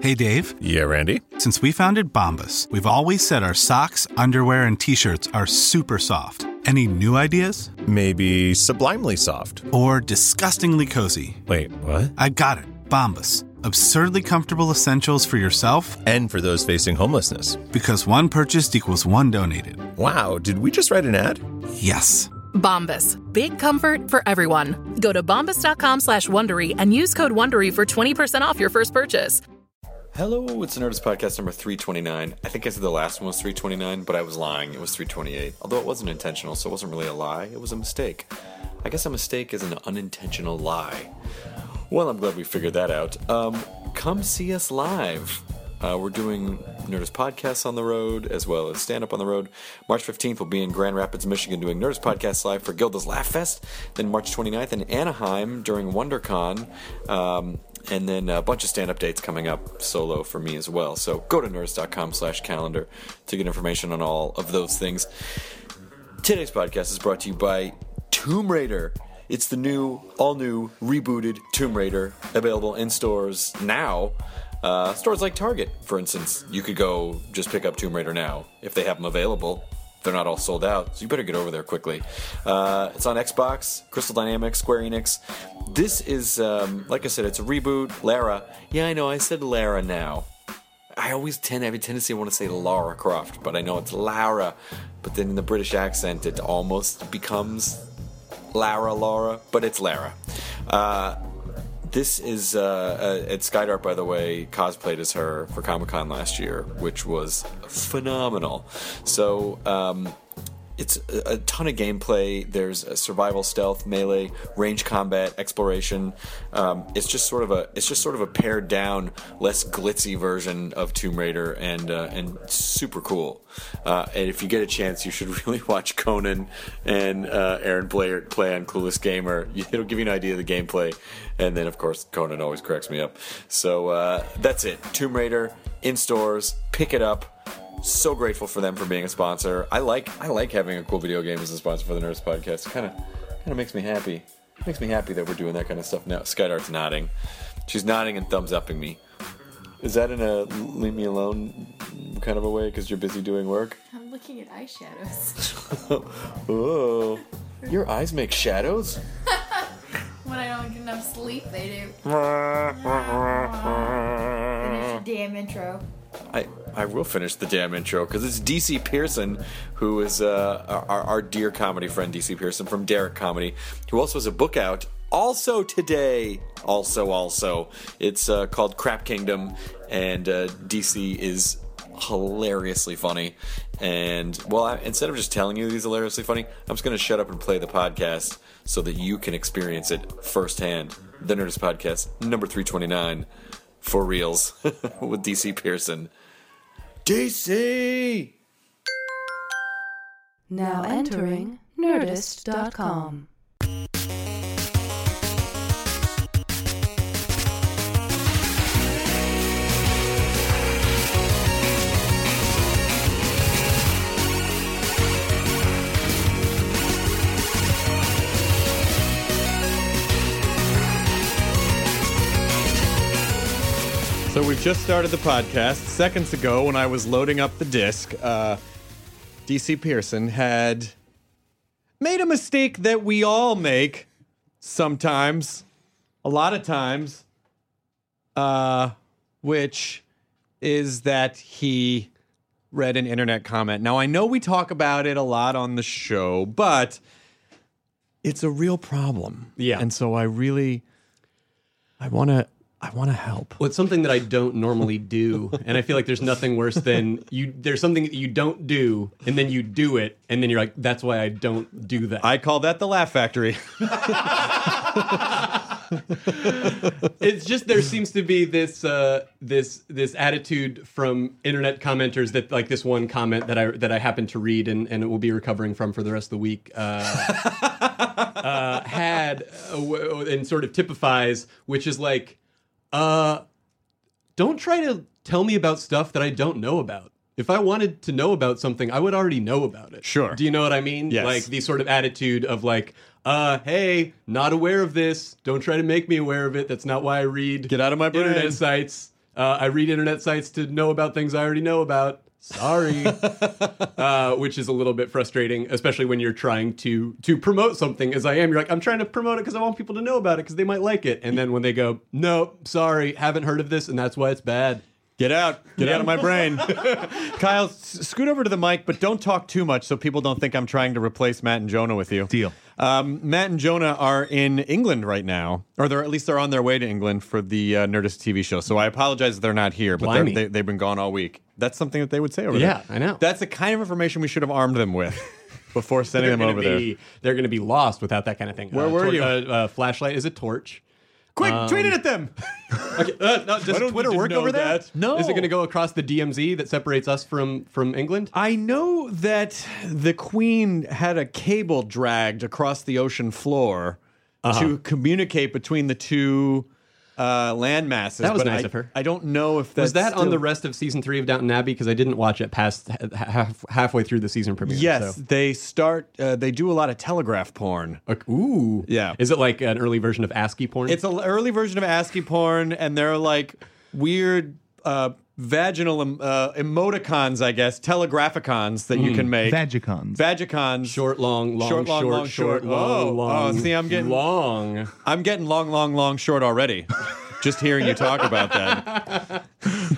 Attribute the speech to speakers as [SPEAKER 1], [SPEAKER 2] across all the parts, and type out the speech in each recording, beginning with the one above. [SPEAKER 1] Hey, Dave.
[SPEAKER 2] Yeah, Randy.
[SPEAKER 1] Since we founded Bombus, we've always said our socks, underwear, and t shirts are super soft. Any new ideas?
[SPEAKER 2] Maybe sublimely soft.
[SPEAKER 1] Or disgustingly cozy.
[SPEAKER 2] Wait, what?
[SPEAKER 1] I got it. Bombus. Absurdly comfortable essentials for yourself
[SPEAKER 2] and for those facing homelessness.
[SPEAKER 1] Because one purchased equals one donated.
[SPEAKER 2] Wow, did we just write an ad?
[SPEAKER 1] Yes.
[SPEAKER 3] Bombas. Big comfort for everyone. Go to bombas.com slash Wondery and use code Wondery for 20% off your first purchase.
[SPEAKER 4] Hello, it's Nerdist Podcast number 329. I think I said the last one was 329, but I was lying. It was 328. Although it wasn't intentional, so it wasn't really a lie. It was a mistake. I guess a mistake is an unintentional lie. Well, I'm glad we figured that out. Um, come see us live. Uh, we're doing Nerdist podcasts on the road as well as stand up on the road. March 15th, we'll be in Grand Rapids, Michigan, doing Nerdist podcasts live for Gilda's Laugh Fest. Then March 29th in Anaheim during WonderCon. Um, and then a bunch of stand-up dates coming up solo for me as well. So go to nerdist.com slash calendar to get information on all of those things. Today's podcast is brought to you by Tomb Raider. It's the new, all new, rebooted Tomb Raider available in stores now. Uh, stores like Target, for instance, you could go just pick up Tomb Raider now if they have them available. They're not all sold out, so you better get over there quickly. Uh, it's on Xbox, Crystal Dynamics, Square Enix. This is, um, like I said, it's a reboot. Lara. Yeah, I know, I said Lara now. I always tend I have a tendency to want to say Lara Croft, but I know it's Lara. But then in the British accent, it almost becomes Lara Lara, but it's Lara. Uh, this is uh, uh, at Skydart, by the way, cosplayed as her for Comic Con last year, which was phenomenal. So um, it's a, a ton of gameplay. There's a survival, stealth, melee, range combat, exploration. Um, it's just sort of a it's just sort of a pared down, less glitzy version of Tomb Raider, and uh, and super cool. Uh, and if you get a chance, you should really watch Conan and uh, Aaron Blair play on Clueless Gamer. It'll give you an idea of the gameplay. And then, of course, Conan always cracks me up. So uh, that's it. Tomb Raider in stores. Pick it up. So grateful for them for being a sponsor. I like I like having a cool video game as a sponsor for the Nerds Podcast. Kind of kind of makes me happy. Makes me happy that we're doing that kind of stuff now. Skydart's nodding. She's nodding and thumbs upping me. Is that in a leave me alone kind of a way because you're busy doing work?
[SPEAKER 5] I'm looking at eyeshadows.
[SPEAKER 4] Oh, your eyes make shadows.
[SPEAKER 5] when I don't get enough sleep, they do. Finish your damn intro.
[SPEAKER 4] I, I will finish the damn intro because it's DC Pearson, who is uh, our, our dear comedy friend, DC Pearson from Derek Comedy, who also has a book out also today. Also, also. It's uh, called Crap Kingdom, and uh, DC is hilariously funny. And, well, I, instead of just telling you he's hilariously funny, I'm just going to shut up and play the podcast so that you can experience it firsthand. The Nerdist Podcast, number 329, for reals, with DC Pearson. DC!
[SPEAKER 6] Now entering Nerdist.com.
[SPEAKER 7] So we've just started the podcast. Seconds ago, when I was loading up the disc, uh, DC Pearson had made a mistake that we all make sometimes, a lot of times, uh, which is that he read an internet comment. Now I know we talk about it a lot on the show, but it's a real problem.
[SPEAKER 8] Yeah.
[SPEAKER 7] and so I really, I want to.
[SPEAKER 1] I want to help.
[SPEAKER 6] Well, it's something that I don't normally do, and I feel like there's nothing worse than you. There's something that you don't do, and then you do it, and then you're like, "That's why I don't do that."
[SPEAKER 7] I call that the Laugh Factory.
[SPEAKER 6] it's just there seems to be this uh, this this attitude from internet commenters that like this one comment that I that I happened to read and and will be recovering from for the rest of the week uh, uh, had uh, w- and sort of typifies, which is like, uh, don't try to tell me about stuff that I don't know about. If I wanted to know about something, I would already know about it.
[SPEAKER 7] Sure.
[SPEAKER 6] Do you know what I mean?
[SPEAKER 7] Yes.
[SPEAKER 6] Like the sort of attitude of like, uh, hey, not aware of this. Don't try to make me aware of it. That's not why I read.
[SPEAKER 7] Get out of my brain.
[SPEAKER 6] Internet sites. Uh, I read internet sites to know about things I already know about. Sorry, uh, which is a little bit frustrating, especially when you're trying to to promote something. As I am, you're like, I'm trying to promote it because I want people to know about it because they might like it. And then when they go, no, sorry, haven't heard of this, and that's why it's bad.
[SPEAKER 7] Get out. Get out of my brain. Kyle, s- scoot over to the mic, but don't talk too much so people don't think I'm trying to replace Matt and Jonah with you.
[SPEAKER 1] Deal.
[SPEAKER 7] Um, Matt and Jonah are in England right now, or they're at least they're on their way to England for the uh, Nerdist TV show. So I apologize if they're not here, but they're,
[SPEAKER 6] Blimey.
[SPEAKER 7] they, they've been gone all week. That's something that they would say over
[SPEAKER 6] Yeah,
[SPEAKER 7] there.
[SPEAKER 6] I know.
[SPEAKER 7] That's the kind of information we should have armed them with before sending
[SPEAKER 6] They're
[SPEAKER 7] them
[SPEAKER 6] gonna
[SPEAKER 7] over
[SPEAKER 6] be,
[SPEAKER 7] there.
[SPEAKER 6] They're going to be lost without that kind of thing.
[SPEAKER 7] Where were you?
[SPEAKER 6] Uh, uh, flashlight is a torch. Um,
[SPEAKER 7] Quick, tweet it at them.
[SPEAKER 6] Okay, uh, no, does
[SPEAKER 7] don't
[SPEAKER 6] Twitter
[SPEAKER 7] we
[SPEAKER 6] work
[SPEAKER 7] know
[SPEAKER 6] over there?
[SPEAKER 7] that? No.
[SPEAKER 6] Is it going to go across the DMZ that separates us from from England?
[SPEAKER 7] I know that the Queen had a cable dragged across the ocean floor
[SPEAKER 6] Uh-huh.
[SPEAKER 7] to communicate between the two uh, land masses.
[SPEAKER 6] That was
[SPEAKER 7] but
[SPEAKER 6] nice
[SPEAKER 7] I,
[SPEAKER 6] of her.
[SPEAKER 7] I don't know if that's
[SPEAKER 6] Was that on
[SPEAKER 7] still-
[SPEAKER 6] the rest of season three of Downton Abbey? Because I didn't watch it past ha- half, halfway through the season premiere.
[SPEAKER 7] Yes,
[SPEAKER 6] so-
[SPEAKER 7] they start. Uh, they do a lot of telegraph porn.
[SPEAKER 6] Like, ooh.
[SPEAKER 7] Yeah.
[SPEAKER 6] Is it like an early version of ASCII porn?
[SPEAKER 7] It's an early version of ASCII porn, and they're like weird uh, vaginal em- uh, emoticons, I guess, telegraphicons that you can make.
[SPEAKER 1] Vagicons.
[SPEAKER 7] Vagicons.
[SPEAKER 6] Hmm. short, long, long,
[SPEAKER 7] Short,
[SPEAKER 6] short, short,
[SPEAKER 7] long, long, short.
[SPEAKER 6] long,
[SPEAKER 7] Whoa.
[SPEAKER 6] long.
[SPEAKER 7] Oh, see, I'm getting-
[SPEAKER 6] long.
[SPEAKER 7] I'm getting long, long, long short already. Just hearing you talk about that.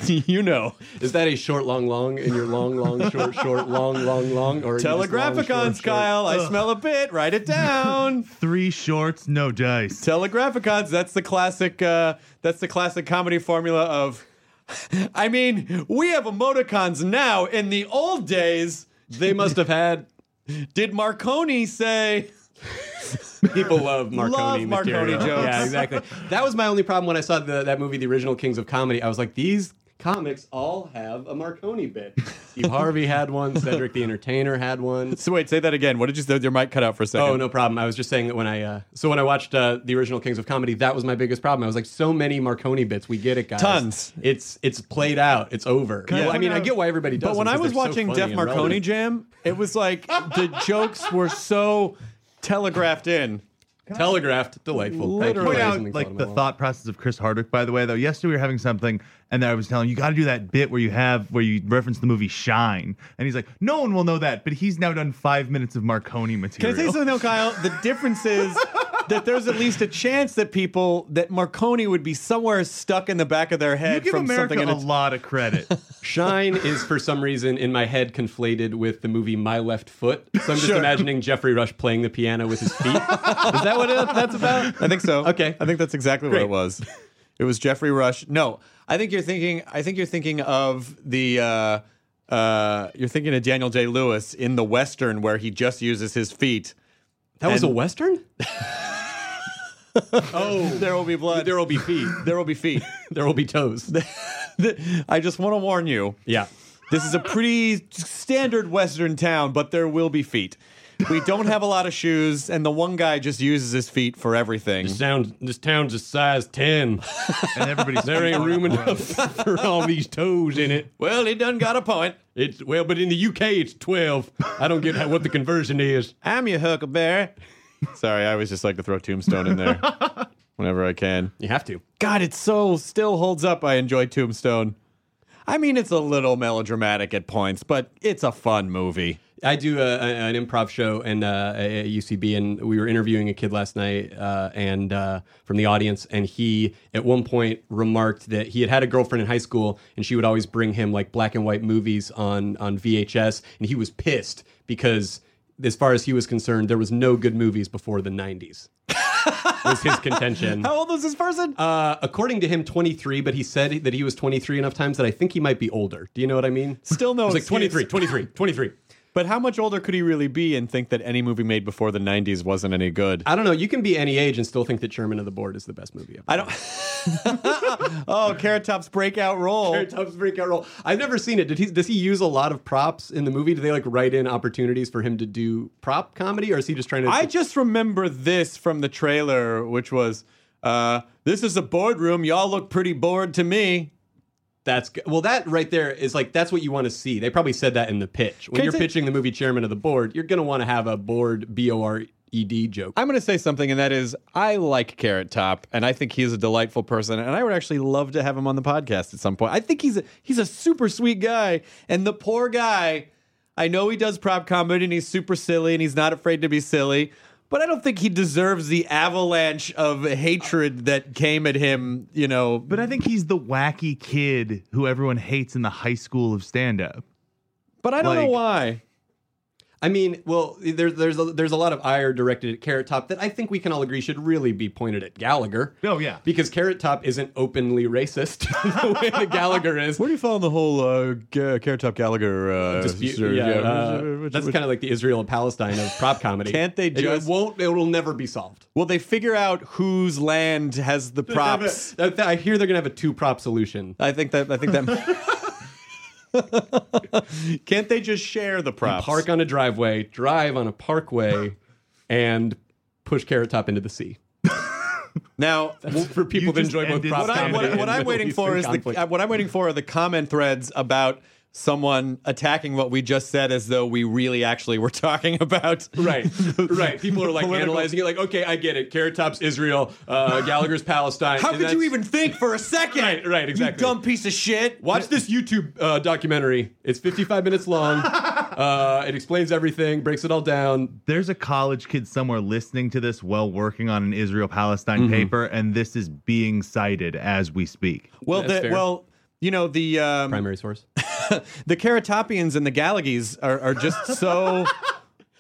[SPEAKER 7] you know.
[SPEAKER 6] Is that a short, long, long, and your long, long, short, short, long, long, long, or are you just long,
[SPEAKER 7] Telegraphicons,
[SPEAKER 6] short, short?
[SPEAKER 7] Kyle. I smell a bit. Write it down.
[SPEAKER 1] Three shorts, no dice.
[SPEAKER 7] Telegraphicons. That's the classic. Uh, that's the classic comedy formula of. I mean, we have emoticons now. In the old days,
[SPEAKER 6] They must have had
[SPEAKER 7] did Marconi say?
[SPEAKER 6] People love Marconi.
[SPEAKER 7] Love Marconi
[SPEAKER 6] material.
[SPEAKER 7] jokes.
[SPEAKER 6] Yeah, exactly. That was my only problem when I saw the, that movie, the original Kings of Comedy. I was like, these comics all have a Marconi bit. Steve Harvey had one. Cedric the Entertainer had one.
[SPEAKER 7] So wait, say that again. What did you say? Your mic cut out for a second.
[SPEAKER 6] Oh no problem. I was just saying that when I uh, so when I watched uh, the original Kings of Comedy, that was my biggest problem. I was like, so many Marconi bits. We get it, guys.
[SPEAKER 7] Tons.
[SPEAKER 6] It's it's played out. It's over. Well, I
[SPEAKER 1] point
[SPEAKER 6] mean, I
[SPEAKER 1] out-
[SPEAKER 6] get why everybody does.
[SPEAKER 7] But
[SPEAKER 6] it
[SPEAKER 7] when I
[SPEAKER 6] because they're
[SPEAKER 7] was
[SPEAKER 6] so
[SPEAKER 7] watching
[SPEAKER 6] funny
[SPEAKER 7] Def
[SPEAKER 6] and
[SPEAKER 7] Marconi
[SPEAKER 6] relevant.
[SPEAKER 7] Jam, it was like the jokes were so telegraphed in.
[SPEAKER 6] telegraphed, delightful. Thank you,
[SPEAKER 1] Point
[SPEAKER 6] ladies
[SPEAKER 1] out,
[SPEAKER 6] and
[SPEAKER 1] like the
[SPEAKER 6] gentlemen.
[SPEAKER 1] thought process of Chris Hardwick, by the way, though. Yesterday we were having something, and then I was telling him, you got to do that bit where you have where you reference the movie Shine, and he's like, no one will know that, but he's now done five minutes of Marconi
[SPEAKER 7] Can I
[SPEAKER 1] material.
[SPEAKER 7] tell you something, though, Kyle? The difference is that there's at least a chance that people that Marconi would be somewhere stuck in the back of their
[SPEAKER 1] You
[SPEAKER 7] head
[SPEAKER 1] give
[SPEAKER 7] from
[SPEAKER 1] America
[SPEAKER 7] something. in
[SPEAKER 1] a
[SPEAKER 7] its-
[SPEAKER 1] lot of credit.
[SPEAKER 6] Shine is for some reason in my head conflated with the movie My Left Foot. So I'm just imagining Jeffrey Rush playing the piano with his feet. is that what it- that's about?
[SPEAKER 7] I think so.
[SPEAKER 6] Okay.
[SPEAKER 7] I think that's exactly what
[SPEAKER 6] Great.
[SPEAKER 7] it was. It was Jeffrey Rush. No, I think you're thinking. I think you're thinking of the. Uh, uh, you're thinking of Daniel Day Lewis in the western where he just uses his feet.
[SPEAKER 6] That was a
[SPEAKER 7] And-
[SPEAKER 6] western? oh,
[SPEAKER 7] There will be blood.
[SPEAKER 6] there will be feet.
[SPEAKER 7] There will be feet.
[SPEAKER 6] There will be toes.
[SPEAKER 7] I just want to warn you.
[SPEAKER 6] Yeah.
[SPEAKER 7] This is a pretty standard Western town, but there will be feet. We don't have a lot of shoes, and the one guy just uses his feet for everything.
[SPEAKER 6] Sounds, this town's a size 10.
[SPEAKER 1] and everybody's
[SPEAKER 6] There ain't room enough for all these toes in it.
[SPEAKER 7] Well, he done got a point.
[SPEAKER 6] It's well, but in the UK it's 12. I don't get how, what the conversion is.
[SPEAKER 7] I'm your huckleberry. Sorry, I always just like to throw Tombstone in there whenever I can.
[SPEAKER 6] You have to.
[SPEAKER 7] God, it so still holds up. I enjoy Tombstone. I mean, it's a little melodramatic at points, but it's a fun movie.
[SPEAKER 6] I do uh, a, a- an improv show and uh, at UCB, and we were interviewing a kid last night, uh, and uh, from the audience, and he at one point remarked that he had had a girlfriend in high school, and she would always bring him like black and white movies on on VHS, and he was pissed because, as far as he was concerned, there was no good movies before the '90s. was his contention.
[SPEAKER 7] How old was this person?
[SPEAKER 6] Uh, according to him, 23, but he said that he was 23 enough times that I think he might be older. Do you know what I mean?
[SPEAKER 7] Still no
[SPEAKER 6] It's like
[SPEAKER 7] excuse.
[SPEAKER 6] 23, 23, 23.
[SPEAKER 7] But how much older could he really be and think that any movie made before the 90s wasn't any good?
[SPEAKER 6] I don't know. You can be any age and still think that Chairman of the Board is the best movie ever.
[SPEAKER 7] I don't. oh, Carrot Top's breakout role.
[SPEAKER 6] Terry Tubbs breakout role. I've never seen it. Did he? Does he use a lot of props in the movie? Do they like write in opportunities for him to do prop comedy, or is he just trying to?
[SPEAKER 7] I just remember this from the trailer, which was, uh, "This is a boardroom. Y'all look pretty bored to me."
[SPEAKER 6] that's g- well, that right there is like that's what you want to see. They probably said that in the pitch when
[SPEAKER 7] Can I
[SPEAKER 6] you're
[SPEAKER 7] say-
[SPEAKER 6] pitching the movie Chairman of the Board. You're gonna want to have a board B O R E D joke.
[SPEAKER 7] I'm going to say something, and that is, I like Carrot Top, and I think he's a delightful person, and I would actually love to have him on the podcast at some point. I think he's a, he's a super sweet guy, and the poor guy, I know he does prop comedy, and he's super silly, and he's not afraid to be silly. But I don't think he deserves the avalanche of hatred that came at him, you know.
[SPEAKER 1] But I think he's the wacky kid who everyone hates in the high school of stand up.
[SPEAKER 7] But I don't know
[SPEAKER 1] like-
[SPEAKER 7] why.
[SPEAKER 6] I mean, well, there's there's a, there's a lot of ire directed at Carrot Top that I think we can all agree should really be pointed at Gallagher.
[SPEAKER 1] Oh, yeah.
[SPEAKER 6] because Carrot Top isn't openly racist the way that Gallagher is.
[SPEAKER 7] Where do you fall on the whole uh, Ga- Carrot Top Gallagher uh,
[SPEAKER 6] dispute.
[SPEAKER 7] sir-
[SPEAKER 6] yeah, uh,
[SPEAKER 7] which-
[SPEAKER 6] that's
[SPEAKER 7] which-
[SPEAKER 6] kind of like the Israel and Palestine of prop comedy.
[SPEAKER 7] Can't they
[SPEAKER 6] It-
[SPEAKER 7] just-
[SPEAKER 6] It won't. It will never be solved.
[SPEAKER 7] Will they figure out whose land has the props?
[SPEAKER 6] I I hear they're gonna have a two prop solution.
[SPEAKER 7] I think that I think that. Can't they just share the props?
[SPEAKER 6] Park on a driveway, drive on a parkway, and push Carrot Top into the sea.
[SPEAKER 7] now,
[SPEAKER 6] For people
[SPEAKER 1] You
[SPEAKER 6] that
[SPEAKER 1] just
[SPEAKER 6] enjoy both
[SPEAKER 1] ended
[SPEAKER 6] prop
[SPEAKER 7] what, I,
[SPEAKER 6] comedy.
[SPEAKER 7] what,
[SPEAKER 6] and
[SPEAKER 7] what I'm
[SPEAKER 6] Middle
[SPEAKER 7] waiting for
[SPEAKER 6] Eastern
[SPEAKER 7] is
[SPEAKER 6] conflict.
[SPEAKER 7] the, uh, what I'm waiting for are the comment threads about someone attacking what we just said as though we really actually were talking about
[SPEAKER 6] Right, right. People are like
[SPEAKER 7] Political-
[SPEAKER 6] analyzing it, like, okay, I get it. Carrot Top's Israel, uh, Gallagher's Palestine.
[SPEAKER 7] How
[SPEAKER 6] and
[SPEAKER 7] could you
[SPEAKER 6] that's-
[SPEAKER 7] even think for a second?
[SPEAKER 6] Right, right, exactly.
[SPEAKER 7] You dumb piece of shit.
[SPEAKER 6] Watch this YouTube uh, documentary. It's 55 minutes long. Uh, it explains everything, breaks it all down.
[SPEAKER 1] There's a college kid somewhere listening to this while working on an Israel Palestine paper, and this is being cited as we speak.
[SPEAKER 7] Well,
[SPEAKER 6] That's
[SPEAKER 7] the,
[SPEAKER 6] fair.
[SPEAKER 7] well, you know the um,
[SPEAKER 6] Primary source.
[SPEAKER 7] the Keratopians and the Galagies are, are just so.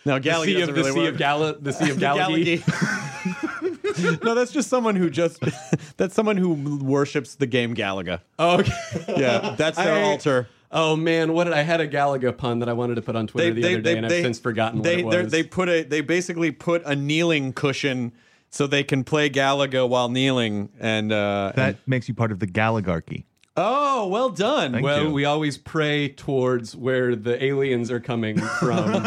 [SPEAKER 7] No,
[SPEAKER 6] The
[SPEAKER 7] Gallagher
[SPEAKER 6] sea
[SPEAKER 7] doesn't
[SPEAKER 6] of the
[SPEAKER 7] really
[SPEAKER 6] sea
[SPEAKER 7] work.
[SPEAKER 6] of Gala, the sea of Gallagher.
[SPEAKER 7] Gallagher. no, that's just someone who just that's someone who worships the game Galaga.
[SPEAKER 6] Oh, okay.
[SPEAKER 7] Yeah, that's their
[SPEAKER 6] I-
[SPEAKER 7] altar.
[SPEAKER 6] Oh man, what did I had a Gallagher pun that I wanted to put on Twitter the other day, and I've since forgotten
[SPEAKER 7] they,
[SPEAKER 6] what
[SPEAKER 7] they're-
[SPEAKER 6] it was.
[SPEAKER 7] They put a they basically put a kneeling cushion so they can play Galaga while kneeling and uh
[SPEAKER 1] That makes you part of the Galagarchy.
[SPEAKER 7] oh well done
[SPEAKER 1] Thank
[SPEAKER 6] well,
[SPEAKER 1] you.
[SPEAKER 6] we always pray towards where the aliens are coming from,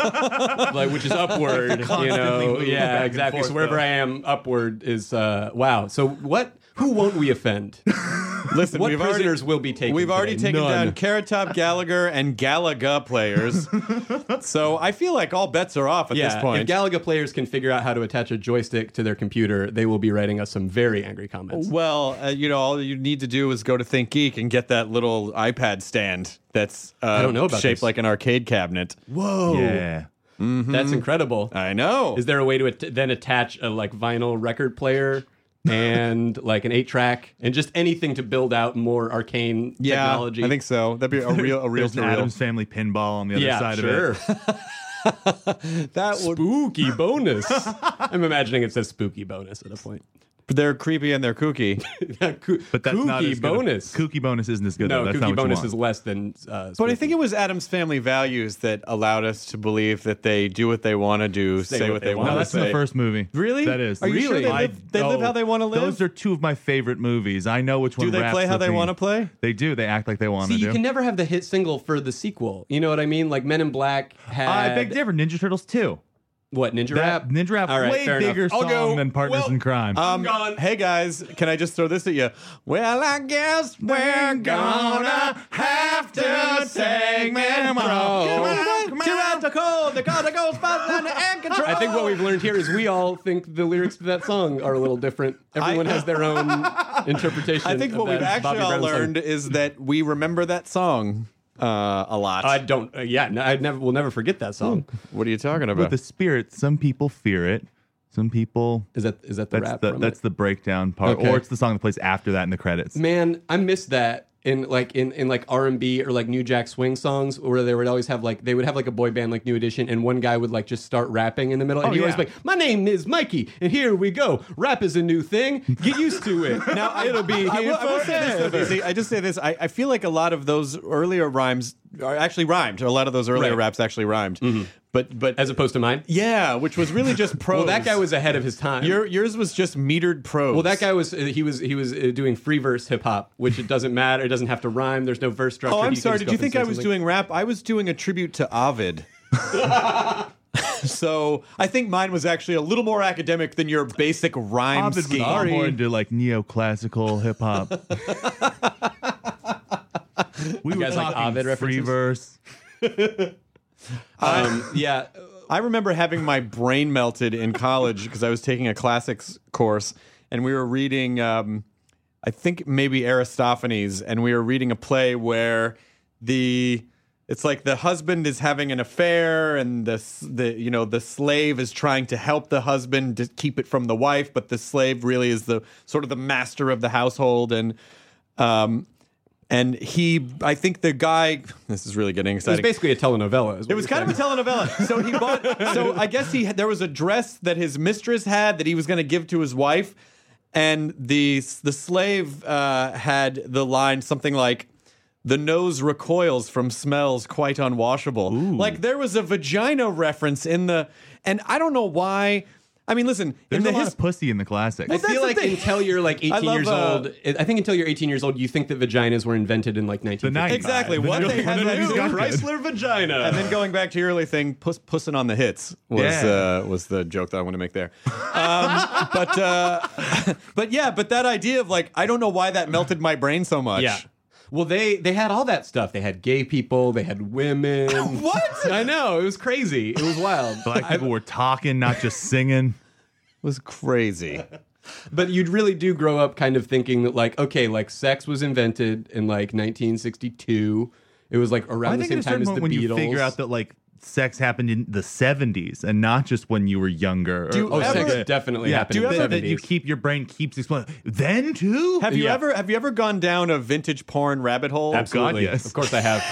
[SPEAKER 6] like which is upward. You know,
[SPEAKER 1] move back
[SPEAKER 6] yeah,
[SPEAKER 1] and
[SPEAKER 6] exactly. so
[SPEAKER 1] forth,
[SPEAKER 6] wherever
[SPEAKER 1] though.
[SPEAKER 6] I am, upward is uh, wow. So what? Who won't we offend?
[SPEAKER 7] listen
[SPEAKER 6] what
[SPEAKER 7] we've already-
[SPEAKER 6] prisoners will be taken?
[SPEAKER 7] We've already
[SPEAKER 6] today?
[SPEAKER 7] taken
[SPEAKER 6] None.
[SPEAKER 7] down Carrot Top Gallagher and Galaga players. so I feel like all bets are off at
[SPEAKER 6] yeah,
[SPEAKER 7] this point.
[SPEAKER 6] if Galaga players can figure out how to attach a joystick to their computer, they will be writing us some very angry comments.
[SPEAKER 7] well, uh, you know, all you need to do is go to Think Geek and get that little iPad stand that's uh,
[SPEAKER 6] don't know about
[SPEAKER 7] shaped
[SPEAKER 6] this.
[SPEAKER 7] like an arcade cabinet.
[SPEAKER 6] Whoa,
[SPEAKER 1] Yeah. Mm-hmm.
[SPEAKER 6] that's incredible.
[SPEAKER 1] Uh,
[SPEAKER 7] I know.
[SPEAKER 6] Is there a way to at- then attach a like vinyl record player and like an eight track and just anything to build out more arcane
[SPEAKER 7] yeah,
[SPEAKER 6] technology?
[SPEAKER 7] I think so. That'd be a real, a real
[SPEAKER 1] There's
[SPEAKER 7] to
[SPEAKER 1] an
[SPEAKER 7] real.
[SPEAKER 1] Adams Family pinball on the other
[SPEAKER 6] Yeah,
[SPEAKER 1] side
[SPEAKER 6] sure.
[SPEAKER 1] of it.
[SPEAKER 7] That would.
[SPEAKER 6] spooky bonus. I'm imagining it says spooky bonus at a point.
[SPEAKER 7] They're creepy and they're kooky.
[SPEAKER 1] But that's
[SPEAKER 6] kooky
[SPEAKER 1] not as good.
[SPEAKER 6] bonus.
[SPEAKER 1] Kooky bonus isn't as good.
[SPEAKER 6] no,
[SPEAKER 1] though. That's
[SPEAKER 6] kooky
[SPEAKER 1] not what you
[SPEAKER 6] bonus
[SPEAKER 1] want.
[SPEAKER 6] is less than. Uh,
[SPEAKER 7] But I think it was Adam's family values that allowed us to believe that they do what they want to do, say, what they, want
[SPEAKER 1] No,
[SPEAKER 7] to
[SPEAKER 1] that's
[SPEAKER 7] say.
[SPEAKER 1] in the first movie.
[SPEAKER 7] Really?
[SPEAKER 1] That is.
[SPEAKER 7] Are you sure
[SPEAKER 6] Really?
[SPEAKER 7] they
[SPEAKER 6] I
[SPEAKER 7] live, they live
[SPEAKER 1] Oh,
[SPEAKER 7] how they want to live?
[SPEAKER 1] Those are two of my favorite movies. I know which one.
[SPEAKER 7] do they
[SPEAKER 1] wraps
[SPEAKER 7] play how
[SPEAKER 1] the
[SPEAKER 7] they
[SPEAKER 1] theme.
[SPEAKER 7] want to play?
[SPEAKER 1] They do. They act like they want
[SPEAKER 6] See,
[SPEAKER 1] to do.
[SPEAKER 6] you can never have the hit single for the sequel. You know what I mean? Like Men in Black had
[SPEAKER 1] uh, big difference. Ninja Turtles too.
[SPEAKER 6] what Ninja
[SPEAKER 1] That-
[SPEAKER 6] Rap?
[SPEAKER 1] Ninja Rap,
[SPEAKER 6] All right,
[SPEAKER 1] way
[SPEAKER 6] fair enough.
[SPEAKER 1] bigger
[SPEAKER 7] I'll
[SPEAKER 1] song
[SPEAKER 7] go-
[SPEAKER 1] than Partners
[SPEAKER 7] well,
[SPEAKER 1] in Crime.
[SPEAKER 7] Um, Hey guys, can I just throw this at you? Well, I guess we're gonna have to segment
[SPEAKER 6] Come
[SPEAKER 7] from to the cold, the cold, the cold spotlight and control.
[SPEAKER 6] I think what we've learned here is we all think the lyrics to that song are a little different. Everyone
[SPEAKER 7] I-
[SPEAKER 6] has their own interpretation.
[SPEAKER 7] I think
[SPEAKER 6] of
[SPEAKER 7] what we've
[SPEAKER 6] that
[SPEAKER 7] actually
[SPEAKER 6] Bobby
[SPEAKER 7] all
[SPEAKER 6] Brown song.
[SPEAKER 7] learned is that we remember that song uh, a lot.
[SPEAKER 6] I don't. Uh, yeah, no, I never. We'll never forget that song.
[SPEAKER 7] what are you talking
[SPEAKER 1] With
[SPEAKER 7] about?
[SPEAKER 1] the spirit, some people fear it. Some people.
[SPEAKER 6] Is that is that the
[SPEAKER 1] That's
[SPEAKER 6] rap?
[SPEAKER 1] the
[SPEAKER 6] from
[SPEAKER 1] that's
[SPEAKER 6] it?
[SPEAKER 1] the breakdown part,
[SPEAKER 6] Okay.
[SPEAKER 1] or it's the song that plays after that in the credits.
[SPEAKER 6] man. I missed that. in like in, in like R and B or like New Jack Swing songs, where they would always have like they would have like a boy band like New Edition, and one guy would like just start rapping in the middle, and
[SPEAKER 7] Oh,
[SPEAKER 6] he was
[SPEAKER 7] yeah.
[SPEAKER 6] like, "My name is Mikey, and here we go. Rap is a new thing. Get used to it. now it'll be here
[SPEAKER 7] I will, I will say this, though,
[SPEAKER 6] forever."
[SPEAKER 7] Daisy. I just say this. I, I feel like a lot of those earlier rhymes are actually rhymed. A lot of those earlier
[SPEAKER 6] Right. Mm-hmm.
[SPEAKER 7] raps actually rhymed. But but
[SPEAKER 6] As opposed to mine.
[SPEAKER 7] yeah, which was really just prose.
[SPEAKER 6] Well, that guy was ahead of his time.
[SPEAKER 7] Your, yours was just metered prose.
[SPEAKER 6] well, that guy was uh, he was he was uh, doing free verse hip hop, which it doesn't matter. It doesn't have to rhyme. There's no verse structure.
[SPEAKER 7] Oh, I'm
[SPEAKER 6] can
[SPEAKER 7] sorry.
[SPEAKER 6] just
[SPEAKER 7] Did
[SPEAKER 6] go
[SPEAKER 7] you
[SPEAKER 6] up and
[SPEAKER 7] think
[SPEAKER 6] say
[SPEAKER 7] I was
[SPEAKER 6] something.
[SPEAKER 7] doing rap? I was doing a tribute to Ovid. so I think mine was actually a little more academic than your basic rhyme
[SPEAKER 1] Ovid was
[SPEAKER 7] scheme.
[SPEAKER 1] all more into like neoclassical hip hop. we were
[SPEAKER 6] guys like
[SPEAKER 1] talking
[SPEAKER 6] Ovid
[SPEAKER 1] free
[SPEAKER 6] references?
[SPEAKER 1] verse.
[SPEAKER 6] Um, yeah, uh,
[SPEAKER 7] I remember having my brain melted in college because I was taking a classics course and we were reading, um, I think maybe Aristophanes, and we were reading a play where the it's like the husband is having an affair and the s- the you know the slave is trying to help the husband to keep it from the wife, but the slave really is the sort of the master of the household and um and he I think the guy this is really getting
[SPEAKER 6] it was
[SPEAKER 7] exciting.
[SPEAKER 6] basically a telenovela.
[SPEAKER 7] It was kind of a telenovela. So he bought. so I guess he had- there was a dress that his mistress had that he was going to give to his wife, and the the slave uh, had the line something like. The nose recoils from smells quite unwashable. Like there was a vagina reference in the, and I don't know why. I mean, listen,
[SPEAKER 1] There's
[SPEAKER 7] in the
[SPEAKER 1] a lot
[SPEAKER 7] his-
[SPEAKER 1] of pussy in the classics.
[SPEAKER 6] I feel
[SPEAKER 7] that's
[SPEAKER 6] like
[SPEAKER 7] the thing.
[SPEAKER 6] until you're like 18
[SPEAKER 7] love,
[SPEAKER 6] years
[SPEAKER 7] uh,
[SPEAKER 6] old, I think until you're 18 years old, you think that vaginas were invented in like 1950s.
[SPEAKER 1] night.
[SPEAKER 7] exactly
[SPEAKER 1] Then
[SPEAKER 7] what
[SPEAKER 1] you'll-
[SPEAKER 7] they had
[SPEAKER 1] then
[SPEAKER 7] that
[SPEAKER 1] you've got good.
[SPEAKER 6] vagina.
[SPEAKER 7] And then going back to your early thing, puss, pussing on the hits was
[SPEAKER 1] Yeah.
[SPEAKER 7] uh, was the joke that I want to make there. Um, but uh, but yeah, but that idea of like I don't know why that melted my brain so much.
[SPEAKER 6] yeah. Well, they they had all that stuff. They had gay people. They had women. um,
[SPEAKER 7] What?
[SPEAKER 6] I know. It was crazy. It was wild.
[SPEAKER 1] Black people were talking, not just singing.
[SPEAKER 7] It was crazy.
[SPEAKER 6] but you'd really do grow up kind of thinking that like okay like sex was invented in like 1962 it was like around
[SPEAKER 1] I
[SPEAKER 6] the
[SPEAKER 1] think
[SPEAKER 6] same
[SPEAKER 1] at a
[SPEAKER 6] time
[SPEAKER 1] certain
[SPEAKER 6] as the
[SPEAKER 1] moment when
[SPEAKER 6] beatles
[SPEAKER 1] you figure out that like sex happened in the 70s and not just when you were younger. or-
[SPEAKER 7] Do
[SPEAKER 6] oh
[SPEAKER 1] or
[SPEAKER 6] sex
[SPEAKER 1] something.
[SPEAKER 6] definitely
[SPEAKER 1] yeah,
[SPEAKER 6] happened
[SPEAKER 1] do you
[SPEAKER 6] in
[SPEAKER 1] ever
[SPEAKER 6] the
[SPEAKER 1] that
[SPEAKER 6] 70s
[SPEAKER 1] you keep your brain keeps exploding. Then too,
[SPEAKER 7] Have you
[SPEAKER 6] Yeah.
[SPEAKER 7] ever have you ever gone down a vintage porn rabbit hole?
[SPEAKER 6] absolutely
[SPEAKER 1] yes.
[SPEAKER 6] of course i have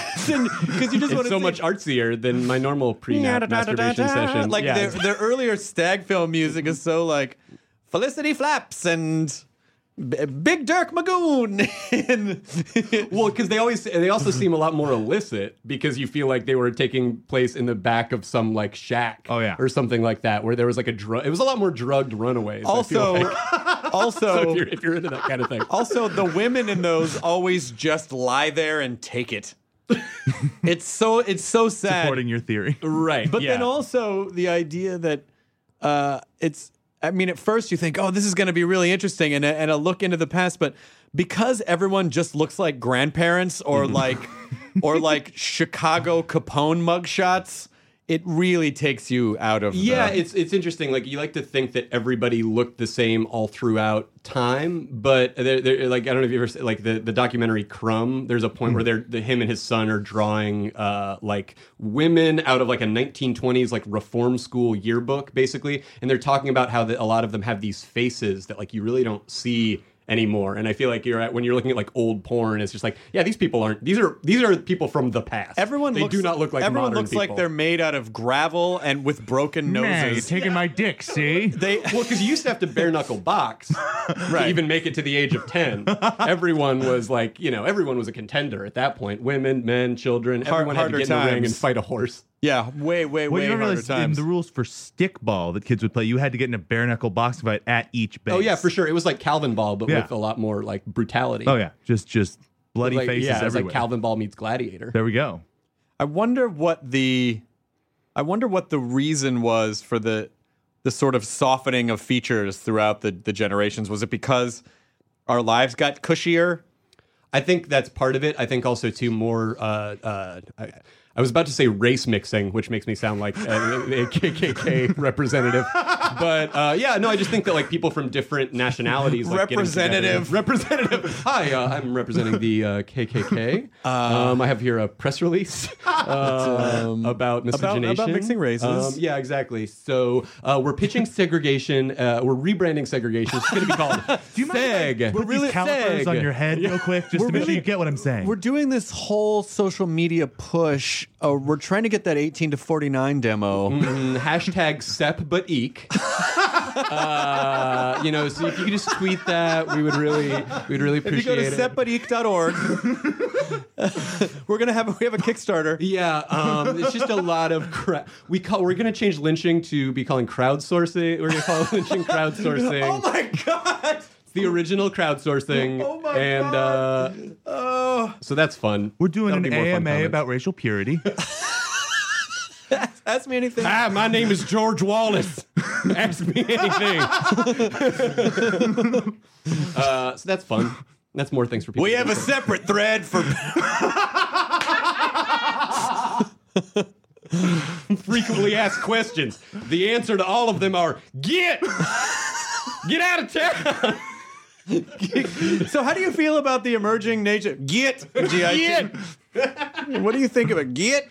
[SPEAKER 7] Because you just want
[SPEAKER 6] it's
[SPEAKER 7] to
[SPEAKER 6] so much artsier than my normal pre masturbation session
[SPEAKER 7] Like
[SPEAKER 6] Yeah.
[SPEAKER 7] their, their earlier stag film music is so like Felicity Flaps and B- Big Dirk Magoon. and
[SPEAKER 6] well because they always they also seem a lot more illicit because you feel like they were taking place in the back of some like shack
[SPEAKER 1] Oh, yeah.
[SPEAKER 6] or something like that where there was like a drug it was a lot more drugged runaways I feel
[SPEAKER 7] also,
[SPEAKER 6] like. so
[SPEAKER 7] also,
[SPEAKER 6] if you're, if you're into that kind of thing
[SPEAKER 7] also, the women in those always just lie there and take it. it's so it's so sad.
[SPEAKER 1] supporting your theory.
[SPEAKER 6] right
[SPEAKER 7] But then
[SPEAKER 6] yeah.
[SPEAKER 7] also the idea that uh, it's, I mean, at first you think, oh, this is going to be really interesting and a, and a look into the past. But because everyone just looks like grandparents or like, or like Chicago Capone mugshots, it really takes you out of
[SPEAKER 6] Yeah,
[SPEAKER 7] the,
[SPEAKER 6] it's it's interesting. Like you like to think that everybody looked the same all throughout time, but they're, they're, like I don't know if you ever se- like the, the documentary Crumb. There's a
[SPEAKER 7] Hmm.
[SPEAKER 6] point where they're the, him and his son are drawing uh, like women out of like a 1920s like reform school yearbook, basically, and they're talking about how the, a lot of them have these faces that like you really don't see anymore. And I feel like you're at when you're looking at like old porn, it's just like yeah, these people aren't these are these are people from the past.
[SPEAKER 7] everyone
[SPEAKER 6] they
[SPEAKER 7] looks,
[SPEAKER 6] do not look like
[SPEAKER 7] everyone
[SPEAKER 6] modern
[SPEAKER 7] looks like
[SPEAKER 6] people.
[SPEAKER 7] they're made out of gravel and with broken
[SPEAKER 1] Man, you're
[SPEAKER 7] noses.
[SPEAKER 1] taking my dick, see?
[SPEAKER 7] they
[SPEAKER 6] Well, because you used to have to bare knuckle box to even make it to the age of 10. Everyone was like, you know, everyone was a contender at that point women, men, children.
[SPEAKER 7] Har-
[SPEAKER 6] Everyone had to
[SPEAKER 7] harder
[SPEAKER 6] get in the ring
[SPEAKER 7] times.
[SPEAKER 6] and fight a horse.
[SPEAKER 7] yeah, way way
[SPEAKER 1] Well,
[SPEAKER 7] way
[SPEAKER 1] you don't
[SPEAKER 7] harder
[SPEAKER 1] realize in
[SPEAKER 7] times.
[SPEAKER 1] the rules for stickball that kids would play, you had to get in a bare knuckle boxing fight at each base.
[SPEAKER 6] Oh, yeah, for sure. It was like Calvin Ball, but
[SPEAKER 1] Yeah.
[SPEAKER 6] with a lot more like brutality.
[SPEAKER 1] Oh yeah, just just bloody
[SPEAKER 6] Like,
[SPEAKER 1] faces
[SPEAKER 6] yeah, it was
[SPEAKER 1] everywhere.
[SPEAKER 6] like Calvin Ball meets Gladiator.
[SPEAKER 1] there we go.
[SPEAKER 7] I wonder what the I wonder what the reason was for the the sort of softening of features throughout the, the generations. Was it because our lives got cushier?
[SPEAKER 6] I think that's part of it. I think also too more. Uh, uh, I, I was about to say race mixing, which makes me sound like a, a KKK representative. But uh, yeah, no, I just think that like people from different nationalities, like, getting together-
[SPEAKER 9] Representative.
[SPEAKER 6] representative. Hi, uh, I'm representing the uh, KKK.
[SPEAKER 1] Uh,
[SPEAKER 6] um, I have here a press release um, about
[SPEAKER 9] about
[SPEAKER 6] miscegenation,
[SPEAKER 9] mixing races.
[SPEAKER 6] Um, yeah, exactly. So uh, we're pitching segregation. Uh, we're rebranding segregation. It's going to be called
[SPEAKER 1] Do you mind
[SPEAKER 6] Seg.
[SPEAKER 1] if I put these calipers on your head real quick just
[SPEAKER 7] We're
[SPEAKER 1] to make sure
[SPEAKER 7] really-
[SPEAKER 1] you get what I'm saying?
[SPEAKER 7] We're doing this whole social media push. Uh, we're trying to get that 18 to 49 demo.
[SPEAKER 6] Mm, hashtag sep but eek. Uh, you know, so if you could just tweet that, we would really, we'd really
[SPEAKER 7] If you go
[SPEAKER 6] appreciate
[SPEAKER 7] to
[SPEAKER 6] it.
[SPEAKER 7] setbuteek.org, we're gonna have we have a Kickstarter.
[SPEAKER 6] Yeah, um, it's just a lot of cra- we call we're gonna change lynching to be calling crowdsourcing. We're gonna call it lynching crowdsourcing.
[SPEAKER 9] Oh my god!
[SPEAKER 6] It's the original crowdsourcing.
[SPEAKER 9] Oh my
[SPEAKER 6] and,
[SPEAKER 9] God.
[SPEAKER 6] Uh,
[SPEAKER 9] Oh,
[SPEAKER 6] so that's fun.
[SPEAKER 1] We're doing
[SPEAKER 6] That'll
[SPEAKER 1] an
[SPEAKER 6] be more fun
[SPEAKER 1] AMA
[SPEAKER 6] comments.
[SPEAKER 1] about racial purity.
[SPEAKER 7] Ask me anything.
[SPEAKER 6] Hi, Ah, my name is George Wallace. Ask me anything. uh, so that's fun. That's more things for people.
[SPEAKER 9] we
[SPEAKER 6] to
[SPEAKER 9] have a
[SPEAKER 6] consider.
[SPEAKER 9] separate thread for
[SPEAKER 6] frequently asked questions. The answer to all of them are get, get out of town.
[SPEAKER 7] So how do you feel about the emerging nature? Git. Git. What do you think of it? Git.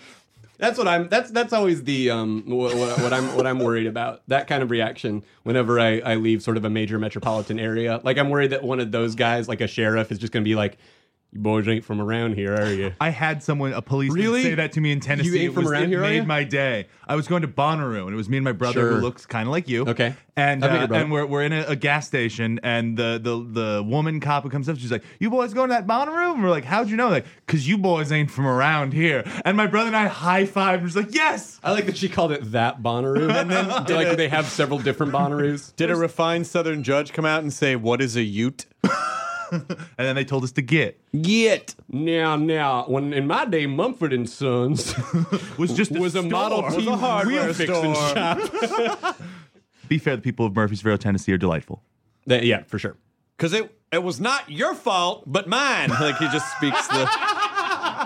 [SPEAKER 6] That's what I'm. That's that's always the um what, what, what I'm what I'm worried about. That kind of reaction whenever I I leave sort of a major metropolitan area. Like I'm worried that one of those guys, like a sheriff, is just gonna be like, "You boys ain't from around here, are you?"
[SPEAKER 1] I had someone, a policeman,
[SPEAKER 6] Really?
[SPEAKER 1] say that to me in Tennessee.
[SPEAKER 6] ain't
[SPEAKER 1] It
[SPEAKER 6] from
[SPEAKER 1] was-
[SPEAKER 6] around
[SPEAKER 1] it
[SPEAKER 6] here, are
[SPEAKER 1] made
[SPEAKER 6] you?
[SPEAKER 1] my day. I was going to Bonnaroo, and it was me and my brother
[SPEAKER 6] Sure.
[SPEAKER 1] who looks kind of like you.
[SPEAKER 6] Okay.
[SPEAKER 1] and
[SPEAKER 6] I met your
[SPEAKER 1] uh,
[SPEAKER 6] brother.
[SPEAKER 1] and we're, we're in a, a gas station, and the, the the woman cop who comes up, she's like, "You boys going to that Bonnaroo?" And we're like, "How'd you know?" Like, "Cause you boys ain't from around here." And my brother and I high fived. We're just like, "Yes."
[SPEAKER 6] I like that she called it that Bonnaroo, and then like they have several different Bonnaroos.
[SPEAKER 7] Did a refined Southern judge come out and say, "What is a Ute"?
[SPEAKER 1] And then they told us to get
[SPEAKER 7] Git.
[SPEAKER 6] Now, now, when in my day, Mumford and Sons
[SPEAKER 1] was just
[SPEAKER 6] was a
[SPEAKER 1] store.
[SPEAKER 6] Model T wheel fixing
[SPEAKER 7] store.
[SPEAKER 6] shop.
[SPEAKER 1] Be fair, the people of Murfreesboro, Tennessee, are delightful.
[SPEAKER 6] That- yeah, for sure.
[SPEAKER 7] Because it it was not your fault, but mine. Like he just speaks the.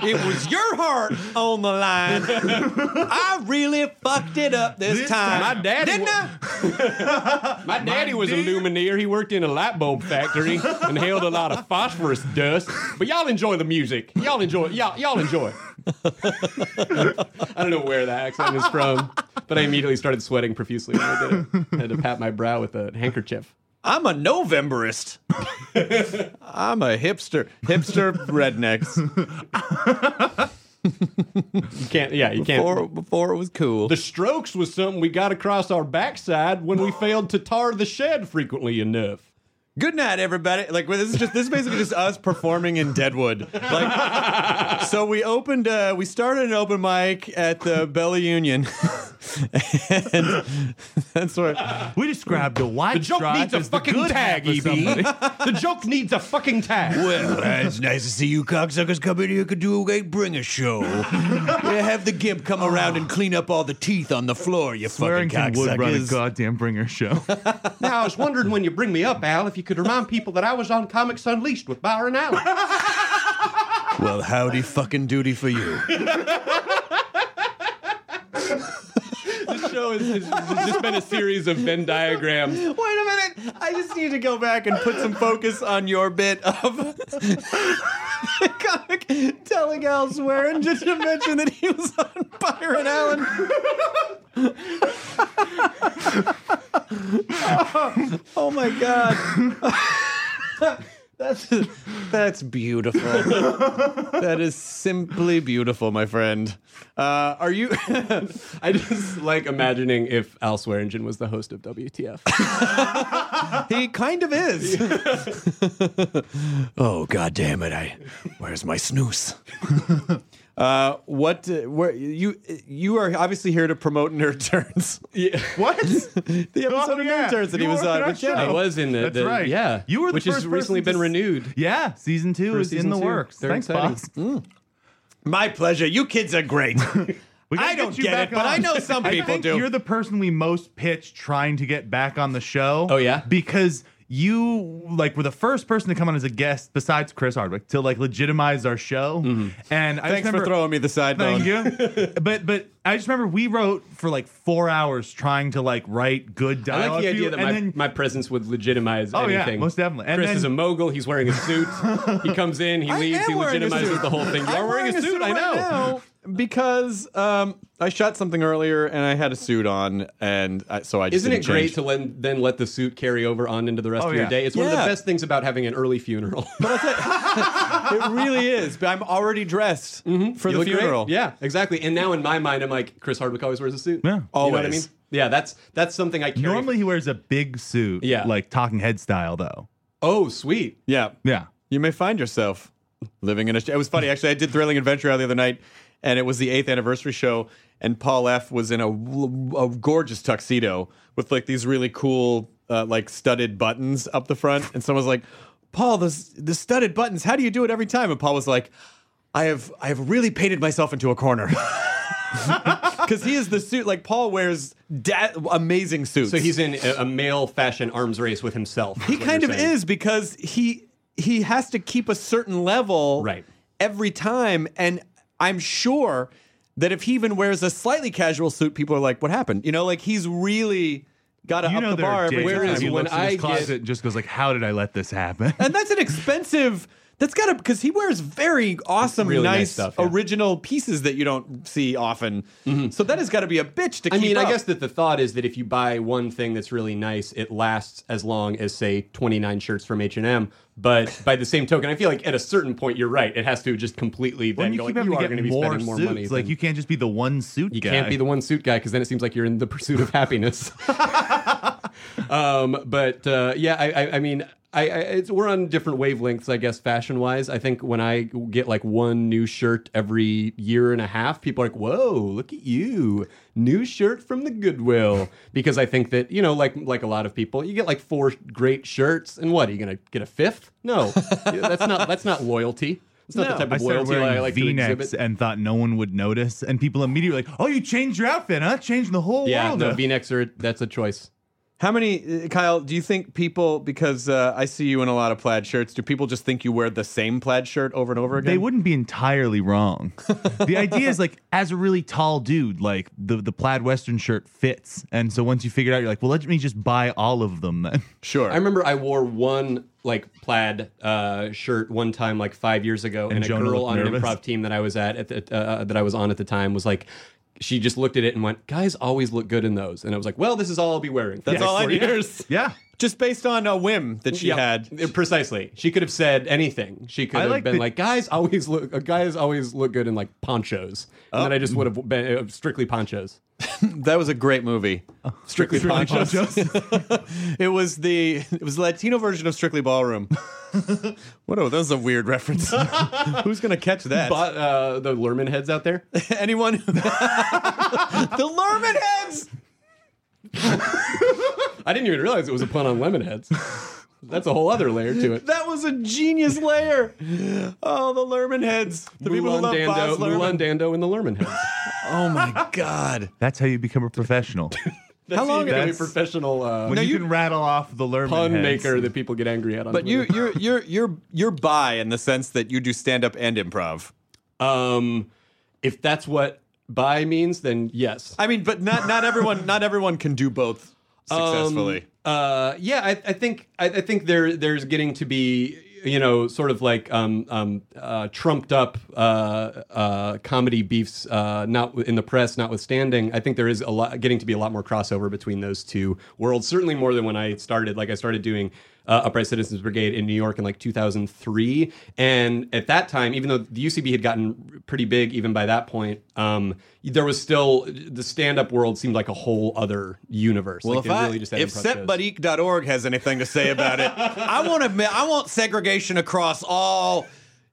[SPEAKER 7] It was your heart on the line. I really fucked it up this,
[SPEAKER 1] This
[SPEAKER 7] time.
[SPEAKER 1] time.
[SPEAKER 6] My daddy
[SPEAKER 7] didn't
[SPEAKER 6] wa-
[SPEAKER 7] I?
[SPEAKER 6] My daddy was a
[SPEAKER 1] dear-
[SPEAKER 6] lumineer. He worked in a light bulb factory and held a lot of phosphorus dust. But y'all enjoy the music. Y'all enjoy. Y'all y'all enjoy. it. I don't know where that accent is from, but I immediately started sweating profusely when I did it. I had to pat my brow with a handkerchief.
[SPEAKER 7] I'm a Novemberist. I'm a hipster. Hipster rednecks.
[SPEAKER 6] You can't. Yeah, you can't.
[SPEAKER 7] Before, before it was cool.
[SPEAKER 6] The strokes was something we got across our backside when we failed to tar the shed frequently enough.
[SPEAKER 7] Good night, everybody. Like well, this is just this is basically just us performing in Deadwood. Like, so we opened, uh, we started an open mic at the Belly Union, and that's where
[SPEAKER 1] We described the white
[SPEAKER 6] The joke
[SPEAKER 1] stripe
[SPEAKER 6] needs a
[SPEAKER 1] as the
[SPEAKER 6] fucking
[SPEAKER 1] good
[SPEAKER 6] tag,
[SPEAKER 1] half
[SPEAKER 6] EB.
[SPEAKER 1] of somebody.
[SPEAKER 6] the joke needs a fucking tag.
[SPEAKER 7] Well, uh, it's nice to see you cocksuckers come in here and do a bring a show. yeah, have the gimp come around and clean up all the teeth on the floor, you
[SPEAKER 1] Swearington would run a goddamn bringer show.
[SPEAKER 6] Now, I was wondering when you bring me up, Al, if you could remind people that I was on Comics Unleashed with Byron Allen.
[SPEAKER 7] Well, howdy fucking duty for you.
[SPEAKER 6] this show has just been a series of Venn diagrams.
[SPEAKER 7] Wait a minute. I just need to go back and put some focus on your bit of comic telling elsewhere and just to mention that he was on Byron Allen. oh my god. That's that's beautiful. That is simply beautiful, my friend. Uh, are you?
[SPEAKER 6] I just like imagining if Al Swearingen was the host of WTF.
[SPEAKER 7] He kind of is. oh god damn it! I where's my snooze? uh, what? Uh, where you? You are obviously here to promote Nerd Turns. Oh,
[SPEAKER 6] Yeah.
[SPEAKER 1] what?
[SPEAKER 7] the episode of
[SPEAKER 1] yeah.
[SPEAKER 7] Nerd Turns that
[SPEAKER 1] You
[SPEAKER 7] he was
[SPEAKER 1] were on
[SPEAKER 7] on
[SPEAKER 1] that
[SPEAKER 7] with Jenny.
[SPEAKER 1] show.
[SPEAKER 6] I was in the,
[SPEAKER 1] That's
[SPEAKER 6] the-
[SPEAKER 1] right.
[SPEAKER 6] yeah,
[SPEAKER 1] You were the
[SPEAKER 6] which
[SPEAKER 1] first
[SPEAKER 6] has recently
[SPEAKER 1] person
[SPEAKER 6] been
[SPEAKER 1] to s-
[SPEAKER 6] renewed.
[SPEAKER 1] Yeah, season two
[SPEAKER 6] For
[SPEAKER 1] is in
[SPEAKER 6] season
[SPEAKER 1] the
[SPEAKER 6] two.
[SPEAKER 1] works.
[SPEAKER 6] Very
[SPEAKER 1] Thanks,
[SPEAKER 6] exciting.
[SPEAKER 1] boss.
[SPEAKER 7] My pleasure. You kids are great.
[SPEAKER 1] We gotta
[SPEAKER 7] I don't
[SPEAKER 1] you
[SPEAKER 7] get
[SPEAKER 1] back
[SPEAKER 7] it, but I
[SPEAKER 1] on.
[SPEAKER 7] know some
[SPEAKER 1] I
[SPEAKER 7] people
[SPEAKER 1] think
[SPEAKER 7] do.
[SPEAKER 1] You're the person we most pitch trying to get back on the show.
[SPEAKER 6] Oh, yeah?
[SPEAKER 1] because you like were the first person to come on as a guest besides Chris Hardwick to like legitimize our show.
[SPEAKER 6] Mm-hmm.
[SPEAKER 1] And I just
[SPEAKER 7] Thanks for
[SPEAKER 1] remember,
[SPEAKER 7] throwing me the side
[SPEAKER 1] Thank
[SPEAKER 7] bone.
[SPEAKER 1] you. but but I just remember we wrote for like four hours trying to like write good
[SPEAKER 6] I
[SPEAKER 1] dialogue.
[SPEAKER 6] like
[SPEAKER 1] for
[SPEAKER 6] the
[SPEAKER 1] you,
[SPEAKER 6] idea that
[SPEAKER 1] and
[SPEAKER 6] my,
[SPEAKER 1] then
[SPEAKER 6] my presence would legitimize
[SPEAKER 1] Oh, yeah,
[SPEAKER 6] anything.
[SPEAKER 1] most definitely. And
[SPEAKER 6] Chris
[SPEAKER 1] then-
[SPEAKER 6] is a mogul. He's wearing a suit. he comes in, he leaves, he
[SPEAKER 7] am wearing a
[SPEAKER 6] legitimizes
[SPEAKER 7] suit.
[SPEAKER 6] the whole thing. You
[SPEAKER 7] I'm
[SPEAKER 6] are wearing a suit, I
[SPEAKER 7] right
[SPEAKER 6] know.
[SPEAKER 7] now because um, I shot something earlier and I had a suit on, and I, so I just
[SPEAKER 6] Isn't it
[SPEAKER 7] didn't
[SPEAKER 6] great
[SPEAKER 7] change.
[SPEAKER 6] to let, then let the suit carry over on into the rest
[SPEAKER 1] Oh,
[SPEAKER 6] of your
[SPEAKER 1] yeah.
[SPEAKER 6] day? It's one of the
[SPEAKER 7] Yeah.
[SPEAKER 6] best things about having an early funeral.
[SPEAKER 7] it really is, but I'm already dressed for
[SPEAKER 6] Mm-hmm. You
[SPEAKER 7] the
[SPEAKER 6] look great.
[SPEAKER 7] funeral.
[SPEAKER 6] Yeah, exactly. And now in my mind, I'm like, Chris Hardwick always wears a suit.
[SPEAKER 1] Yeah.
[SPEAKER 6] You know what I mean?
[SPEAKER 7] Always.
[SPEAKER 6] Yeah, that's that's something I carry.
[SPEAKER 1] normally he wears a big suit,
[SPEAKER 6] Yeah.
[SPEAKER 1] like talking head style though.
[SPEAKER 6] oh, sweet.
[SPEAKER 7] Yeah.
[SPEAKER 1] Yeah.
[SPEAKER 7] You may find yourself living in a. It was funny actually. I did Thrilling Adventure Hour the other night, and it was the eighth anniversary show, and Paul F was in a, a gorgeous tuxedo with like these really cool uh, like studded buttons up the front, and someone was like, "Paul, those the studded buttons. How do you do it every time?" And Paul was like, "I have I have really painted myself into a corner." Because he is the suit, like Paul wears da- amazing suits.
[SPEAKER 6] So he's in a, a male fashion arms race with himself.
[SPEAKER 7] He
[SPEAKER 6] is what
[SPEAKER 7] kind of
[SPEAKER 6] you're saying.
[SPEAKER 7] is because he he has to keep a certain level
[SPEAKER 6] Right.
[SPEAKER 7] every time, and I'm sure that if he even wears a slightly casual suit, people are like, "What happened?" You know, like he's really got to
[SPEAKER 1] you
[SPEAKER 7] up
[SPEAKER 1] know
[SPEAKER 7] the
[SPEAKER 1] there
[SPEAKER 7] bar
[SPEAKER 1] are
[SPEAKER 7] every
[SPEAKER 1] days
[SPEAKER 6] where
[SPEAKER 7] time.
[SPEAKER 6] is
[SPEAKER 1] he
[SPEAKER 6] when
[SPEAKER 1] looks in his
[SPEAKER 6] I get-
[SPEAKER 1] closet and just goes like, "How did I let this happen?"
[SPEAKER 7] and that's an expensive. That's got to because he wears very awesome,
[SPEAKER 6] Really nice
[SPEAKER 7] nice,
[SPEAKER 6] stuff, yeah. Mm-hmm.
[SPEAKER 7] original pieces that you don't see often. So that has got to be a bitch to
[SPEAKER 6] I
[SPEAKER 7] keep
[SPEAKER 6] mean,
[SPEAKER 7] up.
[SPEAKER 6] I guess that the thought is that if you buy one thing that's really nice, it lasts as long as, say, 29 shirts from H&M. But by the same token, I feel like at a certain point, you're right. It has to just completely then
[SPEAKER 1] when you
[SPEAKER 6] go,
[SPEAKER 1] keep
[SPEAKER 6] like,
[SPEAKER 1] having
[SPEAKER 6] you are
[SPEAKER 1] to
[SPEAKER 6] going to
[SPEAKER 1] get
[SPEAKER 6] be
[SPEAKER 1] more
[SPEAKER 6] spending more
[SPEAKER 1] suits,
[SPEAKER 6] money.
[SPEAKER 1] like
[SPEAKER 6] than-
[SPEAKER 1] you can't just be the one suit.
[SPEAKER 6] You
[SPEAKER 1] guy.
[SPEAKER 6] can't be the one suit guy because then it seems like you're in the pursuit of happiness. um, but uh, yeah, I, I, I mean, I, I it's, we're on different wavelengths, I guess, fashion wise. I think when I get like one new shirt every year and a half, people are like, "Whoa, look at you! New shirt from the Goodwill." because I think that you know, like like a lot of people, you get like four great shirts, and what are you gonna get a fifth? No, that's not that's not loyalty. It's not
[SPEAKER 7] No.
[SPEAKER 6] the type
[SPEAKER 1] I
[SPEAKER 6] of
[SPEAKER 1] started
[SPEAKER 6] loyalty I
[SPEAKER 1] wearing
[SPEAKER 6] like to
[SPEAKER 1] V-necks
[SPEAKER 6] exhibit.
[SPEAKER 1] and thought no one would notice, and people immediately were like, "Oh, you changed your outfit, huh? Changing the whole
[SPEAKER 6] Yeah,
[SPEAKER 1] world."
[SPEAKER 6] no,
[SPEAKER 1] up."
[SPEAKER 6] V-necks are that's a choice.
[SPEAKER 7] How many, uh, Kyle, do you think people, because uh, I see you in a lot of plaid shirts, do people just think you wear the same plaid shirt over and over again?
[SPEAKER 1] they wouldn't be entirely wrong. the idea is like, as a really tall dude, like the the plaid western shirt fits, and so once you figure it out, you're like, "Well, let me just buy all of them then."
[SPEAKER 7] Sure.
[SPEAKER 6] I remember I wore one like plaid uh, shirt one time like five years ago, and, a
[SPEAKER 1] Jonah
[SPEAKER 6] girl
[SPEAKER 1] looked
[SPEAKER 6] on
[SPEAKER 1] nervous.
[SPEAKER 6] an improv team that I was at, at the, uh, that I was on at the time was like, she just looked at it and went, "Guys always look good in those," and I was like, "Well, this is all I'll be wearing." for
[SPEAKER 7] That's
[SPEAKER 6] the next
[SPEAKER 7] all I
[SPEAKER 6] four
[SPEAKER 7] need.
[SPEAKER 6] years."
[SPEAKER 1] yeah.
[SPEAKER 7] just based on a whim that she
[SPEAKER 6] Yep.
[SPEAKER 7] had.
[SPEAKER 6] Yeah, precisely. She could have said anything. She could
[SPEAKER 1] I
[SPEAKER 6] have
[SPEAKER 1] like
[SPEAKER 6] been
[SPEAKER 1] that-
[SPEAKER 6] like, "Guys always look, uh, guys always look good in like ponchos," and then I
[SPEAKER 1] Oh.
[SPEAKER 6] just would have been uh, strictly ponchos.
[SPEAKER 7] That was a great movie.
[SPEAKER 6] Oh.
[SPEAKER 7] Strictly
[SPEAKER 1] Really
[SPEAKER 7] Ponchos.
[SPEAKER 1] ponchos?
[SPEAKER 7] it was the it was the Latino version of Strictly Ballroom. what? Oh, that was a weird reference. Who's gonna catch that?
[SPEAKER 6] But uh, the Lerman heads out there.
[SPEAKER 7] Anyone? the Lerman heads.
[SPEAKER 6] I didn't even realize it was a pun on lemon heads. That's a whole other layer to it.
[SPEAKER 7] That was a genius layer. Oh, the Lerman heads. The people who
[SPEAKER 6] Mulan
[SPEAKER 7] love
[SPEAKER 6] Dando,
[SPEAKER 7] Boz Lerman.
[SPEAKER 6] Mulan Dando, and the Lerman heads.
[SPEAKER 7] Oh my god.
[SPEAKER 1] That's how you become a professional.
[SPEAKER 6] That's
[SPEAKER 7] How long-
[SPEAKER 6] you become a
[SPEAKER 1] That's-
[SPEAKER 6] professional uh,
[SPEAKER 1] when you, can rattle off the Lerman
[SPEAKER 6] pun
[SPEAKER 1] heads.
[SPEAKER 6] maker that people get angry at. On
[SPEAKER 7] But you
[SPEAKER 6] Twitter.
[SPEAKER 7] you're you're you're you're bi in the sense that you do stand up and improv.
[SPEAKER 6] um, if that's what buy means, then yes.
[SPEAKER 7] I mean, but not not everyone not everyone can do both successfully.
[SPEAKER 6] Um, uh, yeah, I, I think I, I think there there's getting to be you know sort of like um, um, uh, trumped up uh, uh, comedy beefs uh, not in the press notwithstanding. I think there is a lot getting to be a lot more crossover between those two worlds. Certainly more than when I started. Like I started doing. Uh, Upright Citizens Brigade in New York in like 2003, and at that time, even though the UCB had gotten pretty big, even by that point, um, there was still the stand-up world seemed like a whole other universe.
[SPEAKER 7] well,
[SPEAKER 6] Like,
[SPEAKER 7] if
[SPEAKER 6] they
[SPEAKER 7] I,
[SPEAKER 6] really just had
[SPEAKER 7] if
[SPEAKER 6] improv shows.
[SPEAKER 7] setbuddyek.org has anything to say about it, I want to I want segregation across all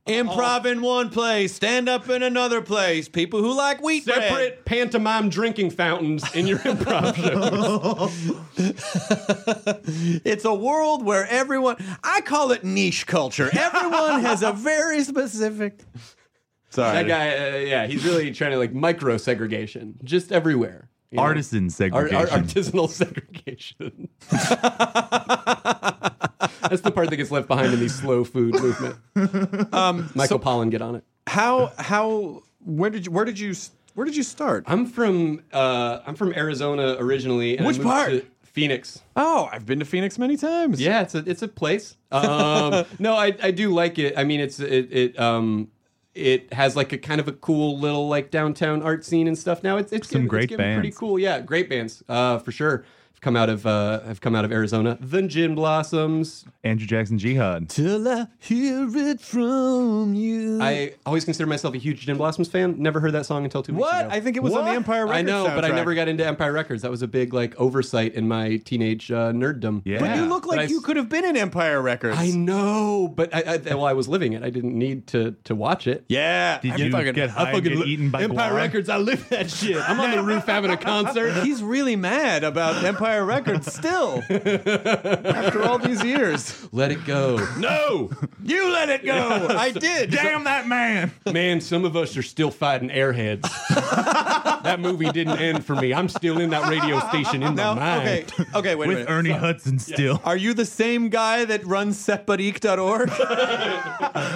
[SPEAKER 7] improv in one place, stand up in another place, people who like wheat bread.
[SPEAKER 6] separate pantomime drinking fountains in your improv shows.
[SPEAKER 7] It's a world where everyone I call it niche culture. Everyone has a very specific Sorry.
[SPEAKER 6] that guy, uh, yeah, he's really trying to like micro segregation just everywhere. you know?
[SPEAKER 1] Artisan
[SPEAKER 6] Ar-
[SPEAKER 1] segregation.
[SPEAKER 6] ar- artisanal segregation. that gets left behind in the slow food movement. Um, Michael Pollan, get on it.
[SPEAKER 7] How how where did you where did you where did you start?
[SPEAKER 6] I'm from uh, I'm from Arizona originally. And I
[SPEAKER 7] Which
[SPEAKER 6] moved
[SPEAKER 7] part?
[SPEAKER 6] to Phoenix.
[SPEAKER 7] Oh, I've been to Phoenix many times.
[SPEAKER 6] Yeah, it's a it's a place. Um, no, I I do like it. I mean, it's it it um it has like a kind of a cool little like downtown art scene and stuff. Now it's it's
[SPEAKER 1] Some
[SPEAKER 6] given- it's
[SPEAKER 1] great
[SPEAKER 6] given pretty
[SPEAKER 1] bands.
[SPEAKER 6] cool. Yeah, great bands uh, for sure. Have come out of uh, have come out of Arizona. The Gin Blossoms.
[SPEAKER 1] Andrew Jackson Jihad.
[SPEAKER 7] Till I hear it from you.
[SPEAKER 6] I always consider myself a huge Gin Blossoms fan. Never heard that song until two weeks
[SPEAKER 7] what?
[SPEAKER 6] ago.
[SPEAKER 7] I think it was on the
[SPEAKER 1] What?
[SPEAKER 7] Empire Records.
[SPEAKER 6] I know, but I
[SPEAKER 7] soundtrack.
[SPEAKER 6] never got into Empire Records. That was a big like oversight in my teenage uh, nerddom.
[SPEAKER 1] Yeah.
[SPEAKER 7] But you look
[SPEAKER 6] But
[SPEAKER 7] like
[SPEAKER 6] I
[SPEAKER 7] you
[SPEAKER 6] s-
[SPEAKER 7] could have been in Empire Records.
[SPEAKER 6] I know, but I, I, well, I was living it. I didn't need to to watch it.
[SPEAKER 7] Yeah.
[SPEAKER 1] Did you get high and get
[SPEAKER 7] li-
[SPEAKER 1] eaten by
[SPEAKER 7] Empire
[SPEAKER 1] guar?
[SPEAKER 7] Records, I live that shit.
[SPEAKER 6] I'm on the roof having a concert.
[SPEAKER 7] He's really mad about Empire Records still. After all these years.
[SPEAKER 6] Let it go,
[SPEAKER 7] No! You let it go! I did.
[SPEAKER 1] Damn that man!
[SPEAKER 6] man. Some of us are still fighting airheads. that movie didn't end for me. I'm still in that radio station in
[SPEAKER 7] Now,
[SPEAKER 6] my mind.
[SPEAKER 7] Oh, okay. Okay, wait a
[SPEAKER 1] With
[SPEAKER 7] minute.
[SPEAKER 1] Ernie Hudson still.
[SPEAKER 7] Are you the same guy that runs setbutteek.org?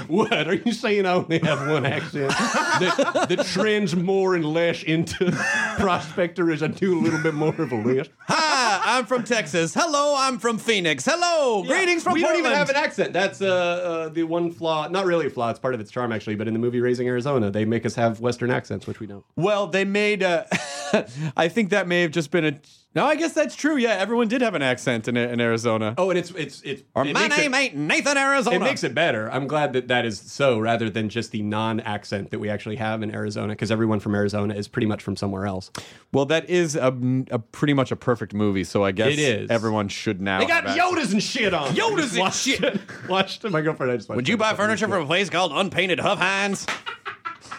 [SPEAKER 6] What are you saying? I only have one accent. that, that trends more and less into prospector as I do a little bit more of a list.
[SPEAKER 7] Hi, I'm from Texas. Hello, I'm from Phoenix. Hello, greetings from
[SPEAKER 6] we
[SPEAKER 7] Portland.
[SPEAKER 6] don't even have an accent. That's uh, uh, the one flaw. Not really a flaw. It's part of its charm, actually. But in the movie Raising Arizona, they make us have Western accents, which we don't.
[SPEAKER 7] Well, they made. Uh, I think that may have just been a. No, I guess that's true. Yeah, everyone did have an accent in, in Arizona.
[SPEAKER 6] Oh, and it's it's it's.
[SPEAKER 7] or
[SPEAKER 6] it
[SPEAKER 7] my
[SPEAKER 6] makes
[SPEAKER 7] name
[SPEAKER 6] it,
[SPEAKER 7] ain't Nathan Arizona.
[SPEAKER 6] it makes it better. I'm glad that that is so, rather than just the non-accent that we actually have in Arizona, because everyone from Arizona is pretty much from somewhere else.
[SPEAKER 7] Well, that is a, a pretty much a perfect movie. So I guess
[SPEAKER 6] It is.
[SPEAKER 7] everyone should now.
[SPEAKER 6] They got
[SPEAKER 7] have accents.
[SPEAKER 6] Yodas and shit on.
[SPEAKER 7] Yodas and
[SPEAKER 6] Watched
[SPEAKER 7] shit.
[SPEAKER 6] it. Watched it. My girlfriend. I just watched
[SPEAKER 7] Would you
[SPEAKER 6] it.
[SPEAKER 7] buy furniture from a place called Unpainted Huff Hines?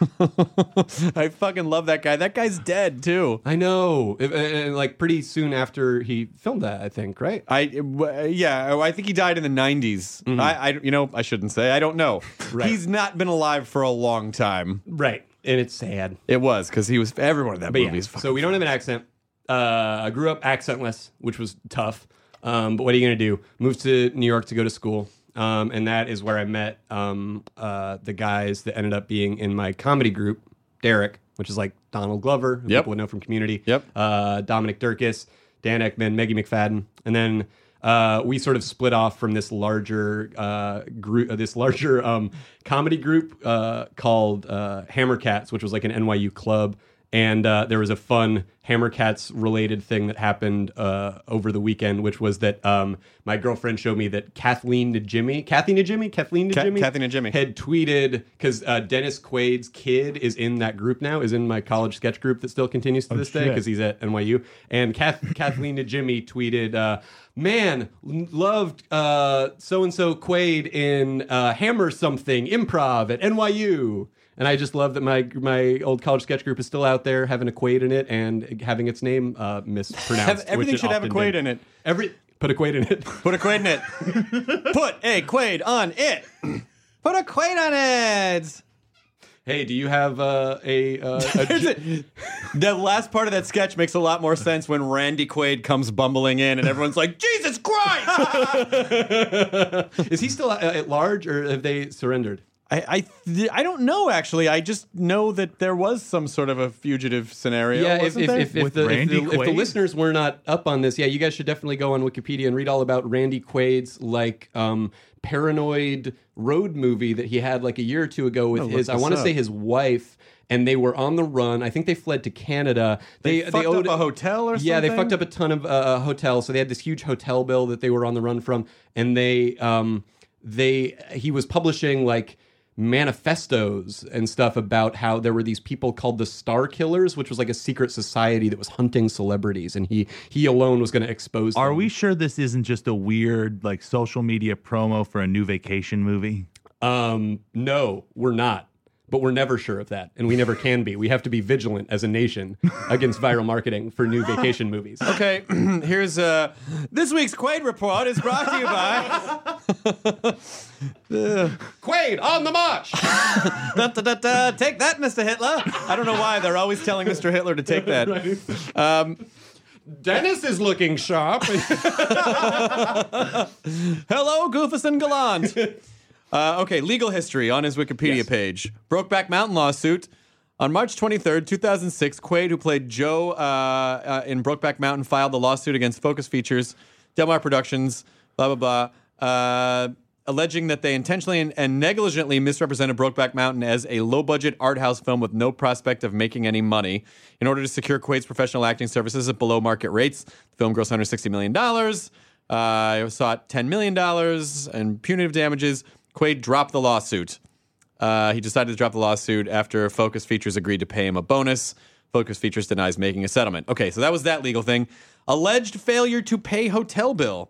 [SPEAKER 7] I fucking love that guy. That guy's dead too.
[SPEAKER 6] I know. If- and- and, like pretty soon after he filmed that, I think. Right.
[SPEAKER 7] I w- yeah, oh, I think he died in the 90s. I, I you know I shouldn't say I don't know.
[SPEAKER 6] Mm-hmm. Right.
[SPEAKER 7] He's not been alive for a long time.
[SPEAKER 6] Right. And it's sad.
[SPEAKER 7] It was because he was everyone in that
[SPEAKER 6] But
[SPEAKER 7] movie
[SPEAKER 6] yeah,
[SPEAKER 7] is
[SPEAKER 6] so we don't have an accent. Uh, I grew up accentless, which was tough. Um, but what are you going to do? Moved to New York to go to school. Um, and that is where I met um, uh, the guys that ended up being in my comedy group, Derek, which is like Donald Glover, who
[SPEAKER 7] Yep.
[SPEAKER 6] people would know from Community.
[SPEAKER 7] Yep.
[SPEAKER 6] Uh, Dominic Durkis, Dan Ekman, Maggie McFadden. And then uh, we sort of split off from this larger uh, group, uh, this larger um, comedy group uh, called uh, Hammer Cats, which was like an NYU club. And uh, there was a fun Hammer Cats related thing that happened uh, over the weekend, which was that um, my girlfriend showed me that Kathleen to Jimmy, Kathleen to Jimmy, Kathleen to
[SPEAKER 7] Ka-
[SPEAKER 6] Jimmy,
[SPEAKER 7] Kathleen Najimy.
[SPEAKER 6] had tweeted because uh, Dennis Quaid's kid is in that group now, is in my college sketch group that still continues
[SPEAKER 7] Oh,
[SPEAKER 6] to this day
[SPEAKER 1] shit.
[SPEAKER 6] because he's at NYU. And Kath- Kathleen and Jimmy tweeted, uh, "Man, l- loved so and so Quaid in uh, Hammer something improv at NYU." And I just love that my my old college sketch group is still out there having a Quaid in it and having its name uh, mispronounced. which
[SPEAKER 7] everything
[SPEAKER 6] it
[SPEAKER 7] should have a
[SPEAKER 6] often
[SPEAKER 7] Quaid
[SPEAKER 6] did.
[SPEAKER 7] in it.
[SPEAKER 6] Every put a Quaid in it.
[SPEAKER 7] Put a Quaid in it. Put a Quaid on it. Put a Quaid on it.
[SPEAKER 6] hey, do you have uh, a, uh, a
[SPEAKER 7] There's a- the last part of that sketch makes a lot more sense when Randy Quaid comes bumbling in and everyone's like, Jesus Christ!
[SPEAKER 6] Is he still uh, at large, or have they surrendered?
[SPEAKER 7] I, I, th- I don't know, actually. I just know that there was some sort of a fugitive scenario.
[SPEAKER 6] if,
[SPEAKER 7] wasn't
[SPEAKER 6] if,
[SPEAKER 7] there?
[SPEAKER 6] if, if,
[SPEAKER 1] With
[SPEAKER 6] the, if,
[SPEAKER 1] Randy
[SPEAKER 6] the, if the
[SPEAKER 1] Quaid?
[SPEAKER 6] listeners were not up on this, yeah, you guys should definitely go on Wikipedia and read all about Randy Quaid's like um, paranoid road movie that he had like a year or two ago with his, I
[SPEAKER 7] Oh, this
[SPEAKER 6] want to
[SPEAKER 7] up.
[SPEAKER 6] say his wife. And they were on the run. I think they fled to Canada. They,
[SPEAKER 7] fucked up a hotel or
[SPEAKER 6] Yeah, they
[SPEAKER 7] something?
[SPEAKER 6] fucked up a ton of uh, hotels. So they had this huge hotel bill that they were on the run from, and they um, they he was publishing like manifestos and stuff about how there were these people called the Star Killers, which was like a secret society that was hunting celebrities, and he he alone was going to expose.
[SPEAKER 1] Are
[SPEAKER 6] them.
[SPEAKER 1] we sure this isn't just a weird like social media promo for a new vacation movie?
[SPEAKER 6] Um, no, we're not. But we're never sure of that, and we never can be. We have to be vigilant as a nation against viral marketing for new vacation movies.
[SPEAKER 7] Okay, here's uh, this week's Quaid Report is brought to you by.
[SPEAKER 6] Quaid on the march.
[SPEAKER 7] Da, da, da, da, take that, Mr. Hitler. I don't know why they're always telling Mr. Hitler to take that. Um,
[SPEAKER 6] Dennis is looking sharp.
[SPEAKER 7] Hello, Goofus and Gallant. Uh, okay, legal history on his Wikipedia page. Brokeback Mountain lawsuit. On March 23rd, 2006, Quaid, who played Joe uh, uh, in Brokeback Mountain, filed the lawsuit against Focus Features, Delmar Productions, blah, blah, blah, uh, alleging that they intentionally and, and negligently misrepresented Brokeback Mountain as a low budget art house film with no prospect of making any money. In order to secure Quaid's professional acting services at below market rates, the film grossed $160 million. Uh, sought $10 million in punitive damages. Quaid dropped the lawsuit. Uh, he decided to drop the lawsuit after Focus Features agreed to pay him a bonus. Focus Features denies making a settlement. Okay, so that was that legal thing. Alleged failure to pay hotel bill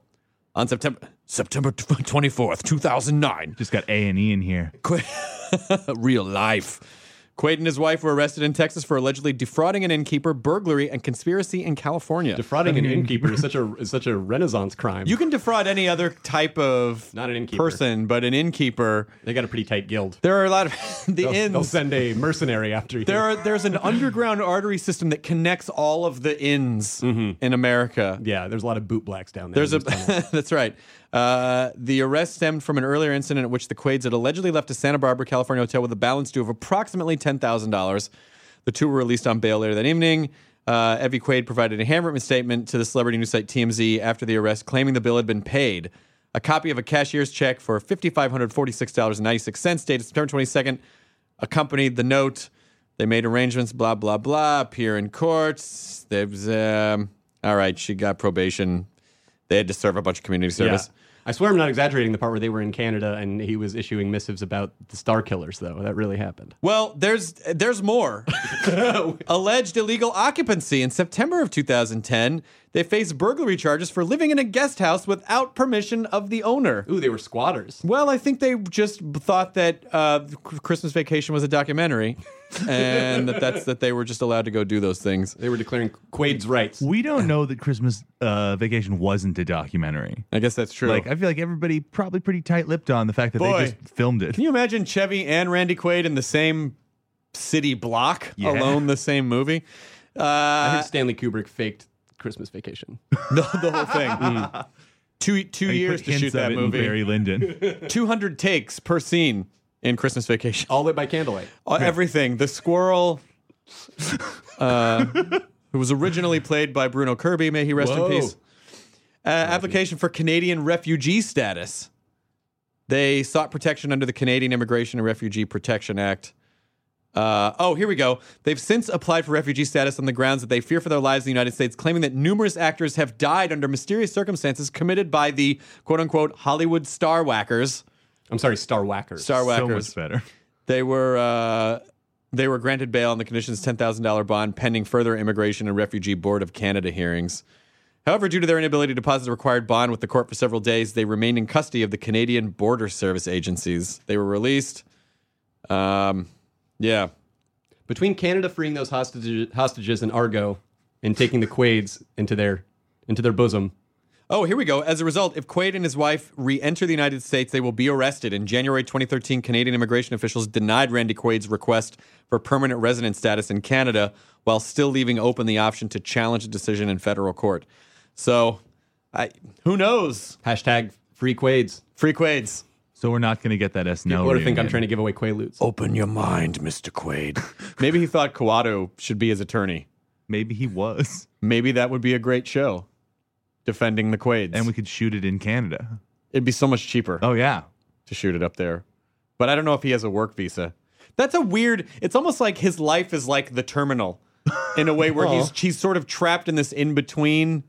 [SPEAKER 7] on September September twenty fourth, two thousand nine.
[SPEAKER 1] Just got A and E in here.
[SPEAKER 7] Real life. Quaid and his wife were arrested in Texas for allegedly defrauding an innkeeper, burglary, and conspiracy in California.
[SPEAKER 6] Defrauding an innkeeper is such a is such a Renaissance crime.
[SPEAKER 7] You can defraud any other type of
[SPEAKER 6] Not an innkeeper.
[SPEAKER 7] person, but an innkeeper.
[SPEAKER 6] they got a pretty tight guild.
[SPEAKER 7] There are a lot of the
[SPEAKER 6] They'll,
[SPEAKER 7] inns.
[SPEAKER 6] they'll send a mercenary after you.
[SPEAKER 7] there are there's an underground artery system that connects all of the inns
[SPEAKER 6] Mm-hmm.
[SPEAKER 7] in America.
[SPEAKER 6] yeah, there's a lot of bootblacks down there.
[SPEAKER 7] There's a that's right. Uh, the arrest stemmed from an earlier incident in which the Quades had allegedly left a Santa Barbara, California hotel with a balance due of approximately ten thousand dollars. The two were released on bail later that evening. Uh, Evie Quaid provided a handwritten statement to the celebrity news site TMZ after the arrest, claiming the bill had been paid. A copy of a cashier's check for fifty-five hundred forty-six dollars and ninety-six cents, dated September twenty-second, accompanied the note. They made arrangements, blah blah blah. Appear in courts. There was um, all right. She got probation. They had to serve a bunch of community service.
[SPEAKER 6] I swear I'm not exaggerating the part where they were in Canada and he was issuing missives about the Star Killers, though. That really happened.
[SPEAKER 7] Well, there's there's more. Alleged illegal occupancy in September of 2010, they faced burglary charges for living in a guest house without permission of the owner.
[SPEAKER 6] Ooh, they were squatters.
[SPEAKER 7] Well, I think they just thought that uh, Christmas Vacation was a documentary, and that that's that they were just allowed to go do those things.
[SPEAKER 6] They were declaring Quaid's rights.
[SPEAKER 1] We don't know that Christmas uh, Vacation wasn't a documentary.
[SPEAKER 7] I guess that's true.
[SPEAKER 1] Like I feel like everybody probably pretty tight-lipped on the fact that
[SPEAKER 7] Boy.
[SPEAKER 1] they just filmed it.
[SPEAKER 7] Can you imagine Chevy and Randy Quaid in the same city block,
[SPEAKER 1] Yeah.
[SPEAKER 7] alone the same movie?
[SPEAKER 6] I
[SPEAKER 7] Uh,
[SPEAKER 6] think Stanley Kubrick faked Christmas Vacation.
[SPEAKER 7] the, the whole thing. Two two
[SPEAKER 1] They Hmm. put
[SPEAKER 7] years to
[SPEAKER 1] hints
[SPEAKER 7] shoot
[SPEAKER 1] of
[SPEAKER 7] that
[SPEAKER 1] it in
[SPEAKER 7] movie.
[SPEAKER 1] Barry Lyndon.
[SPEAKER 7] Two hundred takes per scene in Christmas Vacation.
[SPEAKER 6] All lit by candlelight.
[SPEAKER 7] Uh, Everything. The squirrel, uh, who was originally played by Bruno Kirby, may he rest
[SPEAKER 6] Whoa.
[SPEAKER 7] in peace. Uh, application for Canadian refugee status. They sought protection under the Canadian Immigration and Refugee Protection Act. Uh, oh, here we go. They've since applied for refugee status on the grounds that they fear for their lives in the United States, claiming that numerous actors have died under mysterious circumstances committed by the quote unquote Hollywood star whackers.
[SPEAKER 6] I'm sorry, Star Whackers.
[SPEAKER 7] Star
[SPEAKER 1] so
[SPEAKER 7] whackers.
[SPEAKER 1] much better.
[SPEAKER 7] They were uh, they were granted bail on the conditions ten thousand dollar bond pending further immigration and refugee board of Canada hearings. However, due to their inability to deposit the required bond with the court for several days, they remained in custody of the Canadian Border Service agencies. They were released. Um, yeah,
[SPEAKER 6] Between Canada freeing those hostages, hostages in Argo and taking the Quades into their into their bosom.
[SPEAKER 7] Oh, here we go. As a result, if Quaid and his wife re enter the United States, they will be arrested. In January 2013, Canadian immigration officials denied Randy Quaid's request for permanent resident status in Canada while still leaving open the option to challenge a decision in federal court. So, I, who knows?
[SPEAKER 6] Hashtag free Quades.
[SPEAKER 7] Free Quaids.
[SPEAKER 1] So we're not going to get that SNL.
[SPEAKER 7] Oh,
[SPEAKER 6] People are think I'm
[SPEAKER 1] reunion.
[SPEAKER 6] trying to give away Quaaludes.
[SPEAKER 7] Open your mind, Mr. Quaid. Maybe he thought Kawato should be his attorney.
[SPEAKER 1] Maybe he was,
[SPEAKER 7] Maybe that would be a great show. Defending the Quaids.
[SPEAKER 1] and we could shoot it in Canada.
[SPEAKER 7] It'd be so much cheaper.
[SPEAKER 1] Oh yeah,
[SPEAKER 7] to shoot it up there. But I don't know if he has a work visa. That's a weird. It's almost like his life is like the terminal in a way where he's he's sort of trapped in this in between.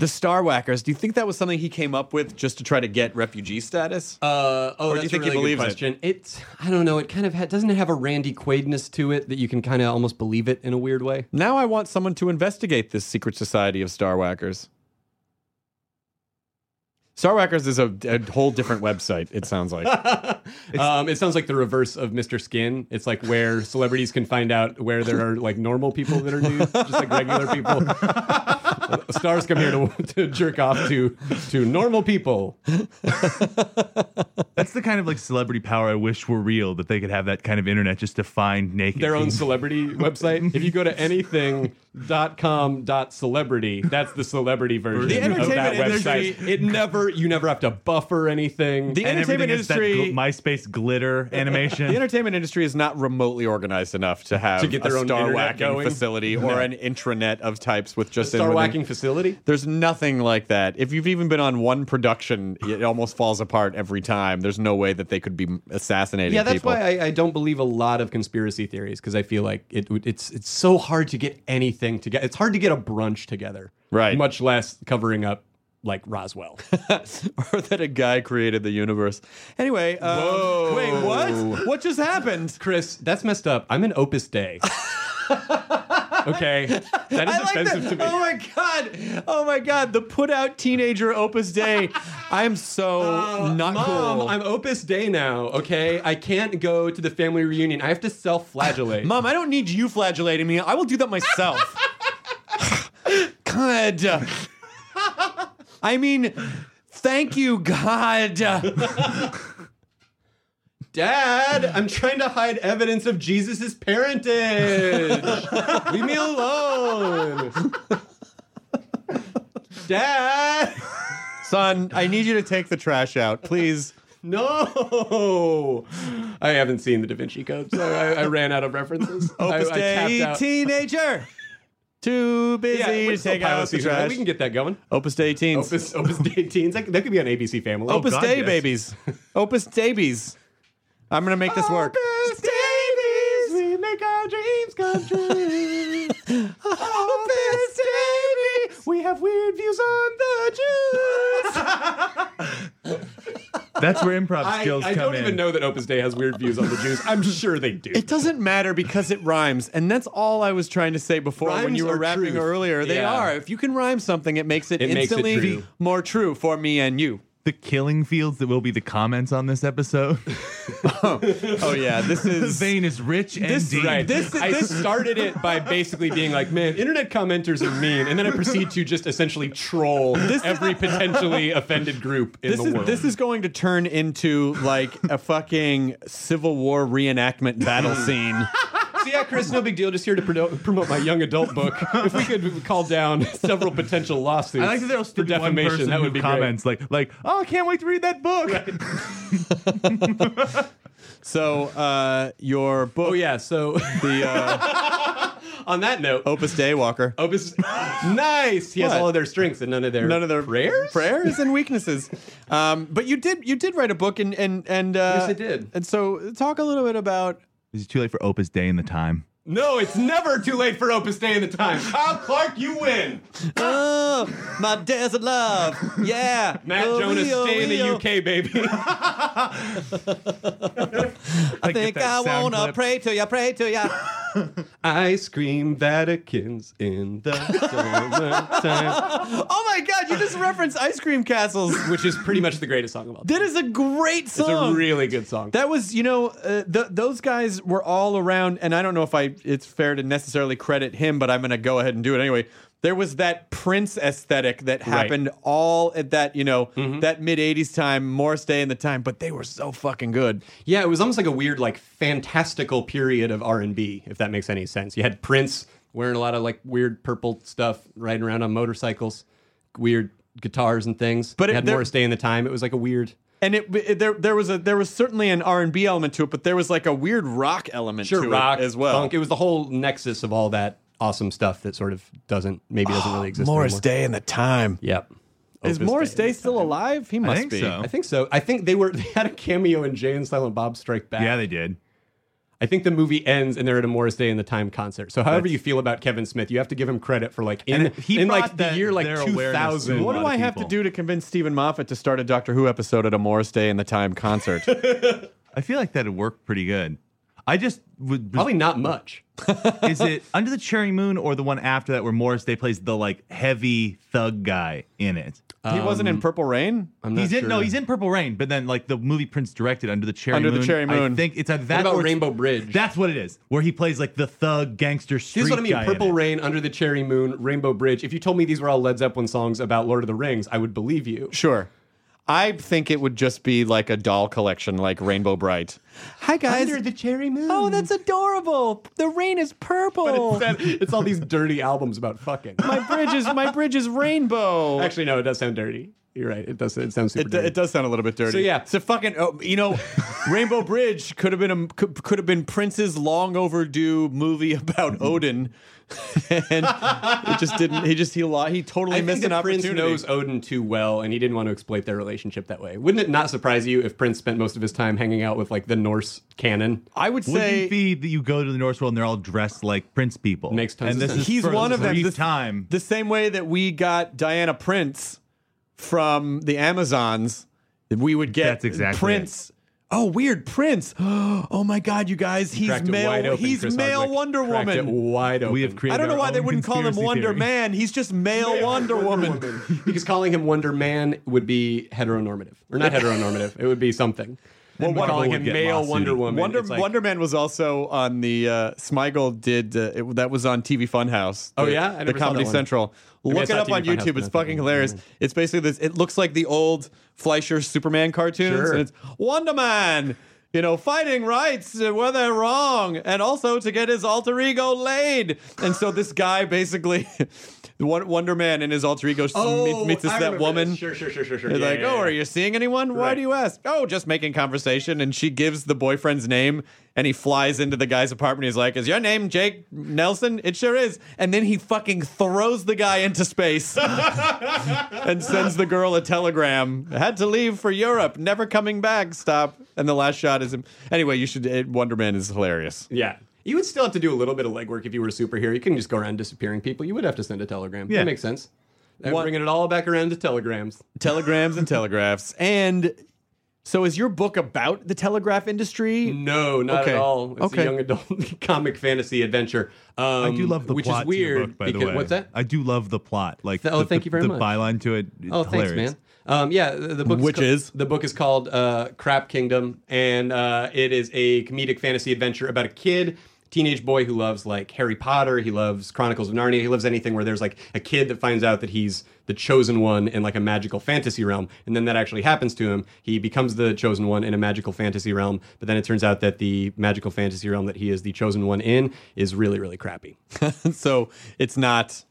[SPEAKER 7] The Star Whackers. Do you think that was something he came up with just to try to get refugee status?
[SPEAKER 6] Uh, oh,
[SPEAKER 7] Or do
[SPEAKER 6] that's
[SPEAKER 7] you think
[SPEAKER 6] a really
[SPEAKER 7] he
[SPEAKER 6] good
[SPEAKER 7] believes it?
[SPEAKER 6] question. It's I don't know. It kind of ha- doesn't it have a Randy Quaidness to it that you can kind of almost believe it in a weird way.
[SPEAKER 7] now I want someone to investigate this secret society of Star Whackers. Star Whackers is a, a whole different website. It sounds like.
[SPEAKER 6] Um, it sounds like the reverse of Mr. Skin. It's like where celebrities can find out where there are like normal people that are nude, just like regular people. Stars come here to, to jerk off to to normal people.
[SPEAKER 1] That's the kind of like celebrity power I wish were real that they could have that kind of internet just to find naked.
[SPEAKER 6] Their own
[SPEAKER 1] people.
[SPEAKER 6] celebrity website. If you go to anything.com.celebrity, that's the celebrity version
[SPEAKER 1] The
[SPEAKER 6] of that
[SPEAKER 1] entertainment
[SPEAKER 6] website.
[SPEAKER 1] industry-
[SPEAKER 6] It never you never have to buffer anything.
[SPEAKER 1] And everything is that gl- MySpace glitter animation.
[SPEAKER 7] The entertainment industry is not remotely organized enough to have
[SPEAKER 6] To get
[SPEAKER 7] a
[SPEAKER 6] their own
[SPEAKER 7] star
[SPEAKER 6] internet
[SPEAKER 7] whacking
[SPEAKER 6] going?
[SPEAKER 7] facility or an intranet of types with just in
[SPEAKER 6] Star
[SPEAKER 7] within-
[SPEAKER 6] whacking facility.
[SPEAKER 7] There's nothing like that. If you've even been on one production, it almost falls apart every time. There's no way that they could be assassinating
[SPEAKER 6] Yeah, that's
[SPEAKER 7] people.
[SPEAKER 6] why I, I don't believe a lot of conspiracy theories because I feel like it would- it's it's so hard to get anything together. It's hard to get a brunch together,
[SPEAKER 7] Right.
[SPEAKER 6] Much less covering up like Roswell.
[SPEAKER 7] or that a guy created the universe. Anyway, um, wait, what? What just happened?
[SPEAKER 6] Chris, that's messed up. I'm in Opus Day. okay, that is
[SPEAKER 7] I like
[SPEAKER 6] offensive
[SPEAKER 7] that.
[SPEAKER 6] to me.
[SPEAKER 7] Oh my god! Oh my god! The put out teenager Opus Day. I am so not
[SPEAKER 6] Uh, Mom,
[SPEAKER 7] cool.
[SPEAKER 6] I'm Opus Day now. Okay, I can't go to the family reunion. I have to self-flagellate.
[SPEAKER 7] Mom, I don't need you flagellating me. I will do that myself. God. I mean, thank you, God.
[SPEAKER 6] Dad, I'm trying to hide evidence of Jesus' parentage. Leave me alone. Dad,
[SPEAKER 7] Son, I need you to take the trash out, please.
[SPEAKER 6] no. I haven't seen the Da Vinci Code, so I, I ran out of references.
[SPEAKER 7] Opus
[SPEAKER 6] I, I tapped
[SPEAKER 7] Day
[SPEAKER 6] out.
[SPEAKER 7] teenager. Too busy
[SPEAKER 6] Yeah, we're
[SPEAKER 7] to
[SPEAKER 6] still
[SPEAKER 7] take
[SPEAKER 6] pilot
[SPEAKER 7] out the
[SPEAKER 6] season, right?
[SPEAKER 7] trash.
[SPEAKER 6] We can get that going.
[SPEAKER 7] Opus Oh, Day teens.
[SPEAKER 6] Opus, Opus Day teens. That, that could be on ABC Family.
[SPEAKER 7] Opus
[SPEAKER 1] God,
[SPEAKER 7] Day
[SPEAKER 1] yes.
[SPEAKER 7] babies. Opus Davies. I'm gonna make this work. Opus Davies, we make our dreams come true. Opus Davies, we have weird views on the Jews.
[SPEAKER 1] That's where improv
[SPEAKER 6] I,
[SPEAKER 1] skills
[SPEAKER 6] I
[SPEAKER 1] come
[SPEAKER 6] don't
[SPEAKER 1] in.
[SPEAKER 6] even know that Opus Day has weird views on the Jews. I'm sure they do.
[SPEAKER 7] it doesn't matter because it rhymes, and that's all I was trying to say before when
[SPEAKER 6] Rhymes
[SPEAKER 7] you were
[SPEAKER 6] are
[SPEAKER 7] rapping
[SPEAKER 6] truth.
[SPEAKER 7] earlier. They
[SPEAKER 6] Yeah.
[SPEAKER 7] are. If you can rhyme something, it makes it,
[SPEAKER 6] It makes it
[SPEAKER 7] instantly
[SPEAKER 6] true.
[SPEAKER 7] more true for me and you.
[SPEAKER 1] the killing fields that will be the comments on this episode.
[SPEAKER 7] Oh yeah, this
[SPEAKER 1] this
[SPEAKER 7] is
[SPEAKER 1] vein is rich and
[SPEAKER 7] This-
[SPEAKER 1] deep.
[SPEAKER 6] Right.
[SPEAKER 7] This-
[SPEAKER 6] I
[SPEAKER 7] this-
[SPEAKER 6] started it by basically being like, "Man, internet commenters are mean," and then I proceed to just essentially troll every potentially offended group in
[SPEAKER 7] this
[SPEAKER 6] the
[SPEAKER 7] is,
[SPEAKER 6] world.
[SPEAKER 7] This is going to turn into like a fucking Civil War reenactment battle scene.
[SPEAKER 6] so yeah, Chris, no big deal. Just here to promote- promote my young adult book. If we could call down several potential lawsuits
[SPEAKER 1] I like that there'll
[SPEAKER 6] for
[SPEAKER 1] still be one
[SPEAKER 6] defamation,
[SPEAKER 1] person
[SPEAKER 6] that would
[SPEAKER 1] who
[SPEAKER 6] be
[SPEAKER 1] comments like, like, oh, I can't wait to read that book.
[SPEAKER 7] So uh, your book,
[SPEAKER 6] great. Oh yeah. So
[SPEAKER 7] the uh,
[SPEAKER 6] on that note,
[SPEAKER 1] Oh,
[SPEAKER 7] Opus Dei Walker,
[SPEAKER 6] Opus, nice. He has
[SPEAKER 7] What?
[SPEAKER 6] all of their strengths and none of their
[SPEAKER 7] none of their
[SPEAKER 6] prayers.
[SPEAKER 7] prayers and weaknesses. Um, but you did you did write a book and and and uh,
[SPEAKER 6] Yes, I did.
[SPEAKER 7] And so talk a little bit about.
[SPEAKER 1] Is it too late for Opus Day and the time?
[SPEAKER 6] No, it's never too late for Opus Day in the time. Kyle Clark, you win.
[SPEAKER 7] Oh, my desert love. Yeah.
[SPEAKER 6] Matt
[SPEAKER 7] Oh,
[SPEAKER 6] Jonas,
[SPEAKER 7] Rio,
[SPEAKER 6] stay in the
[SPEAKER 7] Rio.
[SPEAKER 6] UK, baby.
[SPEAKER 7] I think I want to pray to ya, pray to ya.
[SPEAKER 6] I scream Vatican's in the summertime.
[SPEAKER 7] oh my God, you just referenced Ice Cream Castles,
[SPEAKER 6] Which is pretty much the greatest song of all time.
[SPEAKER 7] That is a great
[SPEAKER 6] It's
[SPEAKER 7] song.
[SPEAKER 6] a really good song.
[SPEAKER 7] that was, you know, uh, th- those guys were all around, and I don't know if I it's fair to necessarily credit him, but I'm going to go ahead and do it anyway. There was that Prince aesthetic that happened all at that, you know,
[SPEAKER 6] Mm-hmm.
[SPEAKER 7] that mid '80s time, Morris Day and the time, but they were so fucking good.
[SPEAKER 6] yeah, it was almost like a weird, like fantastical period of R and B, if that makes any sense. You had Prince wearing a lot of like weird purple stuff, riding around on motorcycles, weird guitars and things.
[SPEAKER 7] But
[SPEAKER 6] But
[SPEAKER 7] it-
[SPEAKER 6] you had
[SPEAKER 7] there-
[SPEAKER 6] Morris Day in the time. It was like a weird.
[SPEAKER 7] And it, it- there there was a there was certainly an R and B element to it, but there was like a weird rock element
[SPEAKER 6] Sure,
[SPEAKER 7] to
[SPEAKER 6] rock
[SPEAKER 7] it as well.
[SPEAKER 6] Funk. It was the whole nexus of all that awesome stuff that sort of doesn't maybe doesn't really exist.
[SPEAKER 7] Morris
[SPEAKER 6] anymore.
[SPEAKER 7] Day and the time.
[SPEAKER 6] Ah, Yep.
[SPEAKER 7] Is Morris Day still alive? He must
[SPEAKER 1] think
[SPEAKER 7] be.
[SPEAKER 1] so.
[SPEAKER 6] I think so. I think they were they had a cameo in Jay and Silent Bob Strike Back.
[SPEAKER 1] Yeah, they did.
[SPEAKER 6] I think the movie ends and they're at a Morris Day in the Time concert. So however you feel about Kevin Smith, you have to give him credit for like in
[SPEAKER 1] And he
[SPEAKER 6] in
[SPEAKER 1] brought
[SPEAKER 6] like the
[SPEAKER 1] that-
[SPEAKER 6] year like
[SPEAKER 1] their awareness
[SPEAKER 6] 2000.
[SPEAKER 1] to
[SPEAKER 7] What
[SPEAKER 1] a
[SPEAKER 7] do
[SPEAKER 1] lot
[SPEAKER 7] I
[SPEAKER 1] of
[SPEAKER 7] have to
[SPEAKER 1] people.
[SPEAKER 7] do to convince Stephen Moffat to start a Doctor Who episode at a Morris Day and the Time concert?
[SPEAKER 1] I feel like that'd work pretty good. I just would.
[SPEAKER 6] Probably not much.
[SPEAKER 1] is it Under the Cherry Moon or the one after that where Morris Day plays the like heavy thug guy in it?
[SPEAKER 7] he wasn't
[SPEAKER 1] Um,
[SPEAKER 7] in Purple Rain.
[SPEAKER 6] I'm not
[SPEAKER 1] He's in
[SPEAKER 6] sure.
[SPEAKER 1] no, he's in Purple Rain, but then like the movie Prince directed Under the Cherry
[SPEAKER 7] Under
[SPEAKER 1] Moon.
[SPEAKER 7] the Cherry Moon.
[SPEAKER 1] I think it's either that
[SPEAKER 6] about
[SPEAKER 1] or it's-
[SPEAKER 6] Rainbow Bridge?
[SPEAKER 1] That's what it is, where he plays like the thug gangster street
[SPEAKER 6] This is what I mean.
[SPEAKER 1] guy in
[SPEAKER 6] Purple
[SPEAKER 1] it.
[SPEAKER 6] Rain, Under the Cherry Moon, Rainbow Bridge. If you told me these were all Led Zeppelin songs about Lord of the Rings, I would believe you.
[SPEAKER 7] Sure. I think it would just be like a doll collection, like Rainbow Bright. Hi guys,
[SPEAKER 6] Under the cherry moon.
[SPEAKER 7] Oh, that's adorable. The rain is purple.
[SPEAKER 6] But instead, it's all these dirty albums about fucking.
[SPEAKER 7] my bridge is my bridge is rainbow.
[SPEAKER 6] Actually, no, it does sound dirty. You're right. It does. It sounds super.
[SPEAKER 7] It,
[SPEAKER 6] dirty.
[SPEAKER 7] it does sound a little bit dirty.
[SPEAKER 6] So, yeah.
[SPEAKER 7] it's a fucking. Oh, you know, Rainbow Bridge could have been a could, could have been Prince's long overdue movie
[SPEAKER 6] Mm-hmm.
[SPEAKER 7] about Odin, and it just didn't. He just he lo- he totally
[SPEAKER 6] I
[SPEAKER 7] missed
[SPEAKER 6] think
[SPEAKER 7] an
[SPEAKER 6] that Prince
[SPEAKER 7] opportunity.
[SPEAKER 6] knows Odin too well, and he didn't want to exploit their relationship that way. Wouldn't it not surprise you if Prince spent most of his time hanging out with like the Norse canon?
[SPEAKER 7] I would
[SPEAKER 1] Wouldn't
[SPEAKER 7] say
[SPEAKER 1] it be that you go to the Norse world and they're all dressed like prince people?
[SPEAKER 6] Makes tons
[SPEAKER 1] and
[SPEAKER 6] of
[SPEAKER 1] this
[SPEAKER 6] sense.
[SPEAKER 1] is
[SPEAKER 7] he's
[SPEAKER 1] for
[SPEAKER 7] one
[SPEAKER 1] a
[SPEAKER 7] of them.
[SPEAKER 1] brief
[SPEAKER 7] The-
[SPEAKER 1] time.
[SPEAKER 7] The same way that we got Diana Prince from the Amazons, we would get
[SPEAKER 1] That's exactly
[SPEAKER 7] Prince. Oh, weird Prince. Oh my God, you guys, he's
[SPEAKER 6] Cracked it wide
[SPEAKER 7] male.
[SPEAKER 6] open,
[SPEAKER 7] He's
[SPEAKER 6] Chris
[SPEAKER 7] male
[SPEAKER 6] Hardwick.
[SPEAKER 7] Wonder
[SPEAKER 6] Cracked it
[SPEAKER 7] Woman.
[SPEAKER 6] wide open.
[SPEAKER 1] we have created.
[SPEAKER 7] I don't know
[SPEAKER 1] our
[SPEAKER 7] why they
[SPEAKER 1] own
[SPEAKER 7] wouldn't call him
[SPEAKER 1] conspiracy
[SPEAKER 7] Wonder
[SPEAKER 1] theory.
[SPEAKER 7] Man. He's just male, Wonder, Woman.
[SPEAKER 6] because calling him Wonder Man would be heteronormative, or not heteronormative. It would be something. Well,
[SPEAKER 1] Marvel
[SPEAKER 6] calling
[SPEAKER 1] would
[SPEAKER 6] him
[SPEAKER 1] get
[SPEAKER 6] male
[SPEAKER 1] lawsuited.
[SPEAKER 6] Wonder Woman.
[SPEAKER 7] Wonder
[SPEAKER 6] it's like-
[SPEAKER 7] Wonder Man was also on the uh, Smigel did uh, it, that was on TV Funhouse.
[SPEAKER 6] Oh,
[SPEAKER 7] the-
[SPEAKER 6] yeah? I
[SPEAKER 7] the
[SPEAKER 6] never saw
[SPEAKER 7] Comedy
[SPEAKER 6] that one.
[SPEAKER 7] Central.
[SPEAKER 6] Maybe I
[SPEAKER 7] Look it
[SPEAKER 6] saw
[SPEAKER 7] up
[SPEAKER 6] TV
[SPEAKER 7] on
[SPEAKER 6] Funhouse,
[SPEAKER 7] YouTube.
[SPEAKER 6] but
[SPEAKER 7] It's
[SPEAKER 6] not that
[SPEAKER 7] fucking
[SPEAKER 6] one.
[SPEAKER 7] hilarious. It's basically this. It looks like the old Fleischer Superman cartoons.
[SPEAKER 6] Sure.
[SPEAKER 7] And it's Wonder Man. You know, fighting rights uh, where they're wrong, and also to get his alter ego laid. And so this guy basically, Won- Wonder Man and his alter ego s- meets- meets this,
[SPEAKER 6] Oh, I
[SPEAKER 7] that
[SPEAKER 6] remember
[SPEAKER 7] woman.
[SPEAKER 6] Sure, sure, sure, sure, sure.
[SPEAKER 7] They're
[SPEAKER 6] Yeah,
[SPEAKER 7] like,
[SPEAKER 6] yeah,
[SPEAKER 7] oh,
[SPEAKER 6] yeah.
[SPEAKER 7] are you seeing anyone? Why
[SPEAKER 6] Right.
[SPEAKER 7] do you ask? Oh, just making conversation. And she gives the boyfriend's name and he flies into the guy's apartment. He's like, is your name Jake Nelson? It sure is. And then he fucking throws the guy into space and sends the girl a telegram. Had to leave for Europe. Never coming back. Stop. And the last shot is him. Anyway, you should. It, Wonder Man is hilarious.
[SPEAKER 6] Yeah. You would still have to do a little bit of legwork if you were a superhero. You couldn't just go around disappearing people. You would have to send a telegram.
[SPEAKER 1] Yeah.
[SPEAKER 6] That makes sense. And
[SPEAKER 7] What-
[SPEAKER 6] bringing it all back around to telegrams.
[SPEAKER 7] Telegrams and telegraphs. And so is your book about the telegraph industry?
[SPEAKER 6] No, not
[SPEAKER 7] Okay.
[SPEAKER 6] at all. It's
[SPEAKER 7] Okay.
[SPEAKER 6] a young adult comic fantasy adventure. Um,
[SPEAKER 1] I do love the
[SPEAKER 6] which
[SPEAKER 1] plot
[SPEAKER 6] is weird
[SPEAKER 1] to your book, by
[SPEAKER 6] because
[SPEAKER 1] the way.
[SPEAKER 6] what's that?
[SPEAKER 1] I do love the plot. Like,
[SPEAKER 6] Th- oh,
[SPEAKER 1] the,
[SPEAKER 6] thank you very
[SPEAKER 1] the,
[SPEAKER 6] much.
[SPEAKER 1] The byline to it. it's
[SPEAKER 6] Oh,
[SPEAKER 1] hilarious.
[SPEAKER 6] thanks, man. Um, yeah, the, the book
[SPEAKER 7] Which
[SPEAKER 6] ca-
[SPEAKER 7] is?
[SPEAKER 6] the book is called uh, Crap Kingdom, and uh, it is a comedic fantasy adventure about a kid, teenage boy who loves like Harry Potter. He loves Chronicles of Narnia. He loves anything where there's like a kid that finds out that he's the chosen one in like a magical fantasy realm, and then that actually happens to him. He becomes the chosen one in a magical fantasy realm, but then it turns out that the magical fantasy realm that he is the chosen one in is really, really crappy.
[SPEAKER 7] so it's not.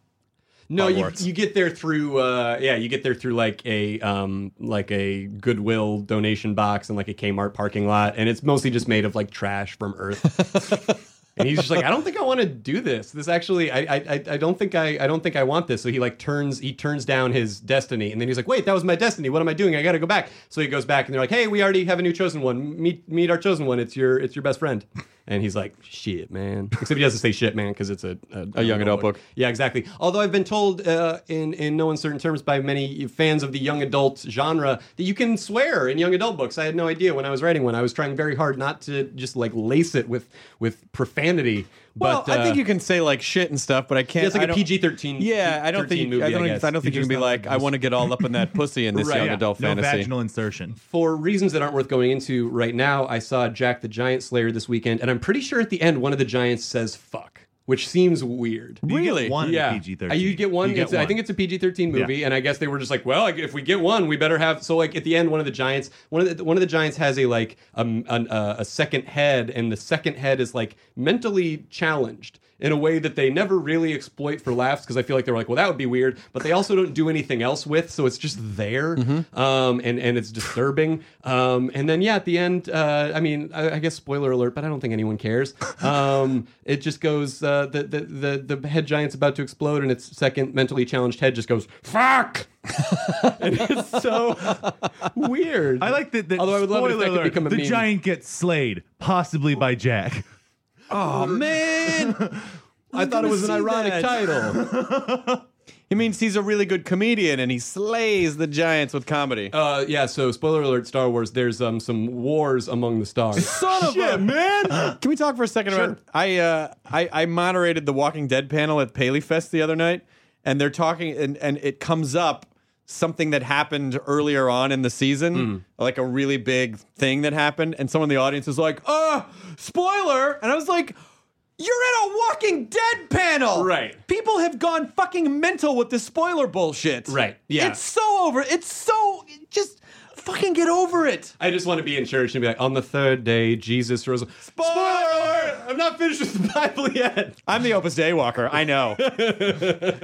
[SPEAKER 6] No, you,
[SPEAKER 7] Hogwarts.
[SPEAKER 6] you get there through uh, yeah, you get there through like a um, like a Goodwill donation box and like a Kmart parking lot, and it's mostly just made of like trash from Earth. and he's just like, I don't think I want to do this. This actually, I, I I I don't think I I don't think I want this. So he like turns he turns down his destiny, and then he's like, Wait, that was my destiny. What am I doing? I got to go back. So he goes back, and they're like, Hey, we already have a new chosen one. Meet meet our chosen one. It's your it's your best friend. And he's like, Shit, man. Except he doesn't say shit, man, because it's a a,
[SPEAKER 7] A young adult book.
[SPEAKER 6] yeah, exactly. Although I've been told uh, in in no uncertain terms by many fans of the young adult genre that you can swear in young adult books. I had no idea when I was writing one. I was trying very hard not to just like lace it with with profanity.
[SPEAKER 7] Well,
[SPEAKER 6] But
[SPEAKER 7] I think
[SPEAKER 6] uh,
[SPEAKER 7] you can say like shit and stuff, but I can't.
[SPEAKER 6] Yeah, it's like
[SPEAKER 7] I
[SPEAKER 6] a
[SPEAKER 7] don't-
[SPEAKER 6] PG-13
[SPEAKER 7] Yeah, I don't think.
[SPEAKER 6] 13
[SPEAKER 7] you- I
[SPEAKER 6] movie, I
[SPEAKER 7] don't. I,
[SPEAKER 6] guess.
[SPEAKER 7] don't think you can
[SPEAKER 1] just
[SPEAKER 7] be
[SPEAKER 1] not
[SPEAKER 7] like,
[SPEAKER 1] like
[SPEAKER 7] I
[SPEAKER 1] this.
[SPEAKER 7] want to get all up in that pussy in this
[SPEAKER 6] Right,
[SPEAKER 7] young
[SPEAKER 6] yeah.
[SPEAKER 7] adult
[SPEAKER 1] no
[SPEAKER 7] fantasy.
[SPEAKER 1] vaginal insertion.
[SPEAKER 6] for reasons that aren't worth going into right now, I saw Jack the Giant Slayer this weekend, and I'm pretty sure at the end one of the giants says "fuck," which seems weird.
[SPEAKER 1] You
[SPEAKER 7] Really?
[SPEAKER 1] Get one
[SPEAKER 6] yeah,
[SPEAKER 1] PG-13.
[SPEAKER 6] Uh, You get one. it's, I think it's a PG thirteen movie,
[SPEAKER 1] Yeah.
[SPEAKER 6] and I guess they were just like, well, like, if we get one, we better have. So like at the end, one of the giants, one of the one of the giants has a like um, an, uh, a second head, and the second head is like mentally challenged in a way that they never really exploit for laughs because I feel like they were like, well, that would be weird, but they also don't do anything else with, so it's just there,
[SPEAKER 1] Mm-hmm.
[SPEAKER 6] um, and and it's disturbing. Um, and then yeah, at the end, uh, I mean, I, I guess spoiler alert, but I don't think anyone cares. Um, it just goes uh, the, the the the head giant's about to explode, and its second mentally challenged head just goes fuck. and it's so weird.
[SPEAKER 1] I like that. that
[SPEAKER 6] Although I would love it if
[SPEAKER 1] spoiler
[SPEAKER 6] that could
[SPEAKER 1] alert,
[SPEAKER 6] become a
[SPEAKER 1] the
[SPEAKER 6] meme.
[SPEAKER 1] giant gets slayed, possibly by Jack.
[SPEAKER 7] oh man,
[SPEAKER 6] I thought it was an
[SPEAKER 7] see
[SPEAKER 6] ironic
[SPEAKER 7] that.
[SPEAKER 6] title.
[SPEAKER 7] he means he's a really good comedian and he slays the giants with comedy.
[SPEAKER 6] Uh, yeah. So spoiler alert, Star Wars. There's um some wars among the stars.
[SPEAKER 7] Son of a man! Can we talk for a second about? I uh, I I moderated the Walking Dead panel at Paley Fest the other night, and they're talking, and and it comes up something that happened earlier on in the
[SPEAKER 6] Hmm.
[SPEAKER 7] season, like a really big thing that happened, and someone in the audience was like, "Uh, spoiler!" And I was like. You're at a Walking Dead panel,
[SPEAKER 6] Right.
[SPEAKER 7] People have gone fucking mental with this spoiler bullshit,
[SPEAKER 6] Right, yeah.
[SPEAKER 7] It's so over. It's so just Fucking get over it.
[SPEAKER 6] I just want to be in church and be like, on the third day, Jesus rose.
[SPEAKER 7] Spoiler alert!
[SPEAKER 6] I'm not finished with the Bible yet.
[SPEAKER 7] I'm the Opus Dei walker. I know.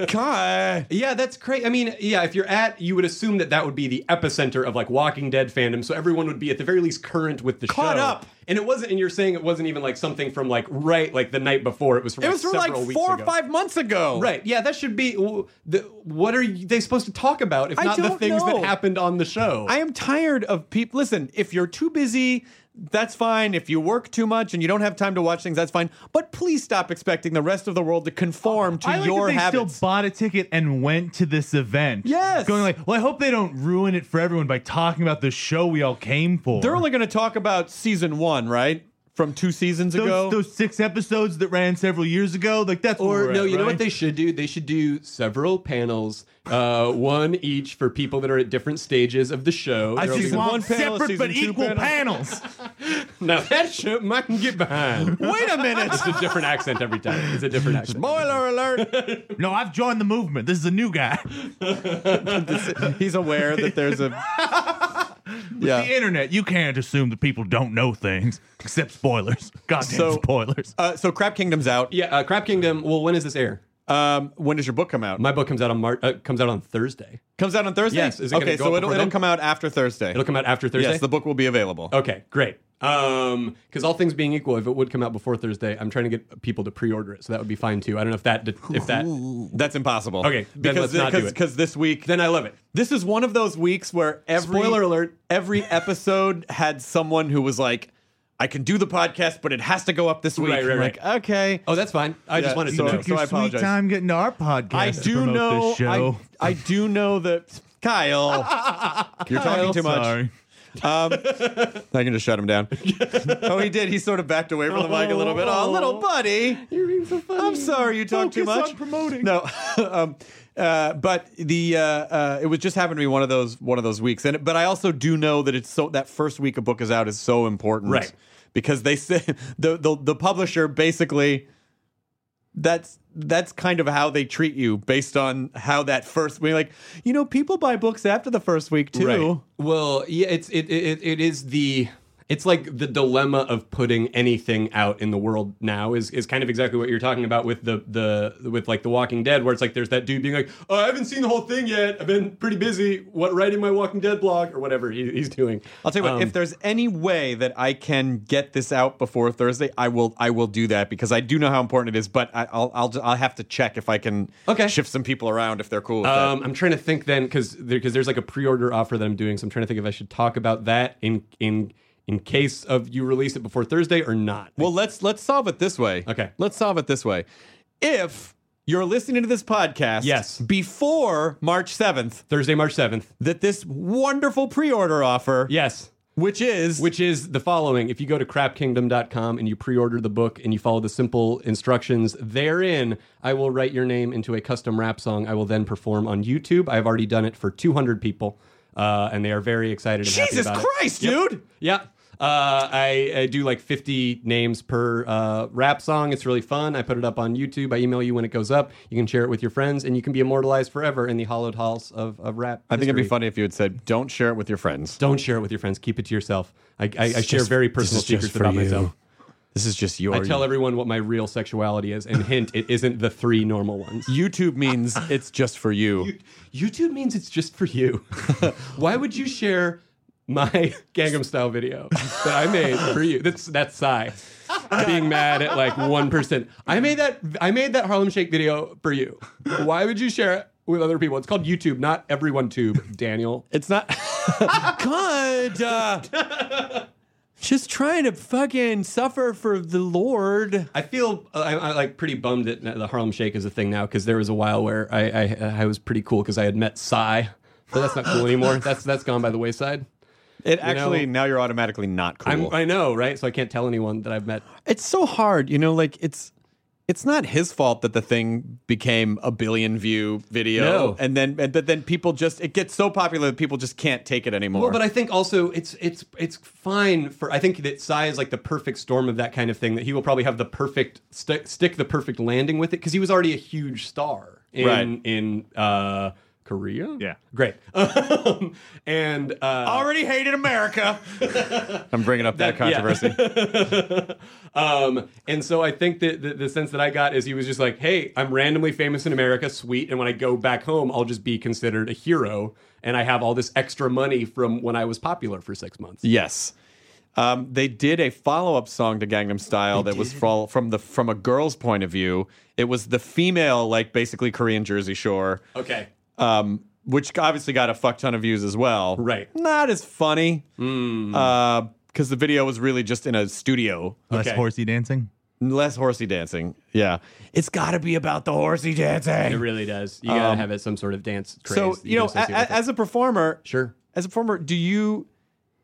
[SPEAKER 7] God.
[SPEAKER 6] Yeah, that's crazy. I mean, yeah, if you're at, you would assume that that would be the epicenter of like Walking Dead fandom, so everyone would be at the very least current with the
[SPEAKER 7] Caught
[SPEAKER 6] show.
[SPEAKER 7] up.
[SPEAKER 6] And it wasn't. And you're saying it wasn't even like something from like right, like the night before. It was from.
[SPEAKER 7] It
[SPEAKER 6] like,
[SPEAKER 7] was from like
[SPEAKER 6] several weeks
[SPEAKER 7] four
[SPEAKER 6] ago.
[SPEAKER 7] or five months ago.
[SPEAKER 6] Right. Yeah, that should be. w- The, what are you, they supposed to talk about if
[SPEAKER 7] I
[SPEAKER 6] not the
[SPEAKER 7] don't
[SPEAKER 6] things
[SPEAKER 7] know.
[SPEAKER 6] that happened on the show?
[SPEAKER 7] I am tired of people. Listen, if you're too busy, that's fine. If you work too much and you don't have time to watch things, that's fine. But please stop expecting the rest of the world to conform to
[SPEAKER 1] I like
[SPEAKER 7] your
[SPEAKER 1] that they
[SPEAKER 7] habits.
[SPEAKER 1] still bought a ticket and went to this event.
[SPEAKER 7] Yes.
[SPEAKER 1] Going like, well, I hope they don't ruin it for everyone by talking about the show we all came for.
[SPEAKER 7] They're only going to talk about season one, right? From two seasons ago.
[SPEAKER 1] those, those six episodes that ran several years ago. Like that's where
[SPEAKER 6] Or
[SPEAKER 1] we're
[SPEAKER 6] no,
[SPEAKER 1] at,
[SPEAKER 6] you know
[SPEAKER 1] right?
[SPEAKER 6] what they should do? They should do several panels, uh, one each for people that are at different stages of the show.
[SPEAKER 1] I
[SPEAKER 6] There'll
[SPEAKER 1] see
[SPEAKER 6] be-
[SPEAKER 7] one
[SPEAKER 1] one
[SPEAKER 7] panel,
[SPEAKER 1] separate
[SPEAKER 7] season
[SPEAKER 1] but
[SPEAKER 7] two
[SPEAKER 1] equal
[SPEAKER 7] panel.
[SPEAKER 1] panels.
[SPEAKER 6] now that show I can get behind.
[SPEAKER 7] Wait a minute.
[SPEAKER 6] It's a different accent every time. It's a different accent.
[SPEAKER 7] Spoiler alert.
[SPEAKER 1] no, I've joined the movement. This is a new guy.
[SPEAKER 7] He's aware that there's a.
[SPEAKER 1] The internet. You can't assume that people don't know things except spoilers. Goddamn
[SPEAKER 7] So-
[SPEAKER 1] spoilers.
[SPEAKER 7] Uh, so Crap Kingdom's out.
[SPEAKER 6] Yeah, uh, Crap Kingdom. Well, when does this air?
[SPEAKER 7] Um, when does your book come out?
[SPEAKER 6] My book comes out on Mar- uh, comes out on Thursday.
[SPEAKER 7] comes out on Thursday.
[SPEAKER 6] Yes, is it gonna
[SPEAKER 7] okay,
[SPEAKER 6] go
[SPEAKER 7] so
[SPEAKER 6] up
[SPEAKER 7] it'll,
[SPEAKER 6] before
[SPEAKER 7] it'll
[SPEAKER 6] then?
[SPEAKER 7] come out after Thursday.
[SPEAKER 6] It'll come out after Thursday.
[SPEAKER 7] Yes, the book will be available.
[SPEAKER 6] Okay, great. Um, because all things being equal, if it would come out before Thursday, I'm trying to get people to pre-order it, so that would be fine too. I don't know if that if that.
[SPEAKER 7] That's impossible.
[SPEAKER 6] Okay, then let's
[SPEAKER 7] because
[SPEAKER 6] not do it.
[SPEAKER 7] because this week
[SPEAKER 6] Then I love it.
[SPEAKER 7] This is one of those weeks where every
[SPEAKER 6] Spoiler alert.
[SPEAKER 7] every episode had someone who was like, I can do the podcast, but it has to go up this week.
[SPEAKER 6] Right, right,
[SPEAKER 7] I'm
[SPEAKER 6] right.
[SPEAKER 7] Like, okay.
[SPEAKER 6] Oh, that's fine. I
[SPEAKER 7] Yeah,
[SPEAKER 6] just wanted
[SPEAKER 7] so-
[SPEAKER 6] to know.
[SPEAKER 7] so I apologize.
[SPEAKER 1] time getting to our podcast.
[SPEAKER 7] I
[SPEAKER 1] to
[SPEAKER 7] do
[SPEAKER 1] promote
[SPEAKER 7] know
[SPEAKER 1] this show.
[SPEAKER 7] I, I do know that Kyle. you're talking too much.
[SPEAKER 1] Sorry.
[SPEAKER 7] I can just shut him down. oh, he did. He sort of backed away from the mic a little bit. Oh, little buddy. You're being so funny. I'm sorry you talked too
[SPEAKER 1] Focus
[SPEAKER 7] much.
[SPEAKER 1] on promoting.
[SPEAKER 7] No. um, uh, but the uh, uh, it was just happened to be one of those one of those weeks, and but I also do know that it's so that first week a book is out is so important,
[SPEAKER 6] Right.
[SPEAKER 7] Because they said the, the the publisher basically that's that's kind of how they treat you based on how that first week, like you know, people buy books after the first week too.
[SPEAKER 6] Right. Well, yeah, it's it, it it is the it's like the dilemma of putting anything out in the world now is is kind of exactly what you're talking about with the the with like The Walking Dead, where it's like there's that dude being like, oh, I haven't seen the whole thing yet. I've been pretty busy. What writing my Walking Dead blog or whatever he, he's doing.
[SPEAKER 7] I'll tell you what.
[SPEAKER 6] Um,
[SPEAKER 7] if there's any way that I can get this out before Thursday, I will. I will do that because I do know how important it is. But I, I'll, I'll. I'll have to check if I can.
[SPEAKER 6] Okay.
[SPEAKER 7] Shift some people around if they're cool with
[SPEAKER 6] Um, I'm trying to think then because because there's like a pre-order offer that I'm doing, so I'm trying to think if I should talk about that in in in case of you release it before Thursday or not.
[SPEAKER 7] that. Well, let's let's solve it this way.
[SPEAKER 6] Okay.
[SPEAKER 7] Let's solve it this way. If you're listening to this podcast,
[SPEAKER 6] Yes.
[SPEAKER 7] before March seventh,
[SPEAKER 6] Thursday, March seventh.
[SPEAKER 7] that this wonderful pre-order offer,
[SPEAKER 6] Yes.
[SPEAKER 7] which is
[SPEAKER 6] which is the following if you go to crapkingdom.com and you pre-order the book and you follow the simple instructions therein i will write your name into a custom rap song i will then perform on youtube i've already done it for 200 people uh, and they are very excited and happy
[SPEAKER 7] Jesus
[SPEAKER 6] about it.
[SPEAKER 7] Christ,
[SPEAKER 6] Yep.
[SPEAKER 7] dude!
[SPEAKER 6] yeah uh, I, I do like 50 names per uh, rap song. It's really fun. I put it up on YouTube. I email you when it goes up. You can share it with your friends, and you can be immortalized forever in the hollowed halls of, of rap.
[SPEAKER 7] I think it'd be
[SPEAKER 6] history.
[SPEAKER 7] funny if you had said, "Don't share it with your friends."
[SPEAKER 6] Don't share it with your friends. Keep it to yourself. I, I, I share
[SPEAKER 7] just-
[SPEAKER 6] very
[SPEAKER 7] this
[SPEAKER 6] personal
[SPEAKER 7] is just
[SPEAKER 6] secrets
[SPEAKER 7] for
[SPEAKER 6] about
[SPEAKER 7] you.
[SPEAKER 6] myself.
[SPEAKER 7] This is just your.
[SPEAKER 6] I tell everyone what my real sexuality is, and hint, it isn't the three normal ones.
[SPEAKER 7] YouTube means it's just for you.
[SPEAKER 6] YouTube means it's just for you. Why would you share my Gangnam Style video that I made for you? That's that's Psy being mad at like one person. I made that I made that Harlem Shake video for you. Why would you share it with other people? It's called YouTube, not everyone tube. Daniel,
[SPEAKER 7] It's not. God. uh, just trying to fucking suffer for the Lord.
[SPEAKER 6] I feel uh, I, I like pretty bummed that the Harlem Shake is a thing now because there was a while where I I, I was pretty cool because I had met Psy, but that's not cool anymore. That's that's gone by the wayside.
[SPEAKER 7] It
[SPEAKER 6] actually-
[SPEAKER 7] now you're automatically not cool.
[SPEAKER 6] I'm, I know, right? So I can't tell anyone that I've met.
[SPEAKER 7] it's so hard, you know. Like it's, it's not his fault that the thing became a billion view video,
[SPEAKER 6] No.
[SPEAKER 7] and then and but then people just it gets so popular that people just can't take it anymore.
[SPEAKER 6] Well, but I think also it's it's it's fine for. I think that Psy is like the perfect storm of that kind of thing. That he will probably have the perfect sti stick, the perfect landing with it because he was already a huge star in
[SPEAKER 7] Right.
[SPEAKER 6] in uh, Korea.
[SPEAKER 1] Yeah.
[SPEAKER 6] Great. Um, and uh,
[SPEAKER 7] Already hated America.
[SPEAKER 6] I'm
[SPEAKER 7] bringing up that
[SPEAKER 6] controversy. um, and so I think that the, the sense that I got is he was just like, "Hey, I'm randomly famous in America, sweet, and when I go back home, I'll just be considered a hero, and I have all this extra money from when I was popular for six months."
[SPEAKER 7] Yes. Um, they did a follow-up song to Gangnam Style that was from, from the from a girl's point of view. It was the female, like basically Korean Jersey Shore.
[SPEAKER 6] Okay.
[SPEAKER 7] Um, which obviously got a fuck ton of views as well.
[SPEAKER 6] Right. Hmm.
[SPEAKER 7] Not as funny. because the video was really just in a studio.
[SPEAKER 1] Less horsey dancing.
[SPEAKER 7] Less horsey dancing. Yeah. It's got to be about the horsey dancing.
[SPEAKER 6] It really does. You gotta
[SPEAKER 7] Um,
[SPEAKER 6] have it some sort of dance. Craze
[SPEAKER 7] So
[SPEAKER 6] that
[SPEAKER 7] you know,
[SPEAKER 6] can associate with
[SPEAKER 7] a,
[SPEAKER 6] it.
[SPEAKER 7] as a performer,
[SPEAKER 6] sure.
[SPEAKER 7] As a performer, do you?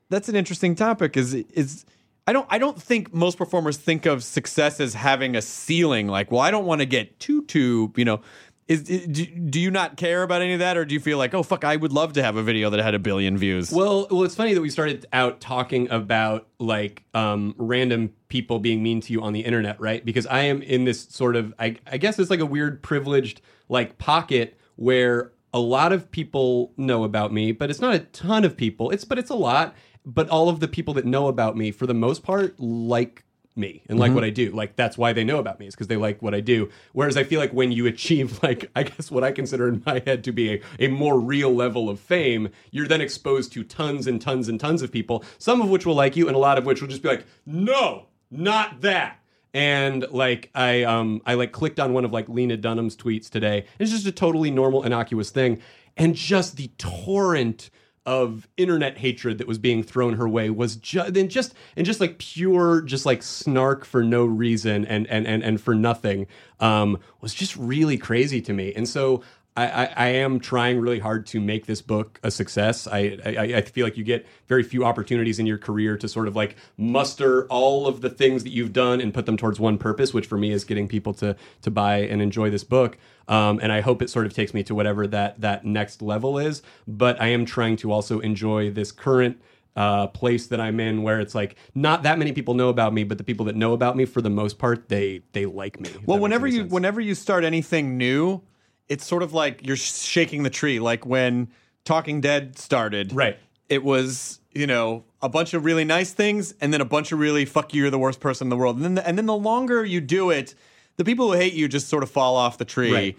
[SPEAKER 7] That's an interesting topic. Is is I don't I don't think most performers think of success as having a ceiling. Like, well, I don't want to get too too. You know, is i- do, do you not care about any of that, or do you feel like, oh fuck, I would love to have a video that had a billion views?
[SPEAKER 6] Well, well, it's funny that we started out talking about like um, random people being mean to you on the internet, right? Because I am in this sort of, I, I guess it's like a weird privileged like pocket where a lot of people know about me, but it's not a ton of people. It's but it's a lot. But all of the people that know about me, for the most part, like me and like
[SPEAKER 7] Mhm.
[SPEAKER 6] what I do. Like that's why they know about me is because they like what I do. Whereas I feel like when you achieve like I guess what I consider in my head to be a, a more real level of fame, you're then exposed to tons and tons and tons of people, some of which will like you and a lot of which will just be like, "No, not that." And like I um I like clicked on one of like Lena Dunham's tweets today. It's just a totally normal innocuous thing and just the torrent of internet hatred that was being thrown her way was just and just and just like pure just like snark for no reason and and and, and for nothing um was just really crazy to me and so I, I, I am trying really hard to make this book a success. I, I I feel like you get very few opportunities in your career to sort of like muster all of the things that you've done and put them towards one purpose, which for me is getting people to to buy and enjoy this book. Um, and I hope it sort of takes me to whatever that that next level is. But I am trying to also enjoy this current uh, place that I'm in, where it's like not that many people know about me, but the people that know about me, for the most part, they they like me.
[SPEAKER 7] Well, whenever you whenever you start anything new, it's sort of like you're sh- shaking the tree. Like when Talking Dead started,
[SPEAKER 6] right?
[SPEAKER 7] It was you know a bunch of really nice things, and then a bunch of really fuck you, you're the worst person in the world. And then the, and then the longer you do it, the people who hate you just sort of fall off the tree,
[SPEAKER 6] Right.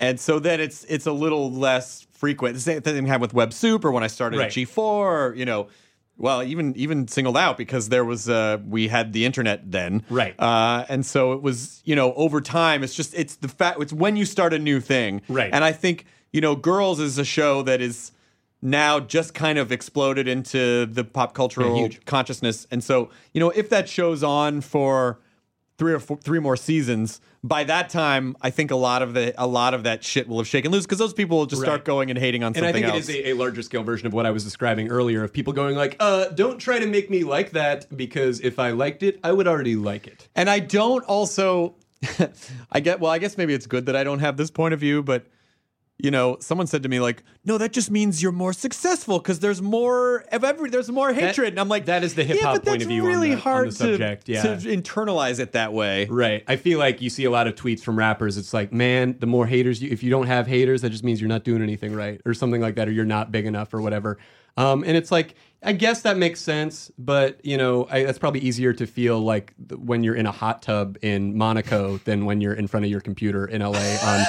[SPEAKER 7] and so then it's it's a little less frequent. The same thing happened with Web Soup or when I started
[SPEAKER 6] Right.
[SPEAKER 7] at G4, or, you know. Well, even even singled out because there was uh, we had the internet then,
[SPEAKER 6] Right.
[SPEAKER 7] uh, and so it was, you know, over time, it's just, it's the fact, it's when you start a new thing.
[SPEAKER 6] Right.
[SPEAKER 7] And I think, you know, Girls is a show that is now just kind of exploded into the pop cultural
[SPEAKER 6] huge.
[SPEAKER 7] consciousness. And so, you know, if that show's on for three or four, three more seasons, by that time, I think a lot of the, a lot of that shit will have shaken loose because those people will just
[SPEAKER 6] Right.
[SPEAKER 7] start going and hating on
[SPEAKER 6] and
[SPEAKER 7] something
[SPEAKER 6] I think
[SPEAKER 7] else.
[SPEAKER 6] it is a, a larger scale version of what I was describing earlier of people going like, uh, "Don't try to make me like that because if I liked it, I would already like it."
[SPEAKER 7] And I don't also I get well, I guess maybe it's good that I don't have this point of view, but you know, someone said to me like, "No, that just means you're more successful because there's more of every there's more hatred." and I'm like,
[SPEAKER 6] that is the hip
[SPEAKER 7] yeah,
[SPEAKER 6] hop
[SPEAKER 7] but
[SPEAKER 6] point
[SPEAKER 7] that's
[SPEAKER 6] of view on
[SPEAKER 7] really
[SPEAKER 6] the- on the
[SPEAKER 7] hard
[SPEAKER 6] subject,
[SPEAKER 7] to,
[SPEAKER 6] yeah.
[SPEAKER 7] to internalize it that way.
[SPEAKER 6] Right. I feel like you see a lot of tweets from rappers. It's like, man, the more haters you, if you don't have haters, that just means you're not doing anything right or something like that, or you're not big enough or whatever. Um, and it's like, I guess that makes sense, but you know, I, that's probably easier to feel like th- when you're in a hot tub in Monaco than when you're in front of your computer in LA on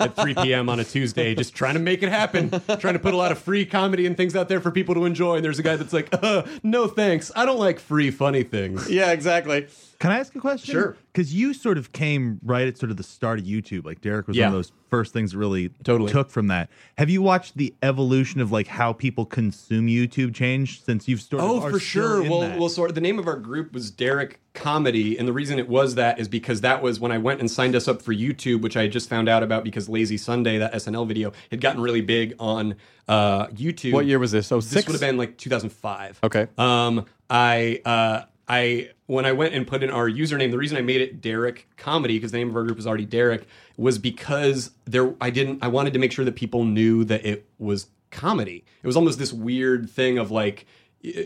[SPEAKER 6] at 3 p.m. on a Tuesday, just trying to make it happen, trying to put a lot of free comedy and things out there for people to enjoy. And there's a guy that's like, uh, no thanks, I don't like free funny things.
[SPEAKER 7] Yeah, exactly.
[SPEAKER 1] Can I ask a question?
[SPEAKER 6] Sure.
[SPEAKER 1] Because you sort of came right at sort of the start of YouTube. Like Derek was
[SPEAKER 6] Yeah.
[SPEAKER 1] one of those first things that really
[SPEAKER 6] Totally.
[SPEAKER 1] took from that. Have you watched the evolution of like how people consume YouTube change since you've sort
[SPEAKER 6] Oh,
[SPEAKER 1] of are
[SPEAKER 6] for
[SPEAKER 1] still
[SPEAKER 6] sure.
[SPEAKER 1] in
[SPEAKER 6] Well,
[SPEAKER 1] that?
[SPEAKER 6] well, so the name of our group was Derek Comedy, and the reason it was that is because that was when I went and signed us up for YouTube, which I had just found out about because Lazy Sunday, that SNL video, had gotten really big on uh, YouTube.
[SPEAKER 7] What year was this? Oh,
[SPEAKER 6] This
[SPEAKER 7] six?
[SPEAKER 6] would have been like 2005.
[SPEAKER 7] Okay.
[SPEAKER 6] Um, I uh, I when I went and put in our username, the reason I made it Derek Comedy because the name of our group was already Derek was because there I didn't I wanted to make sure that people knew that it was comedy. It was almost this weird thing of like. eh,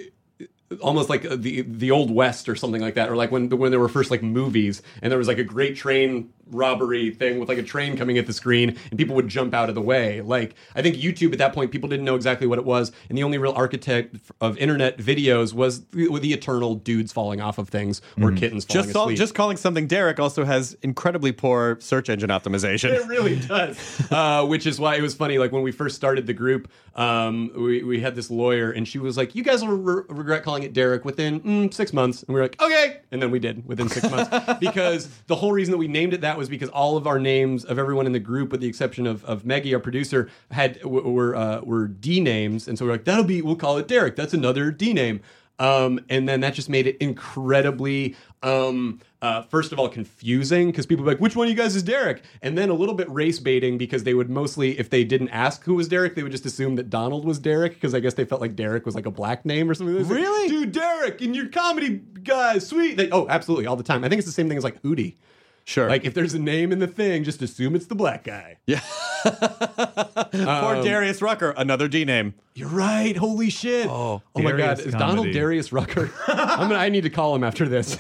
[SPEAKER 6] Almost like uh, the the old west or something like that, or like when when there were first like movies and there was like a great train robbery thing with like a train coming at the screen and people would jump out of the way. Like I think YouTube at that point people didn't know exactly what it was and the only real architect of internet videos was the, were the eternal dudes falling off of things or kittens falling
[SPEAKER 7] Mm-hmm. Just, all,
[SPEAKER 6] asleep.
[SPEAKER 7] just calling something Derek also has incredibly poor search engine optimization.
[SPEAKER 6] It really does. uh, which is why it was funny. Like when we first started the group, um, we, we had this lawyer, and she was like, "You guys will re- regret calling it Derek within mm, six months." And we were like, "Okay," and then we did within six months because the whole reason that we named it that was because all of our names of everyone in the group, with the exception of, of Maggie, our producer, had w- were uh, were D names, and so we're like, "That'll be we'll call it Derek. That's another D name." Um, and then that just made it incredibly, um, uh, first of all, confusing because people were like, which one of you guys is Derek? And then a little bit race baiting because they would mostly, if they didn't ask who was Derek, they would just assume that Donald was Derek because I guess they felt like Derek was like a black name or something. Like really? Dude, Derek, and your comedy guy, sweet. They, oh, absolutely, all the time. I think it's the same thing as like Hootie.
[SPEAKER 7] Sure.
[SPEAKER 6] Like if there's a name in the thing, just assume it's the black guy.
[SPEAKER 7] Yeah.
[SPEAKER 6] um,
[SPEAKER 7] Poor Darius Rucker, another D name.
[SPEAKER 6] You're right. Holy shit. Oh, my God.
[SPEAKER 7] Darius
[SPEAKER 6] Is
[SPEAKER 7] comedy.
[SPEAKER 6] Donald Darius Rucker? I'm gonna, I need to call him after this.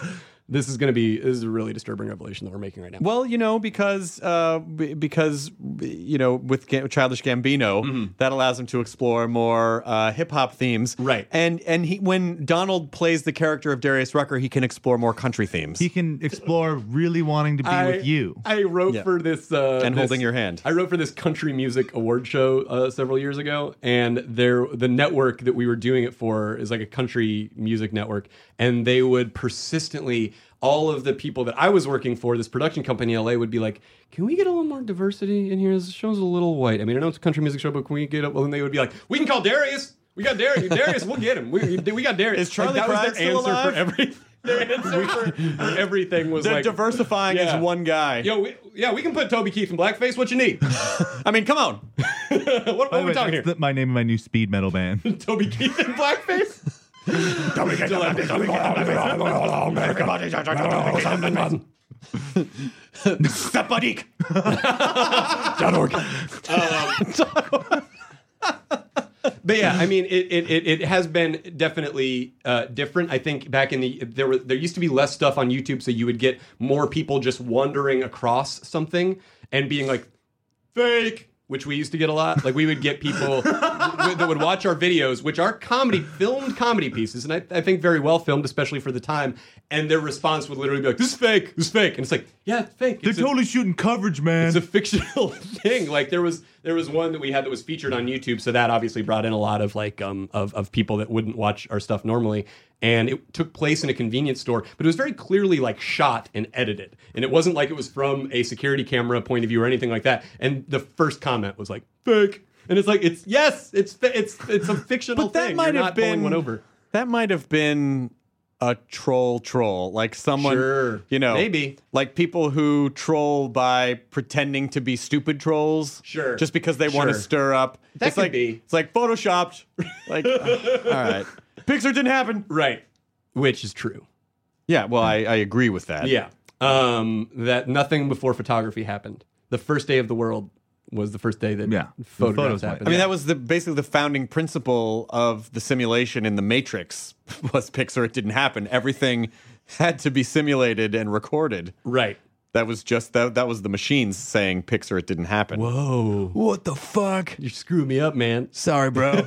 [SPEAKER 6] This is going to be this is a really disturbing revelation that we're making right now.
[SPEAKER 7] Well, you know, because uh, b- because you know, with Ga- Childish Gambino,
[SPEAKER 6] Mm-hmm.
[SPEAKER 7] that allows him to explore more uh, hip hop themes, right? And and he, when Donald plays the character of Darius Rucker, he can explore more country themes.
[SPEAKER 1] He can explore really wanting to be with you.
[SPEAKER 6] I wrote
[SPEAKER 7] Yeah.
[SPEAKER 6] for this uh,
[SPEAKER 7] And
[SPEAKER 6] this-
[SPEAKER 7] holding your hand.
[SPEAKER 6] I wrote for this country music award show uh, several years ago, and there the network that we were doing it for is like a country music network, and they would persistently all of the people that I was working for, this production company in LA, would be like, "Can we get a little more diversity in here? This show's a little white. I mean, I know it's a country music show, but can we get up?" Well, then they would be like, "We can call Darius. We got Darius. Darius, we'll get him. We, we got Darius."
[SPEAKER 7] Is Charlie
[SPEAKER 6] that was
[SPEAKER 7] Pride
[SPEAKER 6] their
[SPEAKER 7] still
[SPEAKER 6] answer
[SPEAKER 7] alive?
[SPEAKER 6] for everything. Their answer for, for everything was
[SPEAKER 7] They're
[SPEAKER 6] like
[SPEAKER 7] diversifying
[SPEAKER 6] Yeah.
[SPEAKER 7] as one guy.
[SPEAKER 6] Yo, we, yeah, we can put Toby Keith in blackface. What you need?
[SPEAKER 7] I mean, come on.
[SPEAKER 6] what what
[SPEAKER 1] By
[SPEAKER 6] are
[SPEAKER 1] the
[SPEAKER 6] we
[SPEAKER 1] way,
[SPEAKER 6] talking here?
[SPEAKER 1] that's the- my name of my new speed metal band.
[SPEAKER 6] Toby Keith in blackface? Toby Keith in blackface.
[SPEAKER 7] Stepanik.
[SPEAKER 6] But yeah, I mean, it it, it, it has been definitely uh, different. I think back in the there were there used to be less stuff on YouTube, so you would get more people just wandering across something and being like fake, which we used to get a lot. Like we would get people w- that would watch our videos, which are comedy filmed comedy pieces, and I, I think very well filmed, especially for the time. And their response would literally be like, "This is fake. This is fake," and it's like, "Yeah, it's fake."
[SPEAKER 1] They're
[SPEAKER 6] It's a-
[SPEAKER 1] totally shooting coverage, man.
[SPEAKER 6] it's a fictional thing. Like there was there was one that we had that was featured on YouTube, so that obviously brought in a lot of like um of, of people that wouldn't watch our stuff normally. And it took place in a convenience store, but it was very clearly like shot and edited. And it wasn't like it was from a security camera point of view or anything like that. And the first comment was like fake. And it's like it's yes, it's fi- it's it's a fictional
[SPEAKER 7] But that
[SPEAKER 6] thing. You're
[SPEAKER 7] might have
[SPEAKER 6] not pulling
[SPEAKER 7] been
[SPEAKER 6] one over.
[SPEAKER 7] That might have been a troll troll, like someone
[SPEAKER 6] Sure.
[SPEAKER 7] you know,
[SPEAKER 6] Maybe.
[SPEAKER 7] like people who troll by pretending to be stupid trolls,
[SPEAKER 6] Sure.
[SPEAKER 7] just because they want to
[SPEAKER 6] Sure.
[SPEAKER 7] stir up.
[SPEAKER 6] That
[SPEAKER 7] it's
[SPEAKER 6] could
[SPEAKER 7] like
[SPEAKER 6] be.
[SPEAKER 7] it's like photoshopped. Like, all right, Pixar didn't happen.
[SPEAKER 6] Right. Which is true.
[SPEAKER 7] Yeah, well, I, I agree with that.
[SPEAKER 6] Yeah. Um, that nothing before photography happened. The first day of the world was the first day that
[SPEAKER 1] Yeah.
[SPEAKER 6] photographs
[SPEAKER 1] Photos might-
[SPEAKER 6] happened.
[SPEAKER 7] I mean, that was the basically the founding principle of the simulation in the Matrix was Pixar. It didn't happen. Everything had to be simulated and recorded.
[SPEAKER 6] right.
[SPEAKER 7] That was just that. That was the machines saying Pixar. It didn't happen.
[SPEAKER 6] Whoa.
[SPEAKER 7] What the fuck?
[SPEAKER 6] You screwed me up, man.
[SPEAKER 7] Sorry, bro.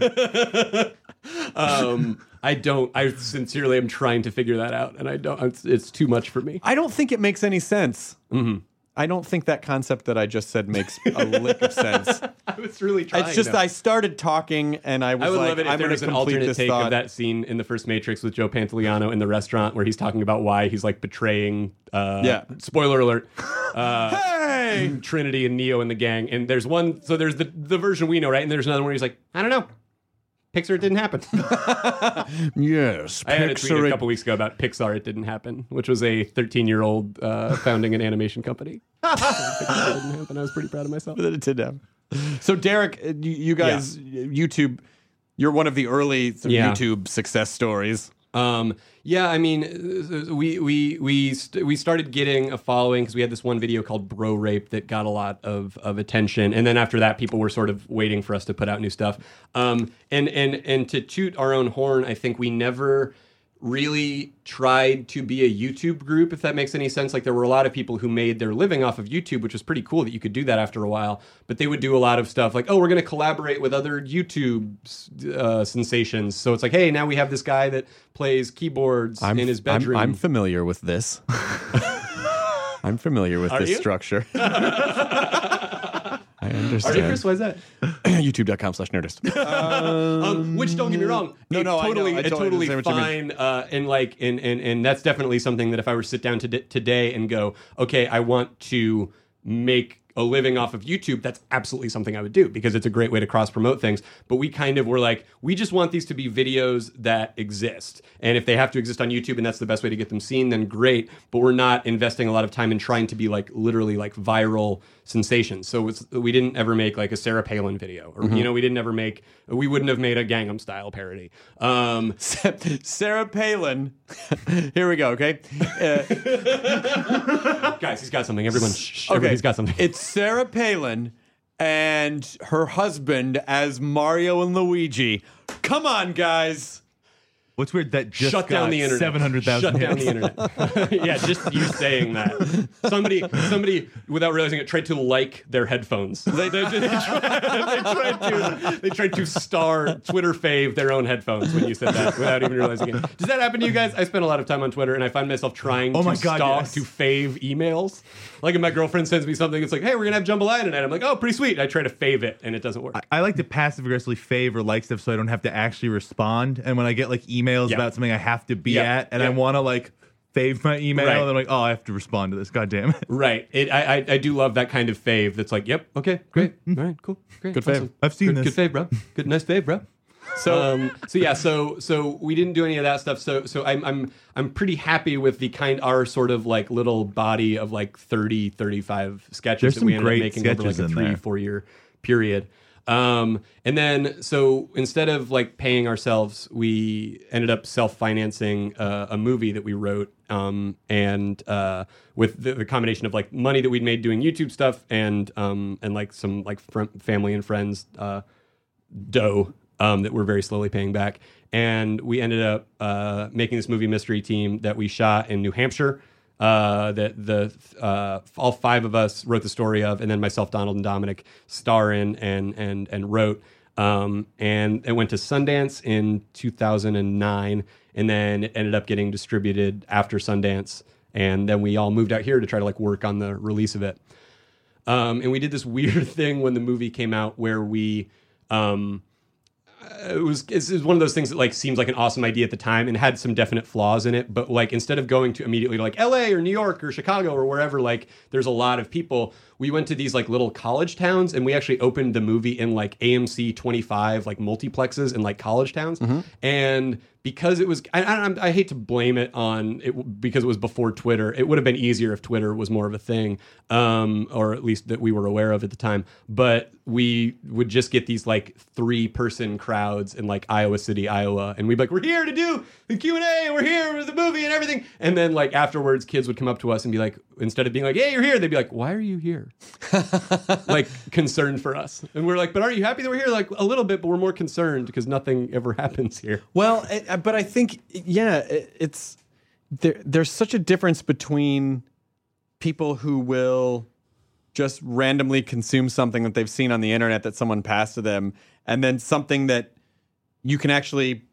[SPEAKER 6] Um, I don't. I sincerely am trying to figure that out, and I don't. It's, it's too much for me.
[SPEAKER 7] I don't think it makes any sense.
[SPEAKER 6] Mm-hmm.
[SPEAKER 7] I don't think that concept that I just said makes a lick of sense.
[SPEAKER 6] I was really trying.
[SPEAKER 7] It's just
[SPEAKER 6] though.
[SPEAKER 7] I started talking and I was
[SPEAKER 6] I would
[SPEAKER 7] like,
[SPEAKER 6] love it if
[SPEAKER 7] I'm
[SPEAKER 6] there
[SPEAKER 7] going
[SPEAKER 6] was
[SPEAKER 7] to
[SPEAKER 6] an
[SPEAKER 7] complete
[SPEAKER 6] alternate
[SPEAKER 7] this
[SPEAKER 6] take
[SPEAKER 7] thought.
[SPEAKER 6] of that scene in the first Matrix with Joe Pantoliano in the restaurant where he's talking about why he's like betraying. Uh,
[SPEAKER 7] Yeah.
[SPEAKER 6] Spoiler alert. Uh,
[SPEAKER 7] Hey,
[SPEAKER 6] Trinity and Neo and the gang. And there's one, so there's the, the version we know, right? And there's another one where he's like, I don't know. Pixar, it didn't happen.
[SPEAKER 7] yes,
[SPEAKER 6] I had a tweet a couple weeks ago about Pixar, it didn't happen, which was a 13 year old uh, founding an animation company. Pixar didn't happen. I was pretty proud of myself.
[SPEAKER 7] that it did happen. So Derek, uh, you, you guys, YouTube, you're one of the early sort of
[SPEAKER 6] Yeah.
[SPEAKER 7] YouTube success stories.
[SPEAKER 6] Um, yeah, I mean, uh, we we we st- we started getting a following because we had this one video called "Bro Rape" that got a lot of of attention, and then after that, people were sort of waiting for us to put out new stuff. Um, and and and to toot our own horn, I think we never really tried to be a YouTube group, if that makes any sense. Like there were a lot of people who made their living off of YouTube, which was pretty cool that you could do that after a while. But they would do a lot of stuff like, oh, we're going to collaborate with other YouTube uh, sensations. So it's like, hey, now we have this guy that plays keyboards in his bedroom.
[SPEAKER 7] I'm, familiar with this. I'm familiar with
[SPEAKER 6] Are
[SPEAKER 7] this
[SPEAKER 6] you?
[SPEAKER 7] structure. I understand.
[SPEAKER 6] Are you Chris? Why is that?
[SPEAKER 7] YouTube.com slash nerdist.
[SPEAKER 6] um, which don't get me wrong,
[SPEAKER 7] no,
[SPEAKER 6] it
[SPEAKER 7] no, I know.
[SPEAKER 6] totally,
[SPEAKER 7] I
[SPEAKER 6] it
[SPEAKER 7] totally
[SPEAKER 6] totally
[SPEAKER 7] understand what you
[SPEAKER 6] fine, uh, and like, and, and and that's definitely something that if I were to sit down to today and go, okay, I want to make a living off of YouTube, that's absolutely something I would do because it's a great way to cross promote things. But we kind of were like, we just want these to be videos that exist, and if they have to exist on YouTube and that's the best way to get them seen, then great. But we're not investing a lot of time in trying to be like literally like viral sensations. So it's, we didn't ever make like a Sarah Palin video, or you
[SPEAKER 7] Mhm.
[SPEAKER 6] know, we didn't ever make we wouldn't have made a Gangnam Style parody. Um,
[SPEAKER 7] Sarah Palin. Here we go, okay? Uh,
[SPEAKER 6] guys, he's got something. Everyone, shh, okay. everybody's got something.
[SPEAKER 7] It's Sarah Palin and her husband as Mario and Luigi. Come on, guys.
[SPEAKER 1] What's weird that just
[SPEAKER 6] Shut down
[SPEAKER 1] got
[SPEAKER 6] the internet.
[SPEAKER 1] 700,000
[SPEAKER 6] Shut down
[SPEAKER 1] hits.
[SPEAKER 6] the internet. yeah, just you saying that. Somebody, somebody, without realizing it, tried to like their headphones. They, they, they, tried, they tried to, they tried to star Twitter fave their own headphones when you said that, without even realizing it. Does that happen to you guys? I spend a lot of time on Twitter, and I find myself trying
[SPEAKER 1] Oh
[SPEAKER 6] to
[SPEAKER 1] my God,
[SPEAKER 6] stalk
[SPEAKER 1] yes.
[SPEAKER 6] to fave emails. Like, if my girlfriend sends me something, it's like, "Hey, we're gonna have jambalaya tonight." I'm like, "Oh, pretty sweet." I try to fave it, and it doesn't work.
[SPEAKER 1] I like to passive aggressively favor like stuff so I don't have to actually respond. And when I get like emails
[SPEAKER 6] Yeah.
[SPEAKER 1] about something I have to be
[SPEAKER 6] Yeah.
[SPEAKER 1] at and I
[SPEAKER 6] Yeah.
[SPEAKER 1] want to like fave my email,
[SPEAKER 6] Right.
[SPEAKER 1] and I'm like, oh, I have to respond to this. God damn it.
[SPEAKER 6] Right. It, I, I I do love that kind of fave. That's like, yep, okay, great, all right, cool, great,
[SPEAKER 7] Good fave.
[SPEAKER 1] Mm-hmm. I've seen
[SPEAKER 6] good,
[SPEAKER 1] this.
[SPEAKER 6] Good fave, bro. Good, nice fave, bro. So, um, so yeah, so so we didn't do any of that stuff. So so I'm I'm I'm pretty happy with the kind our sort of like little body of like 30, 35 sketches
[SPEAKER 1] There's
[SPEAKER 6] that
[SPEAKER 1] some
[SPEAKER 6] we ended
[SPEAKER 1] great
[SPEAKER 6] up making over like
[SPEAKER 1] sketches
[SPEAKER 6] a
[SPEAKER 1] in
[SPEAKER 6] three
[SPEAKER 1] there.
[SPEAKER 6] four year period. Um, and then so instead of like paying ourselves, we ended up self financing uh, a movie that we wrote. Um, and uh, with the, the combination of like money that we'd made doing YouTube stuff and um, and like some like fr- family and friends uh, dough um, that we're very slowly paying back. And we ended up uh, making this movie mystery team that we shot in New Hampshire. Uh, that the uh, all five of us wrote the story of, and then myself, Donald, and Dominic star in and and and wrote. Um, and it went to Sundance in 2009, and then it ended up getting distributed after Sundance. And then we all moved out here to try to like work on the release of it. Um, and we did this weird thing when the movie came out where we, um, uh, it was it was one of those things that like seems like an awesome idea at the time and had some definite flaws in it. But like instead of going to immediately to like L.A. or New York or Chicago or wherever, like there's a lot of people. We went to these like little college towns and we actually opened the movie in like AMC 25 like multiplexes in like college towns and. Because it was, I, I, I hate to blame it on it because it was before Twitter. It would have been easier if Twitter was more of a thing, um, or at least that we were aware of at the time. But we would just get these like three person crowds in like Iowa City, Iowa, and we'd be like, "We're here to do the Q and A, we're here with the movie and everything." And then like afterwards, kids would come up to us and be like, instead of being like, "Hey, you're here," they'd be like, "Why are you here?" like concerned for us, and we're like, "But aren't you happy that we're here?" Like a little bit, but we're more concerned because nothing ever happens here.
[SPEAKER 7] Well, it, uh, but I think yeah, it, it's there. There's such a difference between people who will just randomly consume something that they've seen on the internet that someone passed to them, and then something that you can actually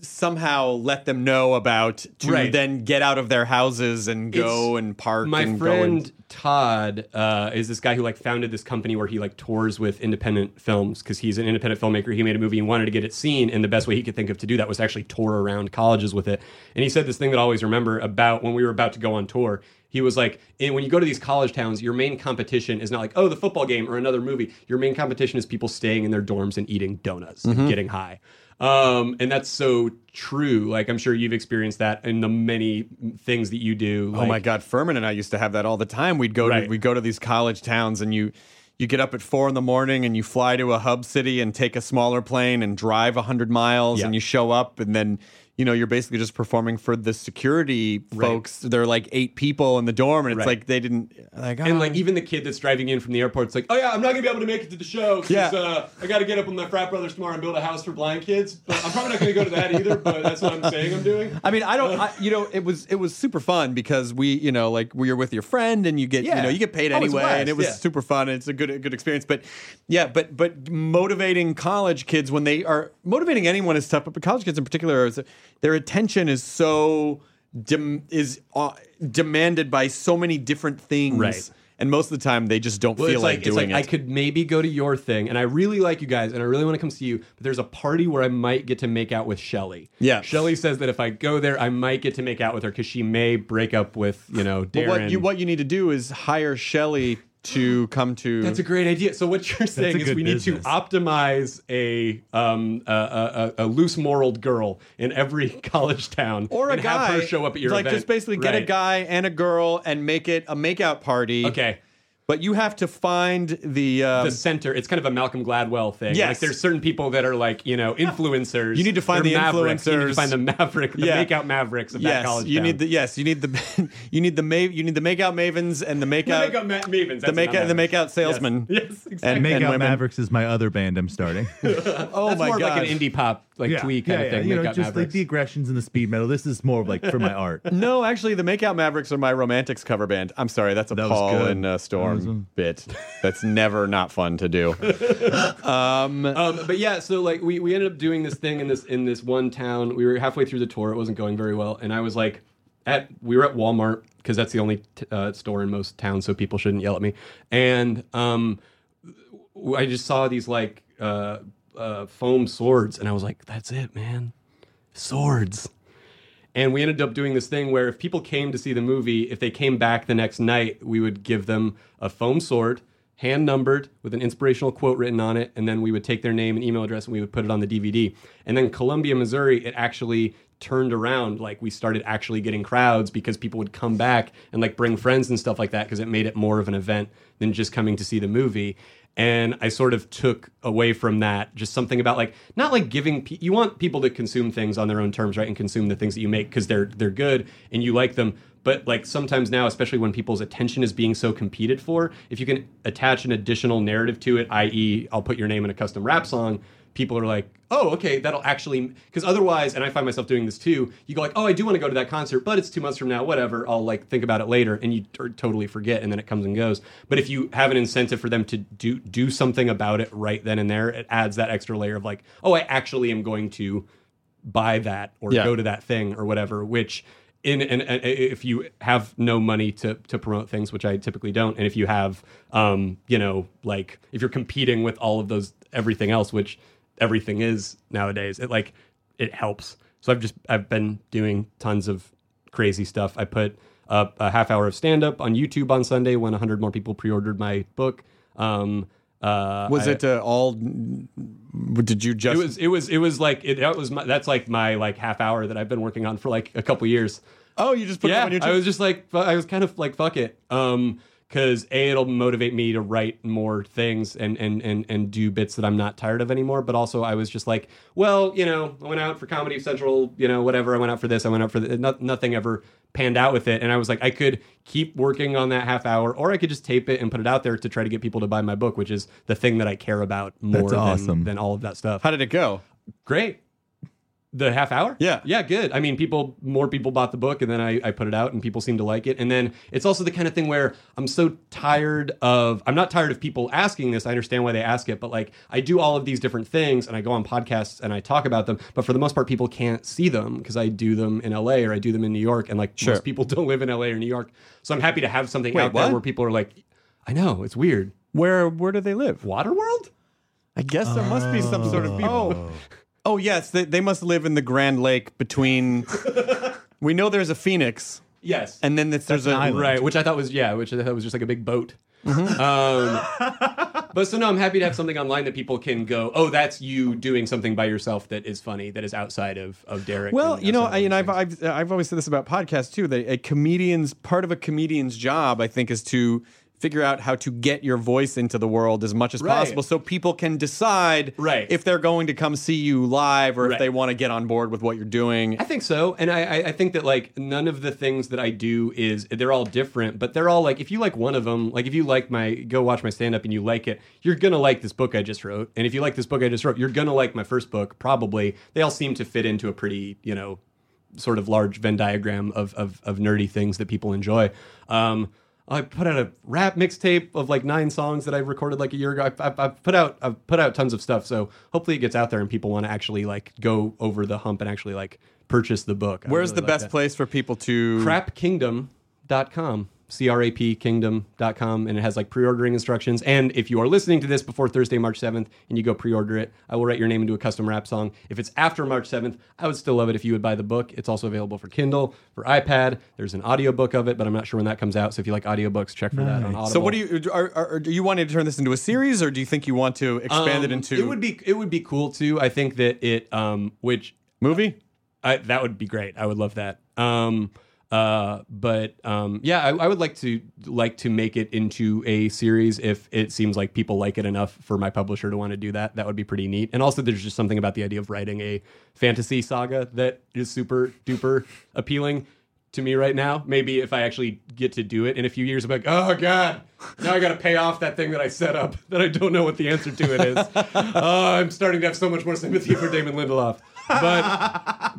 [SPEAKER 7] somehow let them know about to
[SPEAKER 6] Right.
[SPEAKER 7] then get out of their houses and go
[SPEAKER 6] It's-
[SPEAKER 7] and park.
[SPEAKER 6] my
[SPEAKER 7] and
[SPEAKER 6] friend
[SPEAKER 7] Go and,
[SPEAKER 6] todd uh, is this guy who like founded this company where he like tours with independent films because he's an independent filmmaker he made a movie and wanted to get it seen and the best way he could think of to do that was actually tour around colleges with it and he said this thing that i always remember about when we were about to go on tour he was like "And when you go to these college towns your main competition is not like oh the football game or another movie your main competition is people staying in their dorms and eating donuts
[SPEAKER 7] Mm-hmm.
[SPEAKER 6] and getting high um, and that's so true. Like I'm sure you've experienced that in the many things that you do.
[SPEAKER 7] oh
[SPEAKER 6] like-
[SPEAKER 7] my God, Furman and I used to have that all the time. We'd go
[SPEAKER 6] Right.
[SPEAKER 7] to we go to these college towns, and you you get up at four in the morning, and you fly to a hub city, and take a smaller plane, and drive hundred miles,
[SPEAKER 6] Yeah.
[SPEAKER 7] and you show up, and then you know, you're basically just performing for the security folks. There are like eight people in the dorm, and it's
[SPEAKER 6] Right.
[SPEAKER 7] like they didn't like
[SPEAKER 6] and
[SPEAKER 7] "Oh."
[SPEAKER 6] like um, even the kid that's driving in from the airport's like, oh yeah, I'm not gonna be able to make it to the show. 'cause,
[SPEAKER 7] Yeah.
[SPEAKER 6] uh, I got to get up with my frat brothers tomorrow and build a house for blind kids. But I'm probably not gonna go to that either. But that's what I'm saying I'm doing.
[SPEAKER 7] I mean, I don't. I, you know, it was it was super fun because we, you know, like we were with your friend, and you get,
[SPEAKER 6] Yeah.
[SPEAKER 7] you know, you get paid
[SPEAKER 6] Oh, it's a
[SPEAKER 7] anyway,
[SPEAKER 6] blast,
[SPEAKER 7] and it was
[SPEAKER 6] yeah.
[SPEAKER 7] super fun. And it's a good a good experience. But yeah, but but motivating college kids when they are motivating anyone is tough. But college kids in particular, is, their attention is so dem, is uh, demanded by so many different things,
[SPEAKER 6] Right.
[SPEAKER 7] And most of the time, they just don't
[SPEAKER 6] Well,
[SPEAKER 7] feel
[SPEAKER 6] it's
[SPEAKER 7] like,
[SPEAKER 6] it's
[SPEAKER 7] doing
[SPEAKER 6] I
[SPEAKER 7] it.
[SPEAKER 6] could maybe go to your thing, and I really like you guys, and I really want to come see you. But there's a party where I might get to make out with Shelly.
[SPEAKER 7] Yeah.
[SPEAKER 6] Shelly says that if I go there, I might get to make out with her because she may break up with you know Darren.
[SPEAKER 7] but what you what you need to do is hire Shelly to come to.
[SPEAKER 6] That's a great idea. So what you're saying
[SPEAKER 7] a
[SPEAKER 6] is
[SPEAKER 7] good
[SPEAKER 6] we need
[SPEAKER 7] business.
[SPEAKER 6] to optimize a um a, a, a, a loose moraled girl in every college town,
[SPEAKER 7] or a
[SPEAKER 6] and
[SPEAKER 7] guy
[SPEAKER 6] have her show up at your
[SPEAKER 7] like
[SPEAKER 6] event.
[SPEAKER 7] just basically get a
[SPEAKER 6] Right.
[SPEAKER 7] guy and a girl and make it a makeout party.
[SPEAKER 6] Okay.
[SPEAKER 7] but you have to find the um,
[SPEAKER 6] the center. It's kind of a Malcolm Gladwell thing. Like
[SPEAKER 7] Yes.
[SPEAKER 6] there's certain people that are like, you know, influencers.
[SPEAKER 7] You need to find
[SPEAKER 6] They're
[SPEAKER 7] the
[SPEAKER 6] mavericks. You need to
[SPEAKER 7] influencers.
[SPEAKER 6] find the maverick, the
[SPEAKER 7] Yeah.
[SPEAKER 6] makeout mavericks of that
[SPEAKER 7] yes,
[SPEAKER 6] college.
[SPEAKER 7] you
[SPEAKER 6] town.
[SPEAKER 7] need the yes, you need the you need the ma- you need the makeout mavens and the makeout
[SPEAKER 6] makeout ma- mavens,
[SPEAKER 7] the
[SPEAKER 6] that's it, not
[SPEAKER 7] makeout the
[SPEAKER 6] mavens.
[SPEAKER 7] makeout salesmen.
[SPEAKER 6] Yes, exactly.
[SPEAKER 7] And
[SPEAKER 1] Make
[SPEAKER 7] men,
[SPEAKER 1] Out
[SPEAKER 7] women.
[SPEAKER 1] Mavericks is my other band I'm starting.
[SPEAKER 7] Oh
[SPEAKER 6] That's
[SPEAKER 7] my
[SPEAKER 6] more
[SPEAKER 7] god,
[SPEAKER 6] of like an indie pop like twee kind of thing.
[SPEAKER 1] You know,
[SPEAKER 6] makeout
[SPEAKER 1] just like
[SPEAKER 6] mavericks.
[SPEAKER 1] the aggressions and the speed metal. This is more of like for my art.
[SPEAKER 7] No, actually, the Makeout Mavericks are my Romantics cover band. I'm sorry, that's a
[SPEAKER 1] That was
[SPEAKER 7] Paul
[SPEAKER 1] good.
[SPEAKER 7] and uh,
[SPEAKER 1] That was a-
[SPEAKER 7] Storm bit. That's never not fun to do.
[SPEAKER 6] um, but yeah, so like we, we ended up doing this thing in this in this one town. We were halfway through the tour. It wasn't going very well, and I was like, at we were at Walmart because that's the only t- uh, store in most towns, so people shouldn't yell at me. And um, w- I just saw these like uh, uh, foam swords, and I was like, that's it, man, swords. And we ended up doing this thing where if people came to see the movie, if they came back the next night, we would give them a foam sword, hand numbered, with an inspirational quote written on it, and then we would take their name and email address and we would put it on the DVD. And then Columbia, Missouri, it actually turned around. Like we started actually getting crowds because people would come back and like bring friends and stuff like that because it made it more of an event than just coming to see the movie and i sort of took away from that just something about like not like giving pe- you want people to consume things on their own terms right and consume the things that you make because they're they're good and you like them but like sometimes now especially when people's attention is being so competed for if you can attach an additional narrative to it i.e i'll put your name in a custom rap song people are like oh okay that'll actually because otherwise and i find myself doing this too you go like oh i do want to go to that concert but it's two months from now whatever i'll like think about it later and you t- totally forget and then it comes and goes but if you have an incentive for them to do do something about it right then and there it adds that extra layer of like oh i actually am going to buy that or
[SPEAKER 7] Yeah.
[SPEAKER 6] go to that thing or whatever which in and, and if you have no money to to promote things which i typically don't and if you have um you know like if you're competing with all of those everything else which everything is nowadays it like it helps so i've just i've been doing tons of crazy stuff i put up a half hour of stand up on youtube on sunday when 100 more people pre-ordered my book um uh
[SPEAKER 7] Was
[SPEAKER 6] I-
[SPEAKER 7] it uh, all? Did you just?
[SPEAKER 6] it was it was it was like it, that was my, that's like my like half hour that I've been working on for like a couple years.
[SPEAKER 7] oh, you just put
[SPEAKER 6] yeah,
[SPEAKER 7] it on YouTube.
[SPEAKER 6] I was just like fu- I was kind of like fuck it, um, because a it'll motivate me to write more things and and and and do bits that I'm not tired of anymore. But also I was just like, well, you know, I went out for Comedy Central, you know, whatever. I went out for this, I went out for th- not, nothing ever panned out with it, and I was like, I could keep working on that half hour, or I could just tape it and put it out there to try to get people to buy my book, which is the thing that I care about more than,
[SPEAKER 1] awesome.
[SPEAKER 6] than all of that stuff
[SPEAKER 7] How did it go?
[SPEAKER 6] great. The half hour?
[SPEAKER 7] Yeah.
[SPEAKER 6] Yeah, good. I mean, people, more people bought the book and then I, I put it out and people seem to like it. And then it's also the kind of thing where I'm so tired of, I'm not tired of people asking this. I understand why they ask it, but like I do all of these different things and I go on podcasts and I talk about them. But for the most part, people can't see them because I do them in LA or I do them in New York. And like most people don't live in LA or New York. So I'm happy to have something
[SPEAKER 7] Wait,
[SPEAKER 6] out there
[SPEAKER 7] what?
[SPEAKER 6] where people are like, I know, it's weird.
[SPEAKER 7] Where where do they live?
[SPEAKER 6] Waterworld?
[SPEAKER 7] I guess there must be some sort of people. Oh, oh yes, they, they must live in the Grand Lake between. we know there's a Phoenix,
[SPEAKER 6] Yes.
[SPEAKER 7] and then it's, there's a
[SPEAKER 6] Right, which I thought was yeah, which I thought was just like a big boat. Um, but so no, I'm happy to have something online that people can go. Oh, that's you doing something by yourself that is funny, that is outside of of Derek.
[SPEAKER 7] Well,
[SPEAKER 6] and uh,
[SPEAKER 7] you know,
[SPEAKER 6] outside of
[SPEAKER 7] I, and
[SPEAKER 6] those
[SPEAKER 7] I've,
[SPEAKER 6] things.
[SPEAKER 7] I've I've always said this about podcasts too. That a comedian's part of a comedian's job, I think, is to figure out how to get your voice into the world as much as
[SPEAKER 6] Right.
[SPEAKER 7] possible so people can decide
[SPEAKER 6] Right.
[SPEAKER 7] if they're going to come see you live or if
[SPEAKER 6] Right.
[SPEAKER 7] they want to get on board with what you're doing.
[SPEAKER 6] I think so, and I, I I think that like none of the things that I do is they're all different, but they're all like if you like one of them, like if you like my go watch my stand up and you like it, you're gonna like this book I just wrote, and if you like this book I just wrote, you're gonna like my first book probably. They all seem to fit into a pretty you know sort of large Venn diagram of of, of nerdy things that people enjoy. Um, I put out a rap mixtape of like nine songs that I recorded like a year ago. I've, I've, I've put out I've put out tons of stuff, so hopefully it gets out there and people want to actually like go over the hump and actually like purchase the book. I
[SPEAKER 7] Where's
[SPEAKER 6] really
[SPEAKER 7] the
[SPEAKER 6] like
[SPEAKER 7] best
[SPEAKER 6] that.
[SPEAKER 7] place for people to
[SPEAKER 6] Crapkingdom.com. crapkingdom.com and it has like pre-ordering instructions and if you are listening to this before thursday march 7th and you go pre-order it i will write your name into a custom rap song if it's after march 7th i would still love it if you would buy the book it's also available for kindle for ipad there's an audiobook of it but i'm not sure when that comes out so if you like audiobooks check for that on audible
[SPEAKER 7] So what do you are, are, are- do you want to turn this into a series or do you think you want to expand it
[SPEAKER 6] Um,
[SPEAKER 7] into
[SPEAKER 6] It would be it would be cool too. I think that it um which
[SPEAKER 7] movie
[SPEAKER 6] I, that would be great. I would love that. Um uh but um yeah I, I would like to like to make it into a series if it seems like people like it enough for my publisher to want to do that that would be pretty neat and also there's just something about the idea of writing a fantasy saga that is super duper appealing to me right now maybe if i actually get to do it in a few years i'm like oh god now i gotta pay off that thing that i set up that i don't know what the answer to it is oh i'm starting to have so much more sympathy for damon lindelof but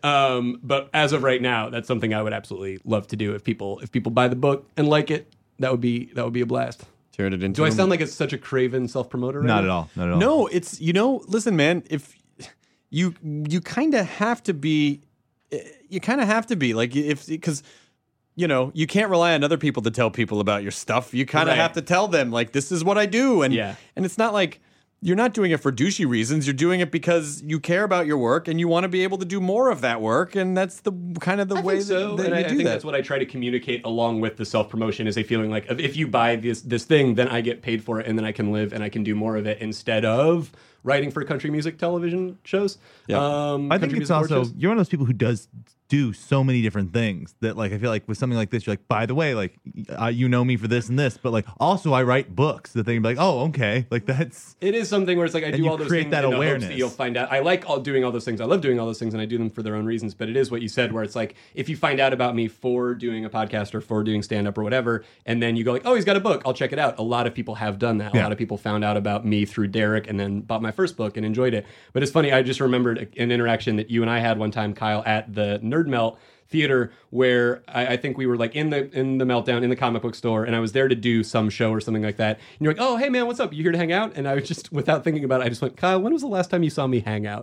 [SPEAKER 6] but um but as of right now that's something i would absolutely love to do if people if people buy the book and like it that would be that would be a blast
[SPEAKER 7] turn it into
[SPEAKER 6] do i
[SPEAKER 7] a-
[SPEAKER 6] sound like it's such a craven self-promoter right
[SPEAKER 1] Um, Not
[SPEAKER 6] now?
[SPEAKER 1] at all. Not at all.
[SPEAKER 7] No, it's you know, listen, man. If you you kind of have to be, eh, you kind of have to be like if because you know you can't rely on other people to tell people about your stuff. You kind of
[SPEAKER 6] Right.
[SPEAKER 7] have to tell them like this is what I do, and
[SPEAKER 6] Yeah.
[SPEAKER 7] and it's not like. You're not doing it for douchey reasons. You're doing it because you care about your work and you want to be able to do more of that work, and that's the kind of the
[SPEAKER 6] I
[SPEAKER 7] way
[SPEAKER 6] think so,
[SPEAKER 7] that, that
[SPEAKER 6] and
[SPEAKER 7] you
[SPEAKER 6] I,
[SPEAKER 7] do
[SPEAKER 6] I think
[SPEAKER 7] that.
[SPEAKER 6] that's what I try to communicate along with the self promotion is a feeling like of if you buy this this thing, then I get paid for it, and then I can live and I can do more of it instead of writing for country music television shows.
[SPEAKER 7] Yeah.
[SPEAKER 6] Um,
[SPEAKER 1] I
[SPEAKER 6] country
[SPEAKER 1] think it's
[SPEAKER 6] music award
[SPEAKER 1] also
[SPEAKER 6] shows.
[SPEAKER 1] you're one of those people who does do so many different things that like I feel like with something like this you're like by the way like uh, you know me for this and this but like also I write books that they like oh okay like that's
[SPEAKER 6] It is something where it's like I
[SPEAKER 1] And
[SPEAKER 6] do
[SPEAKER 1] you
[SPEAKER 6] all those
[SPEAKER 1] create
[SPEAKER 6] things
[SPEAKER 1] that
[SPEAKER 6] in the hopes
[SPEAKER 1] awareness.
[SPEAKER 6] that you'll find out. I like all doing all those things. I love doing all those things, and I do them for their own reasons. But it is what you said, where it's like if you find out about me for doing a podcast or for doing stand up or whatever, and then you go like, oh, he's got a book. I'll check it out. A lot of people have done that. A
[SPEAKER 1] Yeah.
[SPEAKER 6] lot of people found out about me through Derek, and then bought my first book and enjoyed it. But it's funny. I just remembered an interaction that you and I had one time, Kyle, at the Nerd Melt theater where I, I think we were like in the in the meltdown in the comic book store and I was there to do some show or something like that. And you're like, oh hey man, what's up? You here to hang out? And I was just without thinking about it, I just went, Kyle, when was the last time you saw me hang out?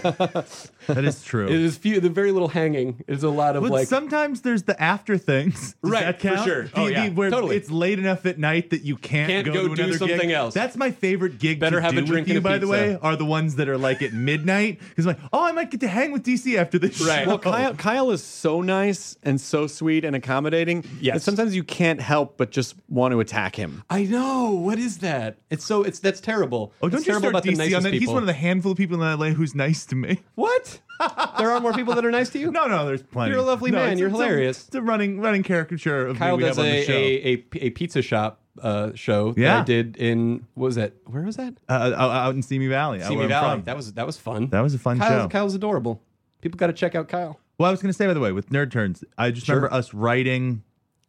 [SPEAKER 1] that is true.
[SPEAKER 6] it is few the very little hanging. It's a lot of
[SPEAKER 1] But
[SPEAKER 6] like
[SPEAKER 1] sometimes there's the after things. Does
[SPEAKER 6] Right,
[SPEAKER 1] that
[SPEAKER 6] for
[SPEAKER 1] count?
[SPEAKER 6] sure.
[SPEAKER 1] The-
[SPEAKER 6] Oh,
[SPEAKER 1] the-
[SPEAKER 6] yeah,
[SPEAKER 1] where
[SPEAKER 6] totally.
[SPEAKER 1] It's late enough at night that you can't,
[SPEAKER 6] Can't
[SPEAKER 1] go,
[SPEAKER 6] go
[SPEAKER 1] to
[SPEAKER 6] do
[SPEAKER 1] another
[SPEAKER 6] something
[SPEAKER 1] gig.
[SPEAKER 6] else.
[SPEAKER 1] That's my favorite gig.
[SPEAKER 6] Better
[SPEAKER 1] to
[SPEAKER 6] have a
[SPEAKER 1] do with
[SPEAKER 6] drink
[SPEAKER 1] you,
[SPEAKER 6] and a
[SPEAKER 1] by the
[SPEAKER 6] pizza.
[SPEAKER 1] way, are the ones that are like at midnight. Because like, oh, I might get to hang with DC after this.
[SPEAKER 6] Right.
[SPEAKER 1] show.
[SPEAKER 7] Well, Kyle, Kyle is so nice and so sweet and accommodating.
[SPEAKER 6] Yes.
[SPEAKER 7] that sometimes you can't help but just want to attack him.
[SPEAKER 6] I know, what is that? It's so it's that's terrible.
[SPEAKER 1] Oh,
[SPEAKER 6] It's
[SPEAKER 1] don't you
[SPEAKER 6] terrible
[SPEAKER 1] start
[SPEAKER 6] about the
[SPEAKER 1] DC on
[SPEAKER 6] nicest
[SPEAKER 1] that. He's
[SPEAKER 6] people.
[SPEAKER 1] one of the handful of people in LA who's nice to me.
[SPEAKER 6] What? there are more people that are nice to you?
[SPEAKER 1] No, no, there's plenty.
[SPEAKER 6] You're a lovely
[SPEAKER 1] No,
[SPEAKER 6] man.
[SPEAKER 1] it's-
[SPEAKER 6] You're
[SPEAKER 1] it's a-
[SPEAKER 6] hilarious.
[SPEAKER 1] It's a running running caricature of
[SPEAKER 6] Kyle
[SPEAKER 1] me we
[SPEAKER 6] does
[SPEAKER 1] have on the
[SPEAKER 6] a,
[SPEAKER 1] show.
[SPEAKER 6] a, a a pizza shop uh, show that I
[SPEAKER 1] Yeah.
[SPEAKER 6] did in what was that? Where was that?
[SPEAKER 1] uh, out- out in Simi Valley. out where
[SPEAKER 6] Simi
[SPEAKER 1] I'm
[SPEAKER 6] Valley.
[SPEAKER 1] from.
[SPEAKER 6] That was that was fun.
[SPEAKER 1] That was a fun
[SPEAKER 6] Kyle's,
[SPEAKER 1] show.
[SPEAKER 6] Kyle's adorable. People got to check out Kyle.
[SPEAKER 1] Well, I was going to say, by the way, with Nerd Turns, I just remember us writing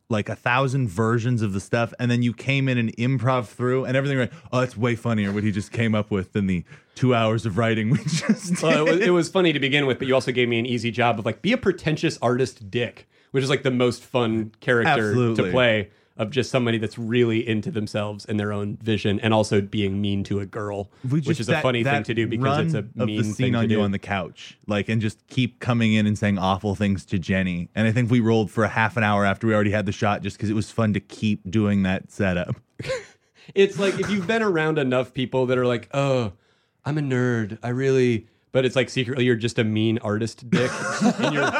[SPEAKER 1] like a thousand versions of the stuff, and then you came in and improv through, and everything. Right? Oh, that's way funnier what he just came up with than the two hours of writing we just did.
[SPEAKER 6] Well, it, was, it was funny to begin with, but you also gave me an easy job of like be a pretentious artist dick, which is like the most fun character to
[SPEAKER 1] Absolutely.
[SPEAKER 6] play of just somebody that's really into themselves and their own vision, and also being mean to a girl,
[SPEAKER 1] We
[SPEAKER 6] which
[SPEAKER 1] just-
[SPEAKER 6] is a
[SPEAKER 1] that-
[SPEAKER 6] funny thing
[SPEAKER 1] that
[SPEAKER 6] to do because it's a
[SPEAKER 1] run
[SPEAKER 6] mean
[SPEAKER 1] of the scene
[SPEAKER 6] thing
[SPEAKER 1] on
[SPEAKER 6] to
[SPEAKER 1] you
[SPEAKER 6] do.
[SPEAKER 1] on the couch, like, and just keep coming in and saying awful things to Jenny. And I think we rolled for a half an hour after we already had the shot, just because it was fun to keep doing that setup.
[SPEAKER 6] it's like if you've been around enough people that are like, oh, I'm a nerd. I really, but it's like secretly you're just a mean artist dick, and you're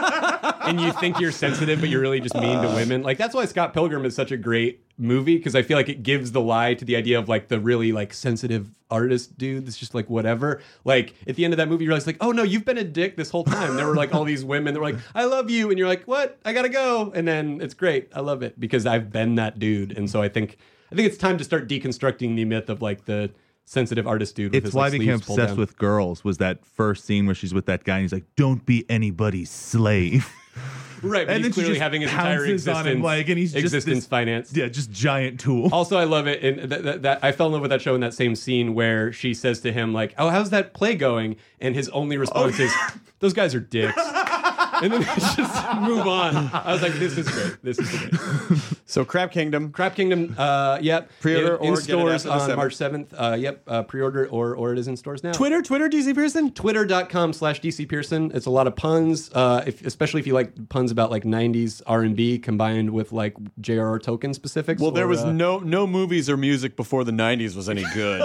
[SPEAKER 6] and you think you're sensitive, but you're really just mean to women. Like that's why Scott Pilgrim is such a great movie because I feel like it gives the lie to the idea of like the really like sensitive artist dude that's just like whatever. Like at the end of that movie, you're like, oh no, you've been a dick this whole time. There were like all these women that were like, I love you, and you're like, what? I gotta go, and then it's great. I love it because I've been that dude, and so I think I think it's time to start deconstructing the myth of like the sensitive artist dude. With
[SPEAKER 1] It's
[SPEAKER 6] his,
[SPEAKER 1] why
[SPEAKER 6] like,
[SPEAKER 1] I became
[SPEAKER 6] sleeves pulled
[SPEAKER 1] obsessed
[SPEAKER 6] down.
[SPEAKER 1] with girls was that first scene where she's with that guy and he's like, "Don't be anybody's slave."
[SPEAKER 6] Right, but
[SPEAKER 1] And
[SPEAKER 6] he's
[SPEAKER 1] then she
[SPEAKER 6] clearly
[SPEAKER 1] just
[SPEAKER 6] having his entire
[SPEAKER 1] pounces on him,
[SPEAKER 6] existence,
[SPEAKER 1] like, and he's just
[SPEAKER 6] existence
[SPEAKER 1] this-
[SPEAKER 6] financed.
[SPEAKER 1] Yeah, just giant tool.
[SPEAKER 6] Also, I love it, and that, that, that I fell in love with that show in that same scene where she says to him like, "Oh, how's that play going?" And his only response is, "Those guys are dicks." and then they just move on. I was like, "This is great. This is great."
[SPEAKER 7] So Crab Kingdom.
[SPEAKER 6] Crab Kingdom. Uh, yep.
[SPEAKER 7] Pre-order
[SPEAKER 6] in, in
[SPEAKER 7] or get it
[SPEAKER 6] stores
[SPEAKER 7] after the
[SPEAKER 6] on
[SPEAKER 7] 7th.
[SPEAKER 6] March seventh. Uh, yep. Uh, pre-order or or it is in stores now.
[SPEAKER 7] Twitter, Twitter, DC Pearson.
[SPEAKER 6] Twitter.com slash DC Pearson. It's a lot of puns, uh, if, especially if you like puns about like '90s R&B combined with like J.R.R. Tolkien specifics.
[SPEAKER 7] Well, there
[SPEAKER 6] or,
[SPEAKER 7] was
[SPEAKER 6] uh,
[SPEAKER 7] no no movies or music before the '90s was any good.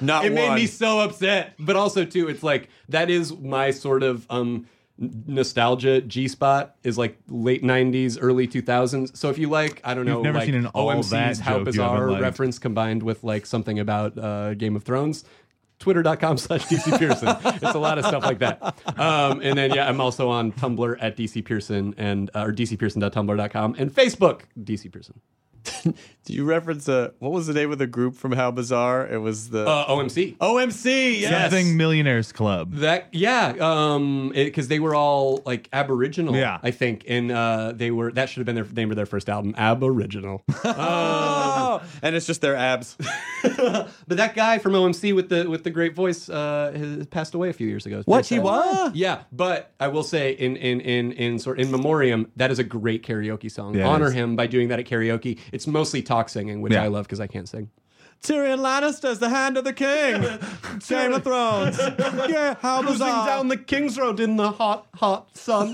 [SPEAKER 7] Not
[SPEAKER 6] it made
[SPEAKER 7] one.
[SPEAKER 6] me so upset. But also too, it's like that is my sort of um n- nostalgia G spot is like late nineties, early two thousands. So if you like, I don't
[SPEAKER 1] You've
[SPEAKER 6] know,
[SPEAKER 1] never
[SPEAKER 6] like
[SPEAKER 1] seen an all
[SPEAKER 6] OMC's
[SPEAKER 1] that joke
[SPEAKER 6] How
[SPEAKER 1] you haven't
[SPEAKER 6] Bizarre
[SPEAKER 1] liked.
[SPEAKER 6] reference combined with like something about uh, Game of Thrones. Twitter.com slash DC Pearson. it's a lot of stuff like that. Um, and then, yeah, I'm also on Tumblr at DC Pearson and, uh, or dcpearson.tumblr.com and Facebook, DC Pearson.
[SPEAKER 7] Do you reference a what was the name of the group from How Bizarre? It was the
[SPEAKER 6] Uh, OMC.
[SPEAKER 7] OMC. Yes.
[SPEAKER 1] Something Millionaires Club.
[SPEAKER 6] That yeah, um, because they were all like Aboriginal,
[SPEAKER 1] Yeah.
[SPEAKER 6] I think, and uh, they were that should have been their name of their first album, Aboriginal.
[SPEAKER 7] Oh, and it's just their abs.
[SPEAKER 6] but that guy from OMC with the with the great voice uh, has passed away a few years ago. It's
[SPEAKER 7] What
[SPEAKER 6] very sad.
[SPEAKER 7] he was?
[SPEAKER 6] Yeah, but I will say in in in in sort in memoriam, that is a great karaoke song.
[SPEAKER 1] Yeah, it
[SPEAKER 6] Honor
[SPEAKER 1] is.
[SPEAKER 6] him by doing that at karaoke. It's mostly talk singing, which
[SPEAKER 1] Yeah.
[SPEAKER 6] I love because I can't sing.
[SPEAKER 7] Tyrion Lannister's the hand of the king. Game of Thrones. Yeah, How
[SPEAKER 6] Cruising
[SPEAKER 7] Bizarre.
[SPEAKER 6] down the King's Road in the hot hot sun.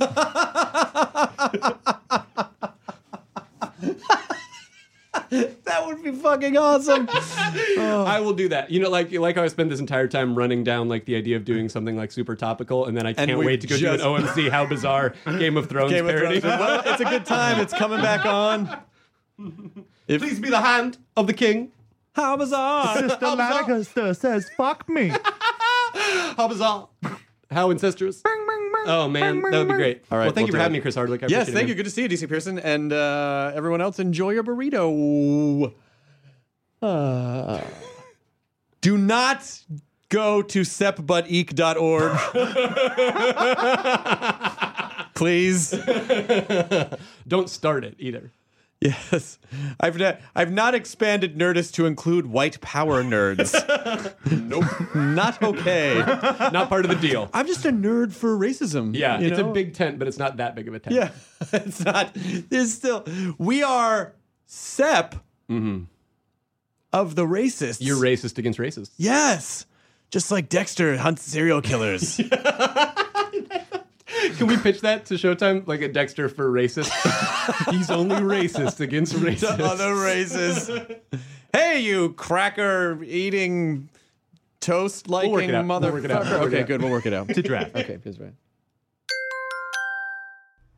[SPEAKER 7] that would be fucking awesome. Oh.
[SPEAKER 6] I will do that. You know, like like how I spend this entire time running down like the idea of doing something like super topical, and then I can't
[SPEAKER 7] we
[SPEAKER 6] wait to go
[SPEAKER 7] just-
[SPEAKER 6] do an OMC How Bizarre Game of Thrones
[SPEAKER 7] Game of
[SPEAKER 6] parody.
[SPEAKER 7] Thrones. Well, it's a good time. It's coming back on. If-
[SPEAKER 6] Please be the hand of the king.
[SPEAKER 7] How Bizarre.
[SPEAKER 1] Sister Lancaster says, "Fuck me."
[SPEAKER 6] How bizarre. How incestuous. Oh man, that would be great.
[SPEAKER 7] All right,
[SPEAKER 6] well, thank
[SPEAKER 7] we'll
[SPEAKER 6] you
[SPEAKER 7] do
[SPEAKER 6] for having
[SPEAKER 7] it.
[SPEAKER 6] me, Chris Hardwick. I
[SPEAKER 7] Yes,
[SPEAKER 6] appreciate it,
[SPEAKER 7] thank
[SPEAKER 6] man.
[SPEAKER 7] you. Good to see you, DC Pearson. And uh, everyone else, enjoy your burrito. Uh, do not go to sepbuteek.org. Please.
[SPEAKER 6] Don't start it either.
[SPEAKER 7] Yes. I've, not I've not expanded Nerdist to include white power nerds.
[SPEAKER 6] Nope,
[SPEAKER 7] not okay.
[SPEAKER 6] not part of the deal.
[SPEAKER 7] I'm just a nerd for racism.
[SPEAKER 6] Yeah,
[SPEAKER 7] you
[SPEAKER 6] it's
[SPEAKER 7] know?
[SPEAKER 6] a big tent, but it's not that big of a tent.
[SPEAKER 7] Yeah, it's not. There's still. We are SEP of the racists.
[SPEAKER 6] Mm-hmm. You're racist against racists.
[SPEAKER 7] Yes. Just like Dexter hunts serial killers.
[SPEAKER 6] Can we pitch that to Showtime? Like a Dexter for racist? He's only racist against
[SPEAKER 7] to
[SPEAKER 6] racists.
[SPEAKER 7] other races. hey, you cracker eating toast liking
[SPEAKER 6] work it out.
[SPEAKER 7] motherfucker.
[SPEAKER 6] We'll work it out. We'll work it
[SPEAKER 7] okay,
[SPEAKER 6] out.
[SPEAKER 7] good. We'll work it out.
[SPEAKER 1] To draft.
[SPEAKER 7] okay, please, right.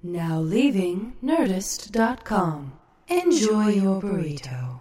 [SPEAKER 10] Now leaving Nerdist.com. Enjoy your burrito.